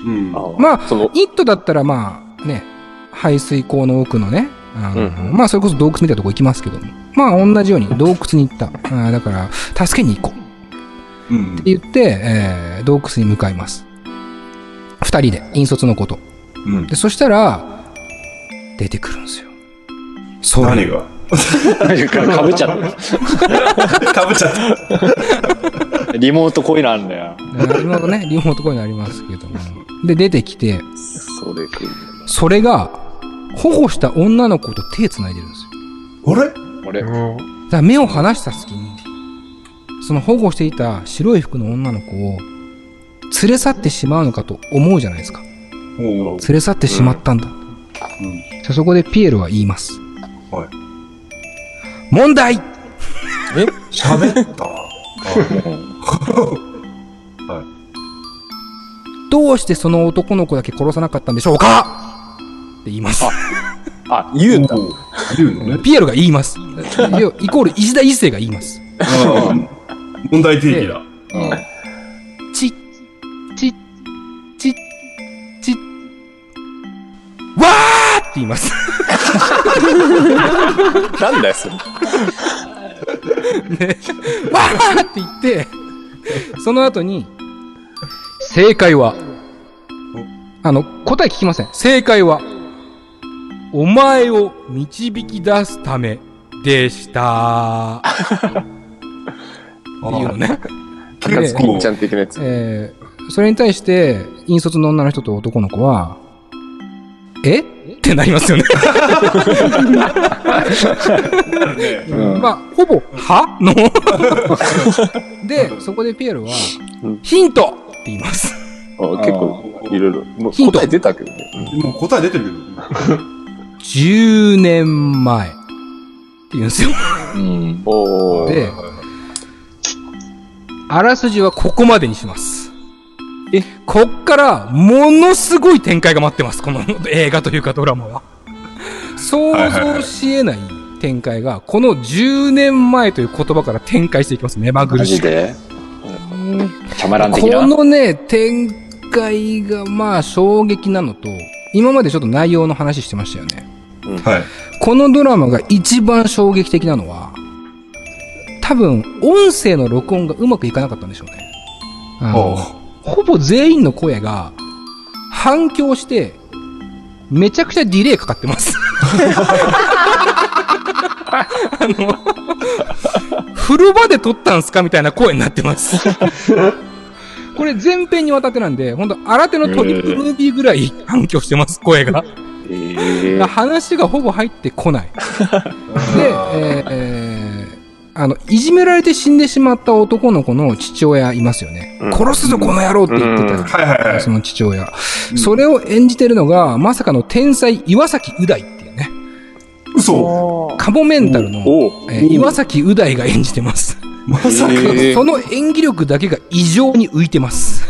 Speaker 2: [laughs]
Speaker 3: うん。
Speaker 4: あ
Speaker 2: まあ
Speaker 4: その、
Speaker 2: イットだったらまあね、排水溝の奥のね、あの
Speaker 4: うん
Speaker 2: まあそれこそ洞窟みたいなとこ行きますけども。まあ同じように洞窟に行った。あーだから、助けに行こう。
Speaker 3: うん
Speaker 2: って言って、えー洞窟に向かいます。二人で、引率のこと。
Speaker 3: うん
Speaker 2: で、そしたら、出てくるんですよ。そう。
Speaker 3: 何が
Speaker 7: かぶっちゃっ
Speaker 3: かぶっちゃった。
Speaker 7: た。リモートこういうのあるんだよ。
Speaker 2: なるほどね、リモートこういうのありますけども。で、出てきて、
Speaker 4: それく
Speaker 2: それが、保護した女の子と手繋いでるんですよ。
Speaker 3: あれ
Speaker 7: 俺、
Speaker 9: もう
Speaker 2: だから目を離した隙に、その保護していた白い服の女の子を、連れ去ってしまうのかと思うじゃないですか。
Speaker 3: お
Speaker 2: 連
Speaker 3: う
Speaker 2: れ去ってしまったんだ。
Speaker 3: ん
Speaker 2: じゃあそこでピエロは言います。
Speaker 3: はい
Speaker 2: 問題
Speaker 3: 喋った。
Speaker 2: どうしてその男の子だけ殺さなかったんでしょうかって言います。
Speaker 4: あ、言うんだ。
Speaker 3: おう言うのね。
Speaker 2: ピエロが言います。要はイコール石田一世が言います。
Speaker 3: うん問題定義だ。
Speaker 2: チッ、チッ、チッ、チッ、わーって言います。
Speaker 4: なんだよ、それ。
Speaker 2: わーって言って、その後に、正解は、あの、答え聞きません。正解は、お前を導き出すためでした。っていうのね。
Speaker 4: 高津金ちゃん的なやつ。
Speaker 2: えーそれに対して、引率の女の人と男の子は、えってなりますよね。
Speaker 4: うん。
Speaker 2: [laughs] まあ、ほぼ、はの [laughs] で、そこでピエロは
Speaker 4: うん、
Speaker 2: ヒントって言います。
Speaker 4: あ結構、いろいろ。もう
Speaker 2: ヒント
Speaker 4: 答え出たけどね。
Speaker 3: もう答え出てるけど。
Speaker 2: 10年前。って言うんですよ。
Speaker 7: うん。
Speaker 4: おー。
Speaker 2: で、あらすじはここまでにします。
Speaker 4: え
Speaker 2: こっから、ものすごい展開が待ってます。この [laughs] 映画というかドラマは。想像し得ない展開が、この10年前という言葉から展開していきます。目まぐ
Speaker 7: マ
Speaker 2: るし
Speaker 7: ジ
Speaker 2: く。
Speaker 7: でキャマラン的
Speaker 2: こ
Speaker 7: な。
Speaker 2: のね、展開が、まあ、衝撃なのと、今までちょっと内容の話してましたよね。
Speaker 3: はい。
Speaker 2: このドラマが一番衝撃的なのは、多分、音声の録音がうまくいかなかったんでしょうね。あの
Speaker 3: おう
Speaker 2: ほぼ全員の声が反響して、めちゃくちゃディレイかかってます。あの、風呂場で撮ったんすかみたいな声になってます。これ全編にわたってなんで、本当新手のトリップムービーぐらい反響してます、声が。
Speaker 4: えー
Speaker 2: が話がほぼ入ってこ
Speaker 4: [laughs]
Speaker 2: ない。で、えーえーあの、いじめられて死んでしまった男の子の父親いますよね。
Speaker 4: うん
Speaker 2: 殺すぞ、この野郎って言ってた、
Speaker 4: うん
Speaker 3: はいはいはい
Speaker 2: そ。の父親、それを演じてるのが、まさかの天才岩崎う大っていうね、
Speaker 3: 嘘
Speaker 2: カモメンタルの、
Speaker 4: おー
Speaker 2: えー岩崎う大が演じてます。
Speaker 3: まさか。
Speaker 4: え
Speaker 2: [laughs] そ
Speaker 4: ー
Speaker 2: の演技力だけが異常に浮いてます。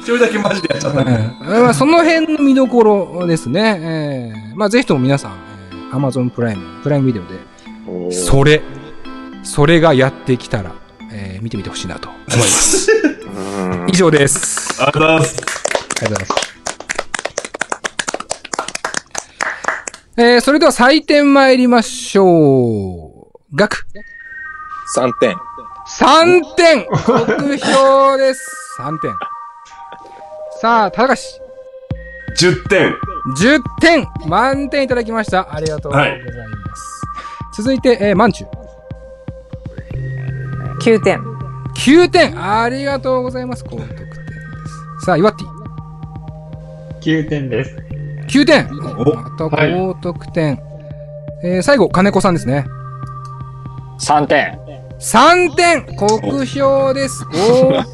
Speaker 3: 一人だけマジでやっちゃっ
Speaker 2: う
Speaker 3: た
Speaker 2: ん
Speaker 3: ね。
Speaker 2: まあその辺の見どころですね。えーまあ、ぜひとも皆さん、えー Amazon プライム、プライムビデオで、
Speaker 4: おー
Speaker 2: それ、それがやってきたら、えー見てみてほしいなと思います。
Speaker 4: うん
Speaker 2: 以上です。あ
Speaker 3: ありがとうございます。
Speaker 2: りがとうございます。えー、それでは採点参りましょう。額
Speaker 4: 3点。
Speaker 2: 3点目標です。3点。さあ、高橋、
Speaker 3: 10点。
Speaker 2: 10点満点いただきました。ありがとうございます。続いて、えー、マンチュ。
Speaker 8: 9点。
Speaker 2: 9点ありがとうございます。高得点です。さあ、岩手。
Speaker 9: 9点です。
Speaker 2: 9点
Speaker 3: お
Speaker 2: また高得点。えー最後、金子さんですね。
Speaker 7: 3点。
Speaker 2: 3点酷評です合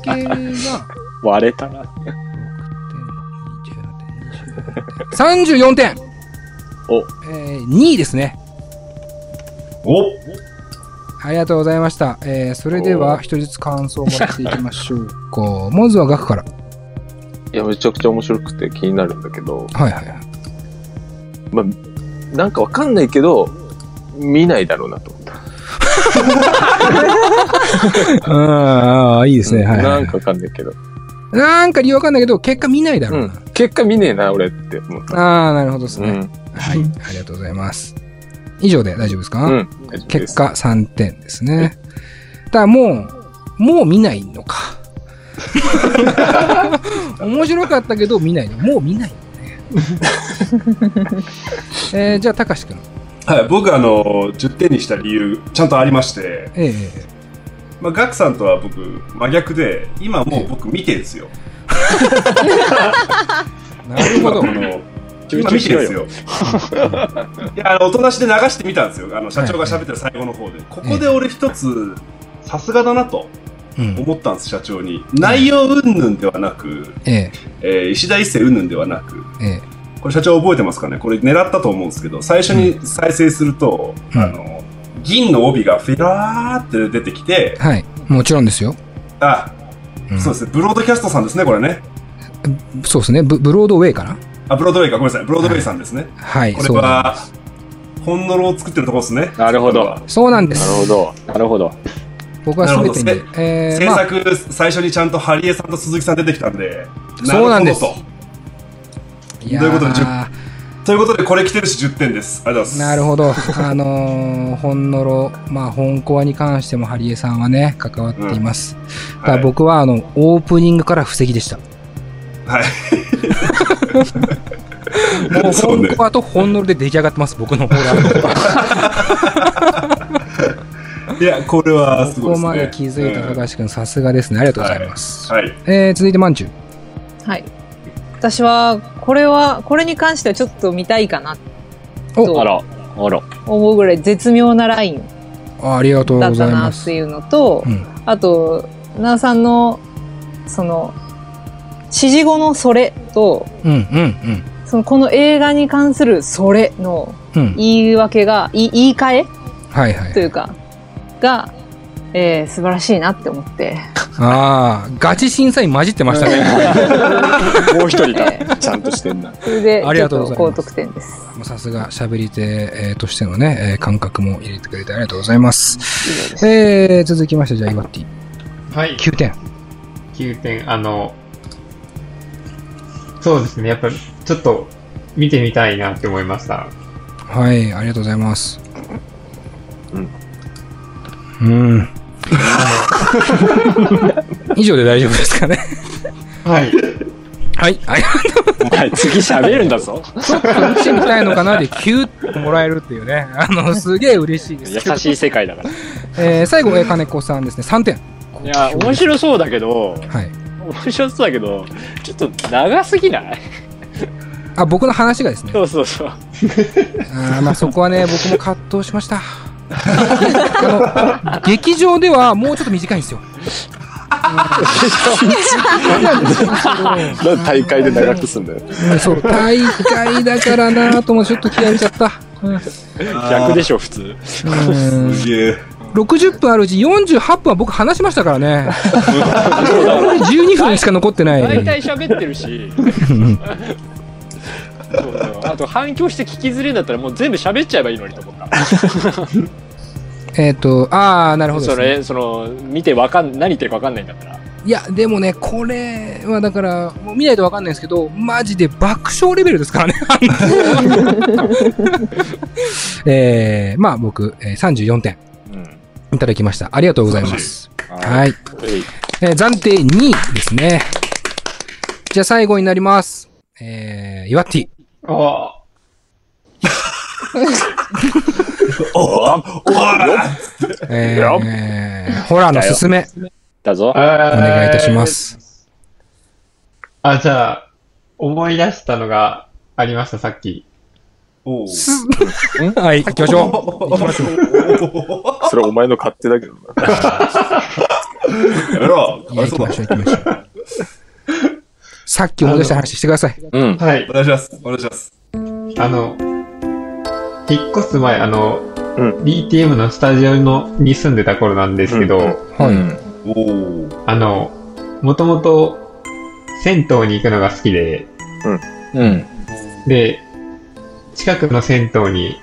Speaker 2: 計が
Speaker 7: 割れたな。
Speaker 2: 34点
Speaker 4: お
Speaker 2: えー、2位ですね
Speaker 3: お
Speaker 2: ありがとうございました、えー、それでは一人ずつ感想をもらっていきましょうかまずは額から
Speaker 4: いや、めちゃくちゃ面白くて気になるんだけど、
Speaker 2: はいはいはい
Speaker 4: なんかわかんないけど、見ないだろうなと思った。
Speaker 2: ああいいですね、はい、は
Speaker 4: ないんかわかんないけど。
Speaker 2: なんか理由わかんないけど結果見ないだろ
Speaker 4: う
Speaker 2: うな、
Speaker 4: ん。結果見ねえな、俺って思った。
Speaker 2: ああなるほどです
Speaker 4: う
Speaker 2: ね、
Speaker 4: ん。
Speaker 2: はいありがとうございます以上で大丈夫ですか、
Speaker 4: うん。大丈夫で
Speaker 2: 結
Speaker 4: す。
Speaker 2: 果3点ですね。ただもう、もう見ないのか。面白かったけど見ないの。もう見ないのね。
Speaker 4: [laughs]
Speaker 2: えーじゃあ、たかしくん。
Speaker 3: はい、僕あの、10点にした理由、ちゃんとありまして、
Speaker 2: ええ
Speaker 3: まあ、ガクさんとは僕、真逆で、今もう僕見てんですよ。
Speaker 2: なるほど。
Speaker 3: 今この今見てるんですよ。 [laughs] いや、あの、おとなしで流してみたんですよ。あの、社長が喋ってる最後の方で。ここで俺一つ、さすがだなと
Speaker 2: うん、
Speaker 3: 思ったんです、社長に。内容云々ではなく、
Speaker 2: ええ
Speaker 3: えー石田一世云々ではなく、
Speaker 2: え
Speaker 3: これ社長覚えてますかねこれ狙ったと思うんですけど、最初に再生すると、
Speaker 2: うん
Speaker 3: あの、銀の帯がフェラーって出てきて
Speaker 2: え、はい。もちろんですよ。
Speaker 3: あ、
Speaker 2: うん
Speaker 3: そうですね、ブロードキャストさんですね、これね。
Speaker 2: そうですねブ。ブロードウェイかな
Speaker 3: あ、ブロードウェイか、ごめんなさい、ブロードウェイさんですね。
Speaker 2: はい。
Speaker 3: これ
Speaker 2: そうなん
Speaker 3: は、ホンノロを作ってるところですね。
Speaker 7: なるほど。
Speaker 3: こ
Speaker 7: な
Speaker 3: れは
Speaker 2: そうなんで
Speaker 7: る
Speaker 2: す。
Speaker 7: ほど。なるほど。
Speaker 2: 僕は全て
Speaker 3: な
Speaker 2: に
Speaker 3: るほ。
Speaker 2: ええ
Speaker 3: 制
Speaker 2: まあ、
Speaker 3: 作、最初にちゃんとハリエさんと鈴木さん出てきたんで、
Speaker 2: そうなんです
Speaker 3: るほど
Speaker 2: いや
Speaker 3: どういうことで
Speaker 2: ー
Speaker 3: とということで、これ来てるし10点です。ありがとうございま
Speaker 2: な
Speaker 3: す。
Speaker 2: るほど、 [laughs] あのー、ほんのろ、まあ、本コアに関しても、ハリエさんはね、関わっています。ただ
Speaker 3: はい
Speaker 2: 僕は、あの、オープニングから布石でした。
Speaker 3: はい。
Speaker 2: もう、
Speaker 3: [laughs] そうね
Speaker 2: 本コアとほんのろで出来上がってます、僕のホラー。
Speaker 3: [laughs] いや、これはす
Speaker 2: こ
Speaker 3: ごいで
Speaker 2: こ
Speaker 3: すね。
Speaker 2: まで気づいた
Speaker 3: うん
Speaker 2: 高橋君、さすがですね。ありがとうございます。
Speaker 3: はい。
Speaker 2: えー、続いて、まんちゅう。
Speaker 8: はい。私は、これは、これに関してはちょっと見たいかな
Speaker 7: あ
Speaker 8: と
Speaker 7: ら、あら。
Speaker 8: 思うぐらい絶妙なライン
Speaker 2: あありがとう
Speaker 8: だ
Speaker 2: ご
Speaker 8: っ
Speaker 2: ざ
Speaker 8: た
Speaker 2: い
Speaker 8: な
Speaker 2: ま
Speaker 8: っ
Speaker 2: す。
Speaker 8: ていうのと、
Speaker 2: うん
Speaker 8: あと、なおさんの、その、指示後のそれと、
Speaker 2: うん、うん、
Speaker 8: そのこの映画に関するそれの
Speaker 2: うん。うん。
Speaker 8: 言い訳が、い言い換
Speaker 2: はいは
Speaker 8: えと
Speaker 2: い。
Speaker 8: いうか、が、えー素晴らしいなって思って。
Speaker 2: ああ、ガチ審査員混じってましたね。
Speaker 4: もう一人
Speaker 2: [laughs]
Speaker 4: か。ちゃんとしてんな。
Speaker 8: それで、
Speaker 2: あり
Speaker 8: ち
Speaker 2: が
Speaker 8: ょっ
Speaker 2: とうございま
Speaker 8: と
Speaker 2: す
Speaker 8: 高得点です。
Speaker 2: もうさすが喋り手、えーとしてのね、えー感覚も入れてくれてありがとうございます。
Speaker 8: 以上です。
Speaker 2: えー、続きまして、じゃあ、イワッティ。
Speaker 9: はい。
Speaker 2: 9点。
Speaker 9: 9点、あの、そうですね、やっぱちょっと見てみたいなって思いました。
Speaker 2: はい、ありがとうございます。
Speaker 4: うん。
Speaker 2: うん。 [laughs] 以上で大丈夫ですかね。
Speaker 9: [laughs] はい。
Speaker 2: はい。はい。
Speaker 7: お前、次喋るんだぞ。
Speaker 2: 楽しみたいのかなで、キュッともらえるっていうね。あの、すげえ嬉しいです
Speaker 7: 優。しい世界だから。
Speaker 2: えー、最後、えー金子さんですね。3点。
Speaker 7: いや、面白そうだけど、
Speaker 2: はい。
Speaker 7: 面白そうだけど、ちょっと長すぎない
Speaker 2: あ、僕の話がですね。
Speaker 7: そうそうそう。
Speaker 2: あーまあそこはね、 [laughs] 僕も葛藤しました。あの、劇場ではもうちょっと短いんですよ。
Speaker 4: なんで大会で長くすんだよ。
Speaker 2: うん、そう、大会だからなと思ってちょっと気合い入れちゃった。うん
Speaker 7: 逆でしょ、普通。
Speaker 2: うん
Speaker 3: すげえ。
Speaker 2: 60分あるうち48分は僕話しましたから [laughs] ね12分しか残ってない
Speaker 7: 大体喋ってるし。そうだよあと反響して聞きずれんだったらもう全部喋っちゃえばいいのにと思った。
Speaker 2: えっとああなるほどで
Speaker 7: そ
Speaker 2: すね、
Speaker 7: れ、その、見てわかん、何言ってるかわかんないんだったら。
Speaker 2: いやでもねこれはだからもう見ないと分かんないですけどマジで爆笑レベルですからね [laughs] えー、まあ僕、えー、34点
Speaker 4: うん。
Speaker 2: いただきましたありがとうございます
Speaker 4: い。
Speaker 2: はい、えー、暫定2位ですねじゃあ最後になりますえー、イワッティ
Speaker 9: ああ。
Speaker 3: おわ
Speaker 2: えー、ホラーのすすめ
Speaker 7: だぞ。
Speaker 9: お
Speaker 2: お願いいたしま。す。
Speaker 9: あ、じゃあ、思い出したのがありました、さっき。
Speaker 3: おう
Speaker 2: はい、行きましょう。
Speaker 4: それお前の勝手だけどな。
Speaker 2: いや、行き
Speaker 3: やめろかわいそう
Speaker 2: ま
Speaker 3: だ
Speaker 2: しょう、行きましょう。さっき思い出した話してください。
Speaker 4: うん。
Speaker 9: はい
Speaker 3: お。願いします。お願いします。
Speaker 9: あの、引っ越す前、あの、
Speaker 4: ん
Speaker 9: DTM のスタジオのに住んでた頃なんですけど、
Speaker 4: うん
Speaker 2: はい
Speaker 4: うん
Speaker 3: おお。
Speaker 9: あの、もともと銭湯に行くのが好きで、
Speaker 7: うん。
Speaker 9: で、近くの銭湯に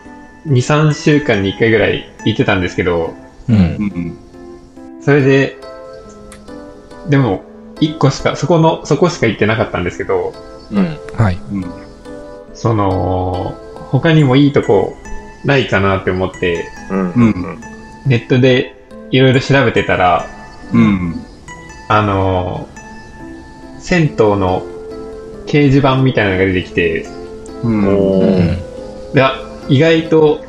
Speaker 9: 2、3週間に1回ぐらい行ってたんですけど、
Speaker 7: うん。
Speaker 3: うん
Speaker 9: それで、でも、1個しか、そこの、そこしか行ってなかったんですけど、
Speaker 4: うん。
Speaker 2: はい。
Speaker 3: うん。
Speaker 9: その、他にもいいとこないかなって思って、
Speaker 4: うん。
Speaker 3: う
Speaker 4: うんん。
Speaker 9: ネットでいろいろ調べてたら、
Speaker 3: うん。
Speaker 9: あのー銭湯の掲示板みたいなのが出てきて、
Speaker 3: うん。
Speaker 4: おー。
Speaker 9: いや、意外と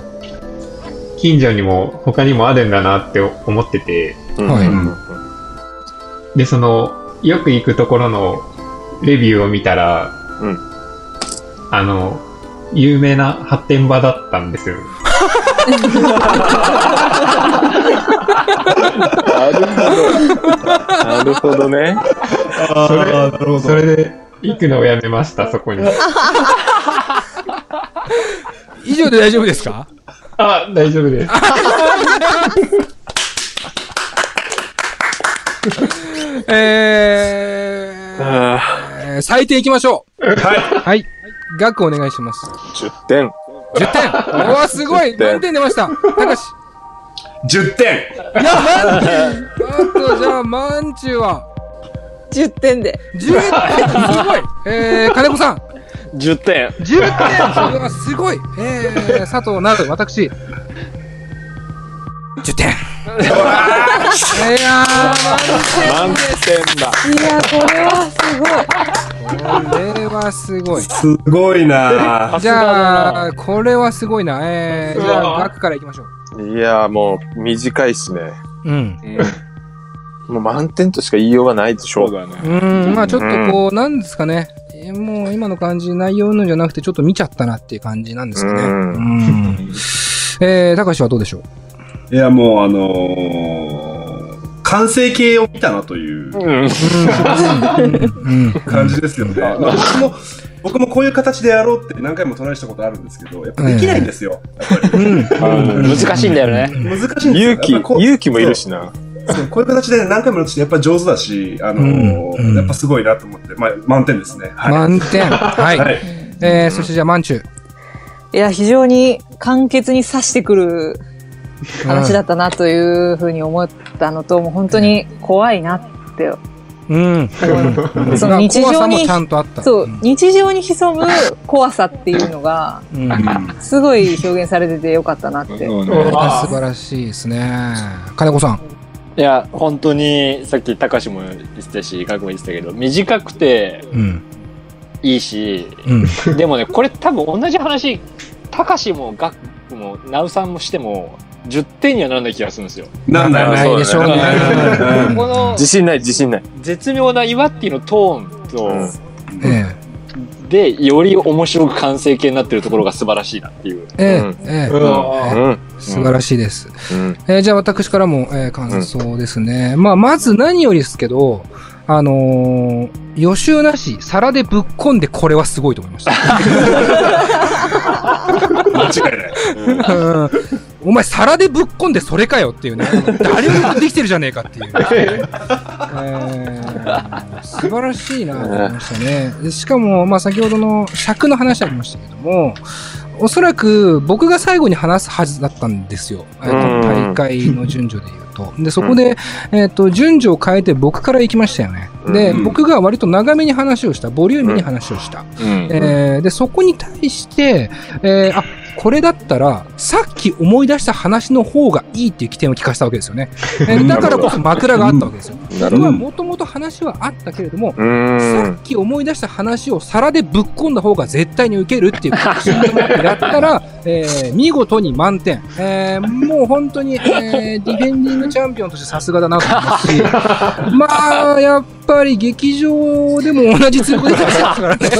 Speaker 9: 近所にも他にもあるんだなって思ってて、
Speaker 4: うん
Speaker 2: はい
Speaker 4: うん
Speaker 9: で、その、よく行くところのレビューを見たら、
Speaker 4: うん
Speaker 9: あの、有名な発展場だったんですよ。
Speaker 4: なるほど。なるほどね。
Speaker 3: あ
Speaker 9: それ
Speaker 3: ーなるほ
Speaker 9: それで、行くのをやめました、そこに。
Speaker 2: 以上で大丈夫です [laughs] か
Speaker 9: あ、大丈夫です。
Speaker 2: えー
Speaker 4: あ
Speaker 2: えー、採点いきましょう。はい。はい。額お願いします。
Speaker 4: ー10点。
Speaker 2: 10点。 [laughs] うわ、すごい。
Speaker 4: 10点
Speaker 2: 何点出ましたたかし。
Speaker 3: 10点
Speaker 2: いや、満点。あと、じゃあ、まんちゅうは、
Speaker 8: 10点で。
Speaker 2: 10点。すごい。えー、金子さん、
Speaker 7: 10点。
Speaker 2: 10点。うわ、すごい。えー、佐藤なる、私。10点。いやー、満
Speaker 4: 満点だ。
Speaker 8: いや、これはすごい。
Speaker 2: 点。これはすごい。
Speaker 3: すごいなぁ。
Speaker 2: じゃあ、これはすごいな。えー、じゃあ、額からいきましょう。
Speaker 4: いやーもう短いしね。
Speaker 2: うん。
Speaker 4: もう満点としか言いようがないでしょ。
Speaker 7: だね。
Speaker 2: うん、まあちょっとこう、なんですかね。えーもう今の感じ、内容云々じゃなくて、ちょっと見ちゃったなっていう感じなんですかね。
Speaker 4: う
Speaker 2: うんん。えー、高橋はどうでしょう
Speaker 3: いや、もうあのー、完成形を見たなという
Speaker 4: うん。
Speaker 2: うん。
Speaker 3: 感じですよね。まあ僕も、僕もこういう形でやろうって何回もトライしたことあるんですけど、やっぱできないんですよ。やっぱり
Speaker 2: うん。
Speaker 7: 難しいんだよね。
Speaker 3: 難しいんですよ。
Speaker 4: 勇気
Speaker 3: やっぱこ、う
Speaker 4: 勇気もいるしな。
Speaker 3: そうこういう形で何回もやるとやっぱ上手だし、あの
Speaker 2: う
Speaker 3: ー
Speaker 2: んうん
Speaker 3: やっぱすごいなと思って、まあ、満点ですね。はい。
Speaker 2: 満点。はい。
Speaker 3: はい
Speaker 2: えー、そしてじゃあ、マンチュ。
Speaker 8: いや、非常に簡潔に刺してくる話だったなというふうに思ったのと、もう本当に怖いなって
Speaker 2: うん。
Speaker 8: 思う。その
Speaker 2: 怖
Speaker 8: 日常
Speaker 2: さも
Speaker 8: に
Speaker 2: ち、ゃんとあった。
Speaker 8: そう、日常に潜む怖さっていうのが、
Speaker 2: うん。
Speaker 8: すごい表現されててよかったなって。
Speaker 2: あ素晴らしいですね。金子さん。
Speaker 7: いや、本当に、さっき、高志も言ってたし、ガクも言ってたけど、短くて
Speaker 2: うん。
Speaker 7: いい
Speaker 2: [laughs]
Speaker 7: し、
Speaker 2: うん。
Speaker 7: でもね、これ多分同じ話、高志もガクも、ナウさんもしても、10点にはならない気がするんですよ。
Speaker 3: なんだよね。
Speaker 2: ないでしょうね。
Speaker 7: この
Speaker 4: 自信ない、自信ない。
Speaker 7: 絶妙な岩っていうのトーンと、
Speaker 2: ええ
Speaker 7: で、より面白く完成形になってるところが素晴らしいなっていう。
Speaker 2: ええ
Speaker 4: うん
Speaker 2: え
Speaker 4: う
Speaker 2: え
Speaker 4: ん。うん。
Speaker 2: 素晴らしいです。
Speaker 4: うん。
Speaker 2: えーじゃあ私からも、えー感想ですね。まあ、まず何よりですけど、あのー予習なし、皿でぶっこんでこれはすごいと思いました。
Speaker 3: 間違いない。
Speaker 2: うんお前、皿でぶっこんでそれかよっていうね。誰よりもできてるじゃねえかっていう。えー素晴らしいなと思いましたね。でしかも、まあ先ほどの尺の話ありましたけども、おそらく僕が最後に話すはずだったんですよ。えっと
Speaker 4: うん
Speaker 2: 大会の順序で言うと。で、そこで、えっと、順序を変えて僕から行きましたよね。で、
Speaker 3: うん
Speaker 2: 僕が割と長めに話をした、ボリューミーに話をした。えーで、そこに対して、えーあ、これだったら、さっき思い出した話の方がいいっていう起点を聞かせたわけですよね。えーだからこそ枕があったわけですよ。
Speaker 4: な
Speaker 2: こ
Speaker 4: るほ
Speaker 2: れ
Speaker 4: ど。
Speaker 2: はもともと話はあったけれども、
Speaker 4: うー
Speaker 2: さ
Speaker 4: ん。
Speaker 2: っき思い出した話を皿でぶっ込んだ方が絶対に受ける
Speaker 7: [laughs]
Speaker 2: っていう確信を持ってやったら、えー見事に満点。えーもう本当に、えーディフェンディングチャンピオンとしてさすがだなと思います
Speaker 7: [laughs]
Speaker 2: し、まあ、や
Speaker 7: [laughs]
Speaker 2: っぱり劇場でも同じ通告で出してますからね。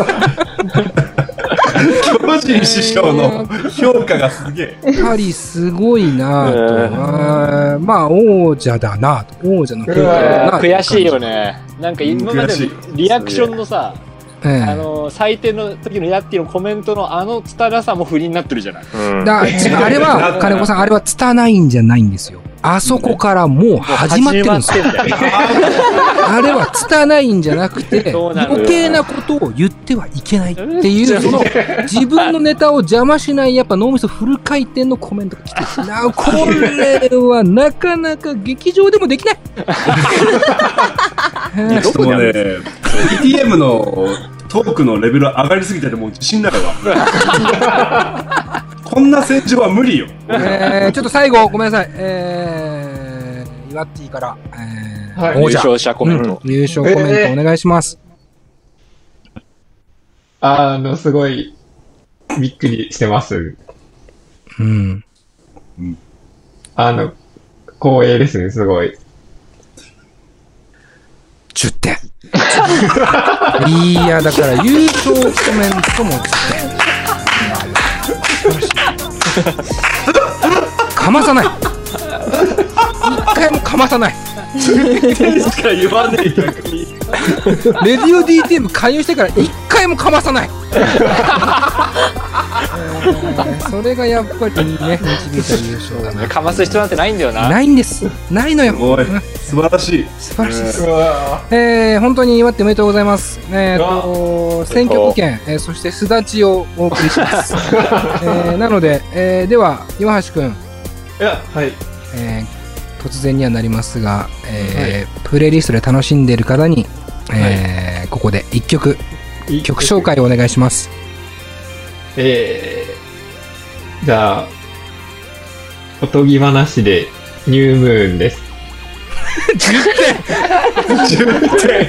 Speaker 3: 巨人師匠の評価がすげえ。
Speaker 2: やはりすごいなぁと、
Speaker 7: え
Speaker 2: あーまあ王者だなぁと王者の評価だなぁと
Speaker 7: 悔しいよね。なんか今までのリアクションのさ、
Speaker 2: ええ
Speaker 7: あの、採点の時のヤッティのコメントのあの拙らさも不倫になってるじゃない。
Speaker 4: うん
Speaker 2: だ違うあれは金子さんあれは拙いんじゃないんですよあそこからもう始まってるんですよ
Speaker 7: 始まってんだよ
Speaker 2: あれは拙いんじゃなくて
Speaker 7: そうなのよ
Speaker 2: 余計なことを言ってはいけないっていう
Speaker 7: [laughs]
Speaker 2: その自分のネタを邪魔しないやっぱ脳みそフル回転のコメントが来てしまうこれはなかなか劇場でもできない
Speaker 7: [laughs]
Speaker 2: えー
Speaker 3: ちょっともうね、ETM のトークのレベル上がりすぎてて、もう自信ない
Speaker 4: [laughs]
Speaker 3: わ。こんな戦場は無理よ。
Speaker 2: えーちょっと最後ごめんなさいえー、イワッティから、えー
Speaker 9: はい
Speaker 7: 優勝者コメント。
Speaker 2: 優勝コメントお願いします、
Speaker 9: あの、すごい、びっくりしてます。
Speaker 2: うん
Speaker 9: あの、光栄ですね、すごい。
Speaker 2: 10点。いや、だから優勝コメントも10点。かまさない。一回もかまさない。
Speaker 3: しか言わねえ逆に。
Speaker 2: レディオ DTM 加入してから一回もかまさない。えーそれがやっぱりね、導いた優勝だな。
Speaker 7: かます必要なんてないんだよな。
Speaker 2: ないんです。ないのよ
Speaker 3: す。ごい。素晴らしい。
Speaker 2: 素晴らしいです。
Speaker 9: わ
Speaker 2: えー、本当に祝っておめでとうございます。えー、と選挙保険、えーそしてすだちをお送りし [laughs] ます。えー、なので、えー、では岩橋君、
Speaker 9: いや、はい。
Speaker 2: えー、突然にはなりますが、えープレイリストで楽しんでいる方に、えーここで一曲
Speaker 9: いい
Speaker 2: 曲紹。介をお願いします。
Speaker 9: えー、じゃあ、おとぎ話で、ニュームーンです。
Speaker 3: 10点。